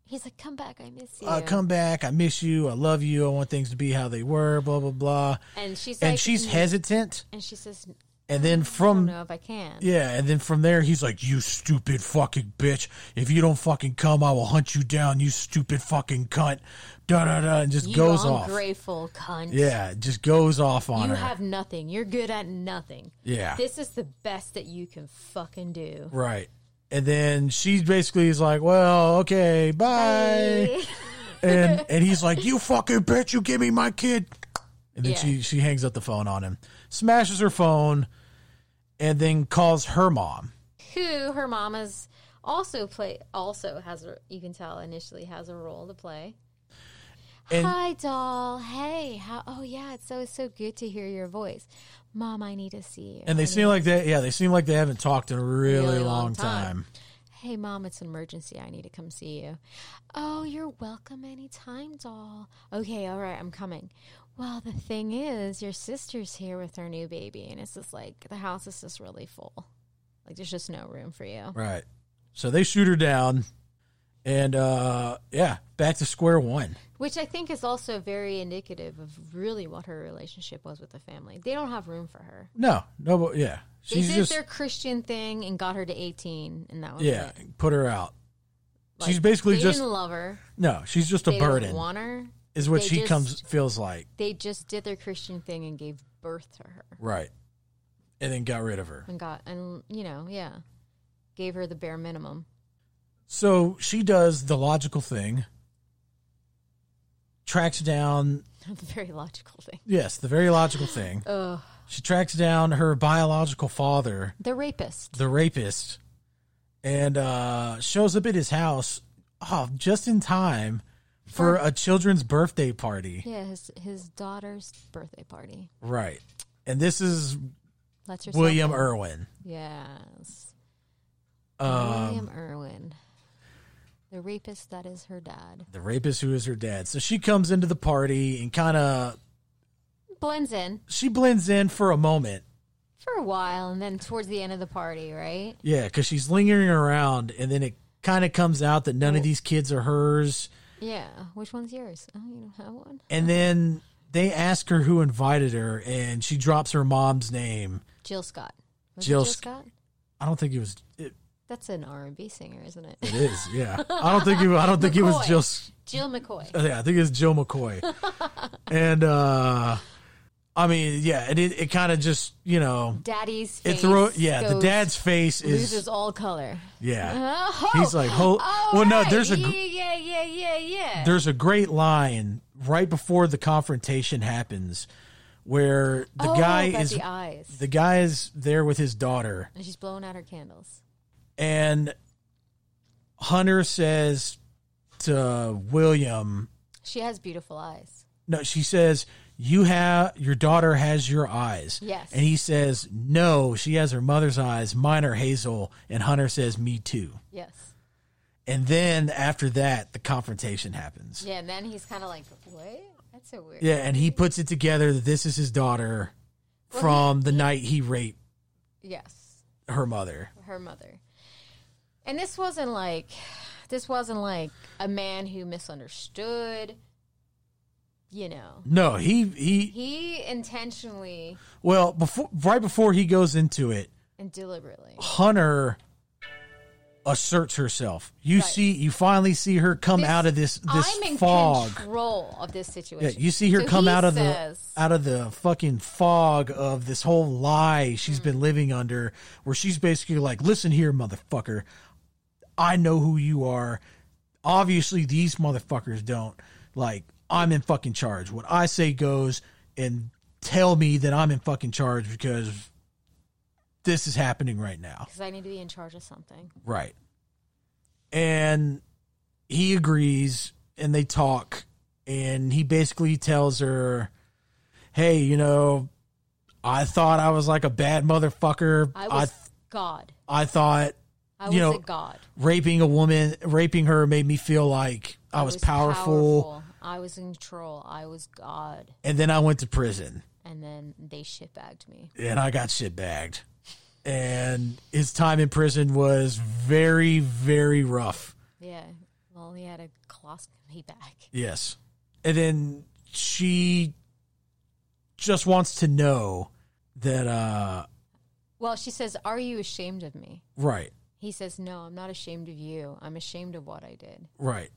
[SPEAKER 4] He's like, "Come back, I miss you."
[SPEAKER 1] uh, come back. I miss you. I love you. I want things to be how they were. Blah blah blah."
[SPEAKER 4] and she's
[SPEAKER 1] and
[SPEAKER 4] like,
[SPEAKER 1] she's
[SPEAKER 4] "Mm,"
[SPEAKER 1] hesitant.
[SPEAKER 4] and she says,
[SPEAKER 1] And then
[SPEAKER 4] "I don't
[SPEAKER 1] from
[SPEAKER 4] know if I can."
[SPEAKER 1] yeah, and then from there he's like, "You stupid fucking bitch! If you don't fucking come, I will hunt you down. You stupid fucking cunt!" Da da da, and just
[SPEAKER 4] you
[SPEAKER 1] goes off.
[SPEAKER 4] ungrateful cunt.
[SPEAKER 1] Yeah, just goes off on her.
[SPEAKER 4] you have nothing. You're good at nothing.
[SPEAKER 1] yeah,
[SPEAKER 4] This is the best that you can fucking do.
[SPEAKER 1] right. And then she basically is like, "Well, okay, bye." <laughs> and and he's
[SPEAKER 4] <laughs>
[SPEAKER 1] like, "You fucking bitch! You give me my kid." And then
[SPEAKER 4] Yeah.
[SPEAKER 1] she she hangs up the phone on him, smashes her phone, and then calls her mom.
[SPEAKER 4] Who her mama's also play also has a, you can tell initially has a role to play.
[SPEAKER 1] And
[SPEAKER 4] Hi, doll. Hey, how? Oh, yeah. It's so so good to hear your voice, Mom. I need to see you.
[SPEAKER 1] And they seem like they yeah, they seem like they haven't talked in a really, long, time.
[SPEAKER 4] Hey, mom, it's an emergency. I need to come see you. Oh, you're welcome anytime, doll. Okay, all right, I'm coming. Well, the thing is, your sister's here with her new baby, and it's just like the house is just really full. Like, there's just no room for you.
[SPEAKER 1] Right. So they shoot her down, and uh, yeah, back to square one.
[SPEAKER 4] Which I think is also very indicative of really what her relationship was with the family. They don't have room for her.
[SPEAKER 1] No, no, but yeah, she's
[SPEAKER 4] they did
[SPEAKER 1] just
[SPEAKER 4] their Christian thing and got her to 18, and that was
[SPEAKER 1] yeah,
[SPEAKER 4] it.
[SPEAKER 1] put her out.
[SPEAKER 4] Like,
[SPEAKER 1] She's basically
[SPEAKER 4] they
[SPEAKER 1] just-
[SPEAKER 4] didn't love her.
[SPEAKER 1] No, she's just a
[SPEAKER 4] they
[SPEAKER 1] burden.
[SPEAKER 4] Don't want her.
[SPEAKER 1] is what
[SPEAKER 4] they
[SPEAKER 1] she
[SPEAKER 4] just-
[SPEAKER 1] comes feels like,
[SPEAKER 4] They just did their Christian thing and gave birth to her
[SPEAKER 1] right? And then got rid of her.
[SPEAKER 4] and got and you know yeah, gave her the bare minimum. <laughs>
[SPEAKER 1] So she does the logical thing, tracks down.
[SPEAKER 4] the very logical thing.
[SPEAKER 1] Yes, the very logical thing.
[SPEAKER 4] Ugh.
[SPEAKER 1] She tracks down her biological father,
[SPEAKER 4] The rapist.
[SPEAKER 1] the rapist, and uh, shows up at his house oh, just in time for a children's birthday party.
[SPEAKER 4] Yeah, his his daughter's birthday party.
[SPEAKER 1] Right. And this is
[SPEAKER 4] Let's herself
[SPEAKER 1] William
[SPEAKER 4] in.
[SPEAKER 1] Irwin.
[SPEAKER 4] Yes.
[SPEAKER 1] Um,
[SPEAKER 4] William Irwin. The rapist that is her dad.
[SPEAKER 1] the rapist who is her dad. So she comes into the party and kind of
[SPEAKER 4] Blends in
[SPEAKER 1] she blends in for a moment.
[SPEAKER 4] for a while and then towards the end of the party, right?
[SPEAKER 1] Yeah, cuz she's lingering around and then it kind of comes out that none of these kids are hers
[SPEAKER 4] Yeah. Which one's yours? Oh, you don't have one?
[SPEAKER 1] and then they ask her who invited her and she drops her mom's name.
[SPEAKER 4] Jill Scott. Was it
[SPEAKER 1] Jill
[SPEAKER 4] Jill
[SPEAKER 1] Sc-
[SPEAKER 4] Scott?
[SPEAKER 1] I don't think it was it,
[SPEAKER 4] That's an R and B singer, isn't
[SPEAKER 1] it
[SPEAKER 4] it?
[SPEAKER 1] is. Yeah. I don't think it I don't think it was
[SPEAKER 4] <laughs> McCoy.
[SPEAKER 1] just
[SPEAKER 4] Jill McCoy.
[SPEAKER 1] Yeah, I think it's Joe McCoy. and uh I mean, yeah, and it, it kind of just, you know,
[SPEAKER 4] Daddy's
[SPEAKER 1] it
[SPEAKER 4] face
[SPEAKER 1] throw yeah, the
[SPEAKER 4] goes-
[SPEAKER 1] dad's face is
[SPEAKER 4] loses all color.
[SPEAKER 1] yeah.
[SPEAKER 4] <laughs> Oh,
[SPEAKER 1] <laughs> He's like, "Hol-
[SPEAKER 4] oh,
[SPEAKER 1] well, no,
[SPEAKER 4] right.
[SPEAKER 1] there's a
[SPEAKER 4] yeah,
[SPEAKER 1] gr-
[SPEAKER 4] yeah, yeah, yeah, yeah.
[SPEAKER 1] There's a great line right before the confrontation happens where the
[SPEAKER 4] Oh,
[SPEAKER 1] guy
[SPEAKER 4] about
[SPEAKER 1] is
[SPEAKER 4] the eyes,
[SPEAKER 1] the guy is there with his daughter
[SPEAKER 4] and she's blowing out her candles.
[SPEAKER 1] and Hunter says to William,
[SPEAKER 4] She has beautiful eyes.
[SPEAKER 1] No, she says, "You have your daughter has your eyes."
[SPEAKER 4] Yes.
[SPEAKER 1] And he says, "No, she has her mother's eyes. Mine are hazel." And Hunter says, "Me too."
[SPEAKER 4] Yes.
[SPEAKER 1] And then after that, the confrontation happens.
[SPEAKER 4] Yeah, and then he's kind of like, what? That's so weird.
[SPEAKER 1] Yeah, and he puts it together that this is his daughter
[SPEAKER 4] Well,
[SPEAKER 1] from the night he raped
[SPEAKER 4] Yes,
[SPEAKER 1] her mother.
[SPEAKER 4] her mother. And this wasn't like, this wasn't like a man who misunderstood. You know,
[SPEAKER 1] No, he he
[SPEAKER 4] he intentionally
[SPEAKER 1] well, before right before he goes into it,
[SPEAKER 4] and deliberately.
[SPEAKER 1] Hunter asserts herself. You
[SPEAKER 4] Right.
[SPEAKER 1] see you finally see her come out of this this
[SPEAKER 4] I'm in
[SPEAKER 1] fog.
[SPEAKER 4] control of this
[SPEAKER 1] Yeah,
[SPEAKER 4] situation.
[SPEAKER 1] you see her
[SPEAKER 4] So
[SPEAKER 1] come
[SPEAKER 4] he
[SPEAKER 1] out of
[SPEAKER 4] says,
[SPEAKER 1] the out of the fucking fog of this whole lie she's
[SPEAKER 4] Hmm.
[SPEAKER 1] been living under, where she's basically like, "Listen here, motherfucker, I know who you are. Obviously, these motherfuckers don't. Like, I'm in fucking charge. What I say goes, and tell me that I'm in fucking charge because this is happening right now."
[SPEAKER 4] because I need to be in charge of something.
[SPEAKER 1] Right. And he agrees and they talk and he basically tells her, "Hey, you know, I thought I was like a bad motherfucker.
[SPEAKER 4] I
[SPEAKER 1] I
[SPEAKER 4] was God.
[SPEAKER 1] I, thought
[SPEAKER 4] I
[SPEAKER 1] you
[SPEAKER 4] was
[SPEAKER 1] know,
[SPEAKER 4] a God.
[SPEAKER 1] raping a woman, raping her made me feel like I, was, powerful.
[SPEAKER 4] I was in control. I was God.
[SPEAKER 1] and then I went to prison
[SPEAKER 4] And then they shitbagged me.
[SPEAKER 1] and I got shit bagged. And his time in prison was very very rough.
[SPEAKER 4] Yeah. Well, he had a colostomy bag.
[SPEAKER 1] Yes. And then she just wants to know that uh
[SPEAKER 4] Well, she says, Are you ashamed of me?
[SPEAKER 1] right,
[SPEAKER 4] He says, No, I'm not ashamed of you. I'm ashamed of what I did.
[SPEAKER 1] right,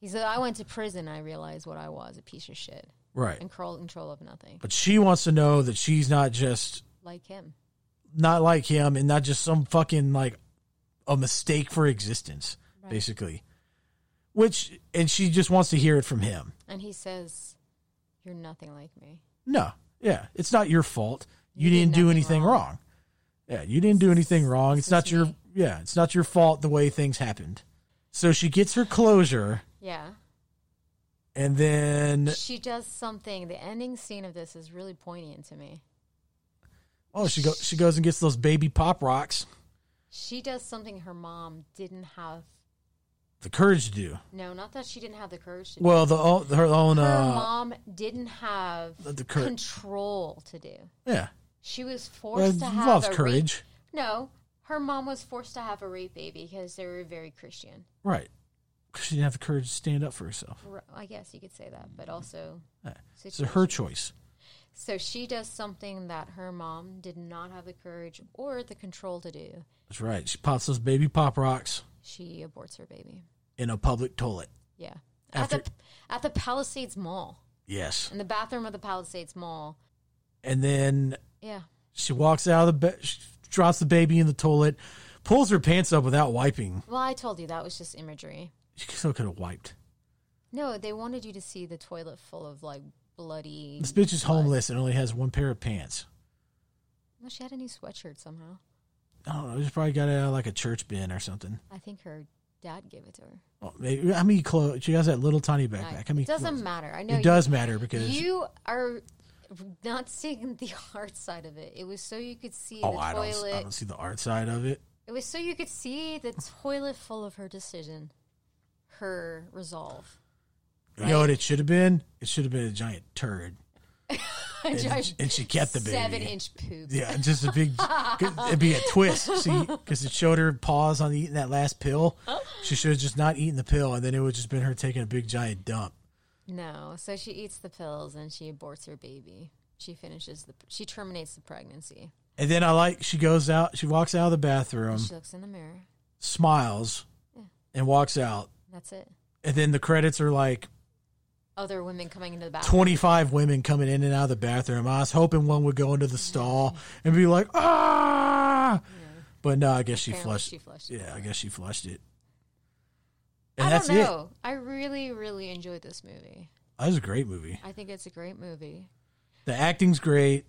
[SPEAKER 4] He said, I went to prison. I realized what I was a piece of shit
[SPEAKER 1] right.
[SPEAKER 4] and control, control of nothing.
[SPEAKER 1] But she wants to know that she's not just
[SPEAKER 4] Like him.
[SPEAKER 1] not like him and not just some fucking like a mistake for existence,
[SPEAKER 4] Right.
[SPEAKER 1] basically. Which and she just wants to hear it from him.
[SPEAKER 4] And he says, You're nothing like me.
[SPEAKER 1] No. Yeah. It's not your fault. You,
[SPEAKER 4] You did
[SPEAKER 1] didn't do
[SPEAKER 4] nothing
[SPEAKER 1] anything wrong.
[SPEAKER 4] wrong.
[SPEAKER 1] Yeah, you didn't do anything wrong.
[SPEAKER 4] This
[SPEAKER 1] It's not
[SPEAKER 4] is
[SPEAKER 1] your
[SPEAKER 4] me.
[SPEAKER 1] yeah, it's not your fault the way things happened. So she gets her closure
[SPEAKER 4] Yeah.
[SPEAKER 1] and then
[SPEAKER 4] She does something. The ending scene of this is really poignant to me.
[SPEAKER 1] oh she goes she goes and gets those baby pop rocks
[SPEAKER 4] She does something her mom didn't have.
[SPEAKER 1] The courage to do.
[SPEAKER 4] No, not that she didn't have the courage to
[SPEAKER 1] Well, the o- her own.
[SPEAKER 4] do. Her
[SPEAKER 1] Uh,
[SPEAKER 4] mom didn't have
[SPEAKER 1] The cour-
[SPEAKER 4] control to do.
[SPEAKER 1] yeah,
[SPEAKER 4] She was forced
[SPEAKER 1] well,
[SPEAKER 4] to have
[SPEAKER 1] loves
[SPEAKER 4] a rape-
[SPEAKER 1] courage,
[SPEAKER 4] No, her mom was forced to have a rape baby because they were very Christian.
[SPEAKER 1] right? Because she didn't have the courage to stand up for herself.
[SPEAKER 4] R- I guess you could say that,
[SPEAKER 1] Mm-hmm.
[SPEAKER 4] but also,
[SPEAKER 1] Yeah. So her choice.
[SPEAKER 4] so she does something that her mom did not have the courage or the control to do.
[SPEAKER 1] That's right. She pops those baby pop rocks
[SPEAKER 4] She aborts her baby.
[SPEAKER 1] in a public toilet.
[SPEAKER 4] Yeah.
[SPEAKER 1] After-
[SPEAKER 4] at the at the Palisades Mall
[SPEAKER 1] Yes,
[SPEAKER 4] in the bathroom of the Palisades Mall.
[SPEAKER 1] and then
[SPEAKER 4] Yeah.
[SPEAKER 1] she walks out of the bed, drops the baby in the toilet, pulls her pants up without wiping.
[SPEAKER 4] Well, I told you that was just imagery.
[SPEAKER 1] She still could have wiped.
[SPEAKER 4] No, they wanted you to see the toilet full of like bloody.
[SPEAKER 1] This bitch is homeless and only has one pair of pants.
[SPEAKER 4] Well, she had a new sweatshirt somehow.
[SPEAKER 1] I don't know. She probably got it out of like a church bin or something.
[SPEAKER 4] I think her dad gave it to her.
[SPEAKER 1] Well, maybe how many clothes? She has that little tiny
[SPEAKER 4] I-
[SPEAKER 1] backpack. How many
[SPEAKER 4] it doesn't
[SPEAKER 1] clothes?
[SPEAKER 4] matter. I know
[SPEAKER 1] It does matter because
[SPEAKER 4] You are not seeing the hard side of it. It was so you could see
[SPEAKER 1] oh,
[SPEAKER 4] the
[SPEAKER 1] I don't,
[SPEAKER 4] toilet.
[SPEAKER 1] I don't see the art side of it.
[SPEAKER 4] It was so you could see the toilet full of her decision, her resolve.
[SPEAKER 1] You know what it should have been? It should have been a giant
[SPEAKER 4] <laughs>
[SPEAKER 1] turd. And, and she kept the baby.
[SPEAKER 4] Seven inch poop.
[SPEAKER 1] Yeah, just a big. 'cause It'd be a twist. See, because it showed her paws on eating that last pill. She should have just not eaten the pill, and then it would have just been her taking a big giant dump.
[SPEAKER 4] No, so she eats the pills and she aborts her baby. She finishes the. She terminates the pregnancy.
[SPEAKER 1] And then I like she goes out. She walks out of the bathroom,
[SPEAKER 4] She looks in the mirror.
[SPEAKER 1] smiles, and walks out.
[SPEAKER 4] That's it.
[SPEAKER 1] And then the credits are like
[SPEAKER 4] Other women coming into the bathroom.
[SPEAKER 1] 25 women coming in and out of the bathroom. I was hoping one would go into the stall and be like, ah. But no, I guess she
[SPEAKER 4] Apparently
[SPEAKER 1] flushed.
[SPEAKER 4] she flushed it.
[SPEAKER 1] Yeah, I guess she flushed it. And
[SPEAKER 4] I
[SPEAKER 1] that's
[SPEAKER 4] don't
[SPEAKER 1] it.
[SPEAKER 4] know. I really, really enjoyed this movie.
[SPEAKER 1] That was a great movie.
[SPEAKER 4] I think it's a great movie.
[SPEAKER 1] The acting's great.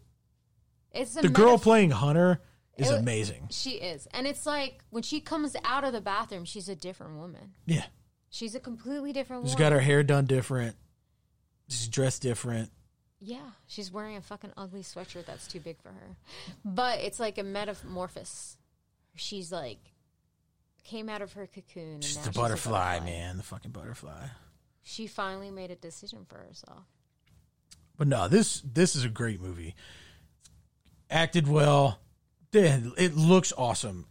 [SPEAKER 4] It's a
[SPEAKER 1] The girl
[SPEAKER 4] metaphor-
[SPEAKER 1] playing Hunter is
[SPEAKER 4] It-
[SPEAKER 1] amazing.
[SPEAKER 4] She is. And it's like when she comes out of the bathroom, she's a different woman.
[SPEAKER 1] Yeah.
[SPEAKER 4] She's a completely different
[SPEAKER 1] She's
[SPEAKER 4] woman.
[SPEAKER 1] got her hair done different. She's dressed different.
[SPEAKER 4] yeah, she's wearing a fucking ugly sweatshirt that's too big for her. But it's like a metamorphosis. She's like came out of her cocoon. and
[SPEAKER 1] She's
[SPEAKER 4] now
[SPEAKER 1] the
[SPEAKER 4] a
[SPEAKER 1] butterfly, man. The fucking butterfly.
[SPEAKER 4] She finally made a decision for herself.
[SPEAKER 1] But no, this this is a great movie. Acted well. They- It looks awesome.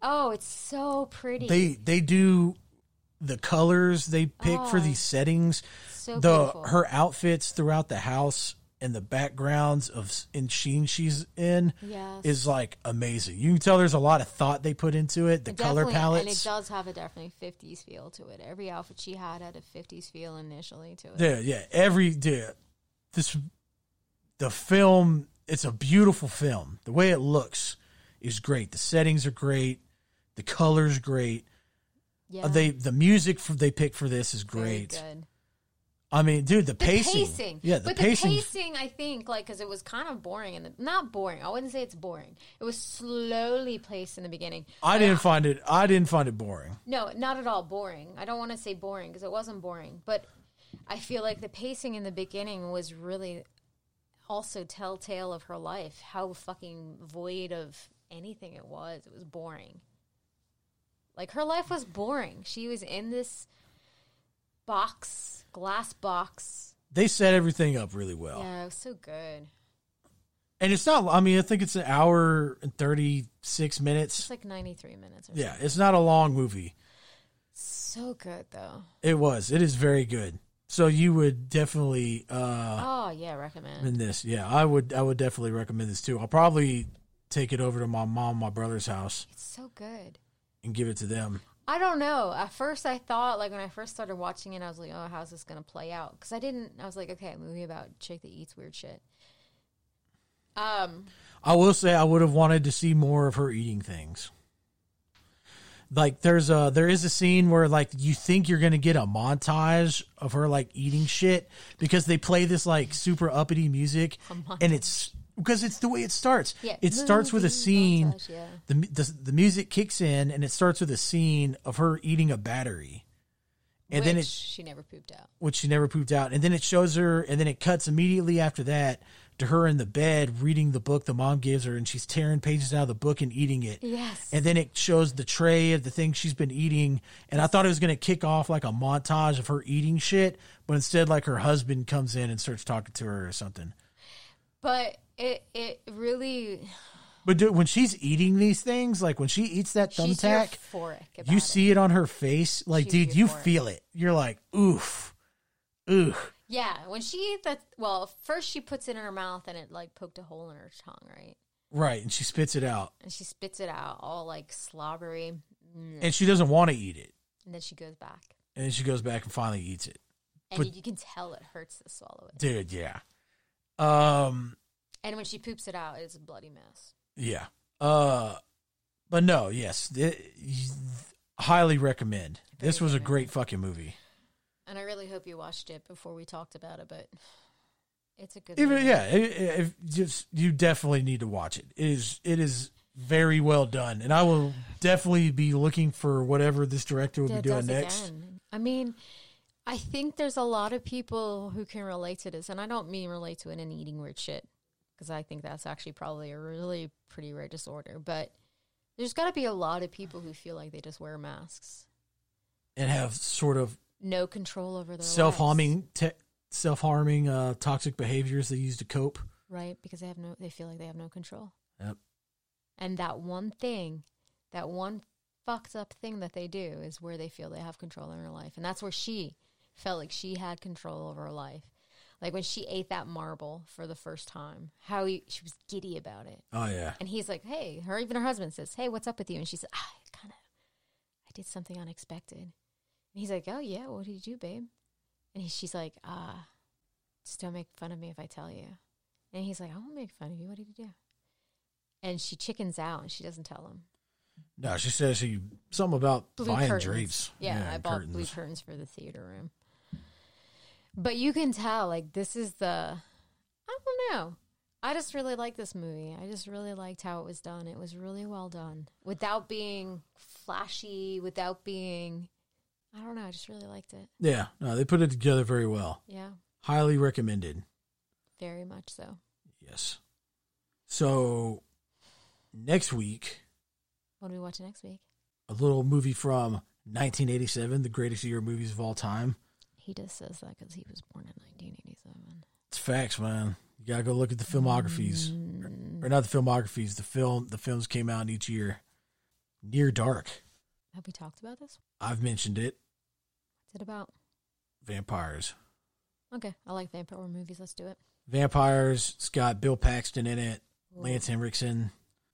[SPEAKER 4] Oh, it's so pretty.
[SPEAKER 1] they they do the colors they pick for
[SPEAKER 4] Oh.
[SPEAKER 1] these settings
[SPEAKER 4] so
[SPEAKER 1] the
[SPEAKER 4] beautiful.
[SPEAKER 1] her outfits throughout the house and the backgrounds of s- in sheen she's in
[SPEAKER 4] Yes.
[SPEAKER 1] is like amazing you can tell there's a lot of thought they put into it the
[SPEAKER 4] It
[SPEAKER 1] color
[SPEAKER 4] definitely-
[SPEAKER 1] palettes
[SPEAKER 4] And it does have a definitely 50s feel to it. Every outfit she had had a 50s feel initially to it.
[SPEAKER 1] Yeah, yeah. Every yeah, this the film. It's a beautiful film. The way it looks is great. The settings are great. The colors great.
[SPEAKER 4] yeah.
[SPEAKER 1] Uh, They the music for, they pick for this is
[SPEAKER 4] very
[SPEAKER 1] great.
[SPEAKER 4] good.
[SPEAKER 1] I mean, dude, the,
[SPEAKER 4] The
[SPEAKER 1] pacing. Yeah, the
[SPEAKER 4] but
[SPEAKER 1] pacing.
[SPEAKER 4] the pacing, I think, like, because it was kind of boring. In the, not boring. I wouldn't say it's boring. It was slowly placed in the beginning.
[SPEAKER 1] I didn't find it. I didn't find it boring.
[SPEAKER 4] No, not at all boring. I don't want to say boring because it wasn't boring. But I feel like the pacing in the beginning was really also telltale of her life, how fucking void of anything it was. It was boring. Like, her life was boring. She was in this box, glass box.
[SPEAKER 1] They set everything up really well,
[SPEAKER 4] Yeah, it was so good.
[SPEAKER 1] and it's not. I mean, I think it's an hour and thirty six minutes.
[SPEAKER 4] It's like 93 minutes or
[SPEAKER 1] yeah, it's not a long movie.
[SPEAKER 4] something. So good, though.
[SPEAKER 1] It was. It is very good. So you would definitely uh
[SPEAKER 4] oh, yeah, recommend.
[SPEAKER 1] recommend this. Yeah, I would. I would definitely recommend this too. I'll probably take it over to my mom, my brother's house,
[SPEAKER 4] It's so good.
[SPEAKER 1] and give it to them.
[SPEAKER 4] I don't know. At first, I thought, like, when I first started watching it, I was like, oh, how's this going to play out? Because I didn't, I was like, okay, a movie about a chick that eats weird shit. Um,
[SPEAKER 1] I will say I would have wanted to see more of her eating things. Like there's a there is a scene where like you think you're gonna get a montage of her like eating shit because they play this like super uppity music and it's because it's the way it starts.
[SPEAKER 4] Yeah,
[SPEAKER 1] it starts with a
[SPEAKER 4] movie
[SPEAKER 1] scene.
[SPEAKER 4] montage, yeah.
[SPEAKER 1] The, mu- the the music kicks in and it starts with a scene of her eating a battery, and
[SPEAKER 4] which
[SPEAKER 1] then it
[SPEAKER 4] she never pooped out.
[SPEAKER 1] which she never pooped out. And then it shows her, and then it cuts immediately after that to her in the bed reading the book the mom gives her, and she's tearing pages out of the book and eating it.
[SPEAKER 4] Yes.
[SPEAKER 1] And then it shows the tray of the things she's been eating, and I thought it was going to kick off like a montage of her eating shit, but instead, like her husband comes in and starts talking to her or something.
[SPEAKER 4] But it it really
[SPEAKER 1] But dude, when she's eating these things, like when she eats that
[SPEAKER 4] she's
[SPEAKER 1] thumbtack,
[SPEAKER 4] euphoric about
[SPEAKER 1] you
[SPEAKER 4] it.
[SPEAKER 1] see it on her face. Like,
[SPEAKER 4] She's
[SPEAKER 1] dude, you
[SPEAKER 4] euphoric.
[SPEAKER 1] feel it. You're like, oof, oof.
[SPEAKER 4] Yeah, when she ate that, well, first she puts it in her mouth and it like poked a hole in her tongue, right?
[SPEAKER 1] Right, and she spits it out,
[SPEAKER 4] And she spits it out all like slobbery,
[SPEAKER 1] and she doesn't want to eat it,
[SPEAKER 4] and then she goes back,
[SPEAKER 1] and then she goes back and finally eats it.
[SPEAKER 4] and
[SPEAKER 1] But-
[SPEAKER 4] you can tell it hurts to swallow it.
[SPEAKER 1] Dude, yeah, um,
[SPEAKER 4] And when she poops it out, it's a bloody mess.
[SPEAKER 1] yeah, uh, but no, yes, it- highly recommend. This was a great fucking movie.
[SPEAKER 4] And I really hope you watched it before we talked about it, but it's a good.
[SPEAKER 1] Even
[SPEAKER 4] movie.
[SPEAKER 1] yeah, i- i- if just you definitely need to watch it. It is it is very well done, and I will definitely be looking for whatever this director will
[SPEAKER 4] Yeah,
[SPEAKER 1] be
[SPEAKER 4] it
[SPEAKER 1] doing
[SPEAKER 4] does
[SPEAKER 1] next.
[SPEAKER 4] again. I mean, I think there's a lot of people who can relate to this, and I don't mean relate to it in eating weird shit, because I think that's actually probably a really pretty rare disorder. But there's got to be a lot of people who feel like they just wear masks,
[SPEAKER 1] And have sort of
[SPEAKER 4] no control over their
[SPEAKER 1] self
[SPEAKER 4] lives,
[SPEAKER 1] harming te- self harming uh, toxic behaviors they use to cope.
[SPEAKER 4] right? Because they have no, they feel like they have no control,
[SPEAKER 1] Yep.
[SPEAKER 4] and that one thing, that one fucked up thing that they do is where they feel they have control in her life, and that's where she felt like she had control over her life. Like when she ate that marble for the first time, how he, she was giddy about it.
[SPEAKER 1] Oh yeah.
[SPEAKER 4] And he's like, hey, her, even her husband says, hey, what's up with you? And she says, ah, I kind of, I did something unexpected. And he's like, oh, yeah, what did you do, babe? And he, she's like, ah, just don't make fun of me if I tell you. And he's like, I won't make fun of you. What did you do? And she chickens out and she doesn't tell him.
[SPEAKER 1] No, she says she something about
[SPEAKER 4] Blue
[SPEAKER 1] buying
[SPEAKER 4] curtains.
[SPEAKER 1] drapes.
[SPEAKER 4] Yeah, I
[SPEAKER 1] and
[SPEAKER 4] bought blue curtains for the theater room. But you can tell, like, this is the, I don't know. I just really like this movie. I just really liked how it was done. It was really well done without being flashy, without being, I don't know. I just really liked it.
[SPEAKER 1] Yeah, no, they put it together very well.
[SPEAKER 4] Yeah,
[SPEAKER 1] Highly recommended.
[SPEAKER 4] very much so.
[SPEAKER 1] Yes. So next week,
[SPEAKER 4] What do we watch next week?
[SPEAKER 1] a little movie from 1987, the greatest year of movies of all time.
[SPEAKER 4] He just says that because he was born in 1987.
[SPEAKER 1] It's facts, man. You gotta go look at the filmographies, or not the filmographies. The film, the films came out each year. Near Dark,
[SPEAKER 4] Have we talked about this?
[SPEAKER 1] I've mentioned it.
[SPEAKER 4] What's it about?
[SPEAKER 1] Vampires,
[SPEAKER 4] Okay, I like vampire movies. Let's do it.
[SPEAKER 1] vampires. It's got Bill Paxton in it, Lance Henriksen.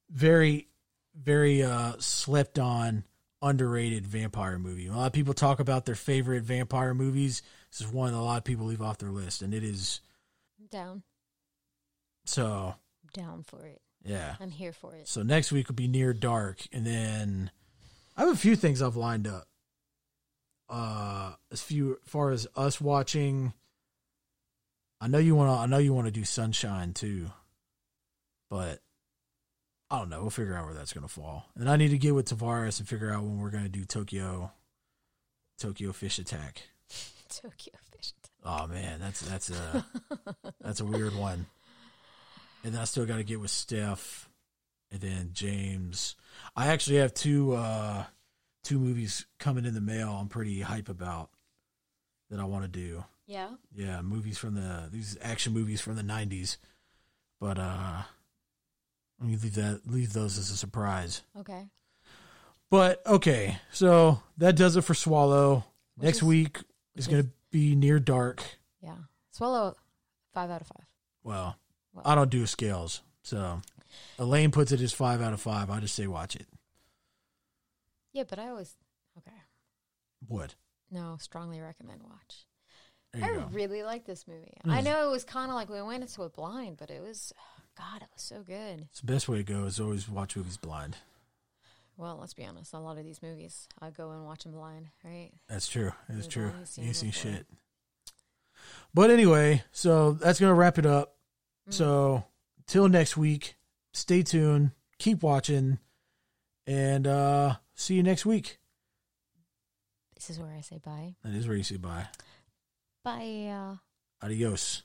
[SPEAKER 1] Very, very uh, slept on, underrated vampire movie. A lot of people talk about their favorite vampire movies. This is one that a lot of people leave off their list, and it is
[SPEAKER 4] I'm down.
[SPEAKER 1] so.
[SPEAKER 4] I'm down for it.
[SPEAKER 1] Yeah.
[SPEAKER 4] I'm here for it. <laughs>
[SPEAKER 1] So next week will be near dark, and then I have a few things I've lined up. Uh, as few as far as us watching, I know you want to. I know you want to do sunshine too, but I don't know. We'll figure out where that's gonna fall. And I need to get with Tavares and figure out when we're gonna do Tokyo, Tokyo Fish Attack.
[SPEAKER 4] Tokyo Fish.
[SPEAKER 1] Oh man, that's that's a that's a weird one. And then I still got to get with Steph, and then James. I actually have two uh two movies coming in the mail. I'm pretty hype about that. I want to do.
[SPEAKER 4] Yeah.
[SPEAKER 1] Yeah, movies from the these action movies from the '90s. But uh, I'm gonna leave that leave those as a surprise.
[SPEAKER 4] Okay.
[SPEAKER 1] But okay, so that does it for Swallow.
[SPEAKER 4] Which
[SPEAKER 1] Next
[SPEAKER 4] is-
[SPEAKER 1] week is
[SPEAKER 4] which
[SPEAKER 1] gonna be near dark.
[SPEAKER 4] Yeah. Swallow five out of five.
[SPEAKER 1] Well,
[SPEAKER 4] Well.
[SPEAKER 1] I don't do scales. So Elaine puts it as five out of five. I just say watch it.
[SPEAKER 4] Yeah, but I always okay.
[SPEAKER 1] Would.
[SPEAKER 4] No, strongly recommend watch.
[SPEAKER 1] There
[SPEAKER 4] I
[SPEAKER 1] you go. Mm.
[SPEAKER 4] really like this movie. I know it was kind of like we went into it blind, but it was, <sighs> God, it was so good.
[SPEAKER 1] It's the best way to go is always watch movies blind.
[SPEAKER 4] Well, let's be honest. A lot of these movies, I go and watch them blind, right?
[SPEAKER 1] That's true. That's
[SPEAKER 4] We've
[SPEAKER 1] true.
[SPEAKER 4] always seen
[SPEAKER 1] You
[SPEAKER 4] it
[SPEAKER 1] see
[SPEAKER 4] before.
[SPEAKER 1] shit. But anyway, so that's gonna wrap it up.
[SPEAKER 4] Mm.
[SPEAKER 1] So till next week, stay tuned, keep watching, and uh see you next week.
[SPEAKER 4] This is where I say bye.
[SPEAKER 1] That is where you say bye.
[SPEAKER 4] Bye.
[SPEAKER 1] Adios.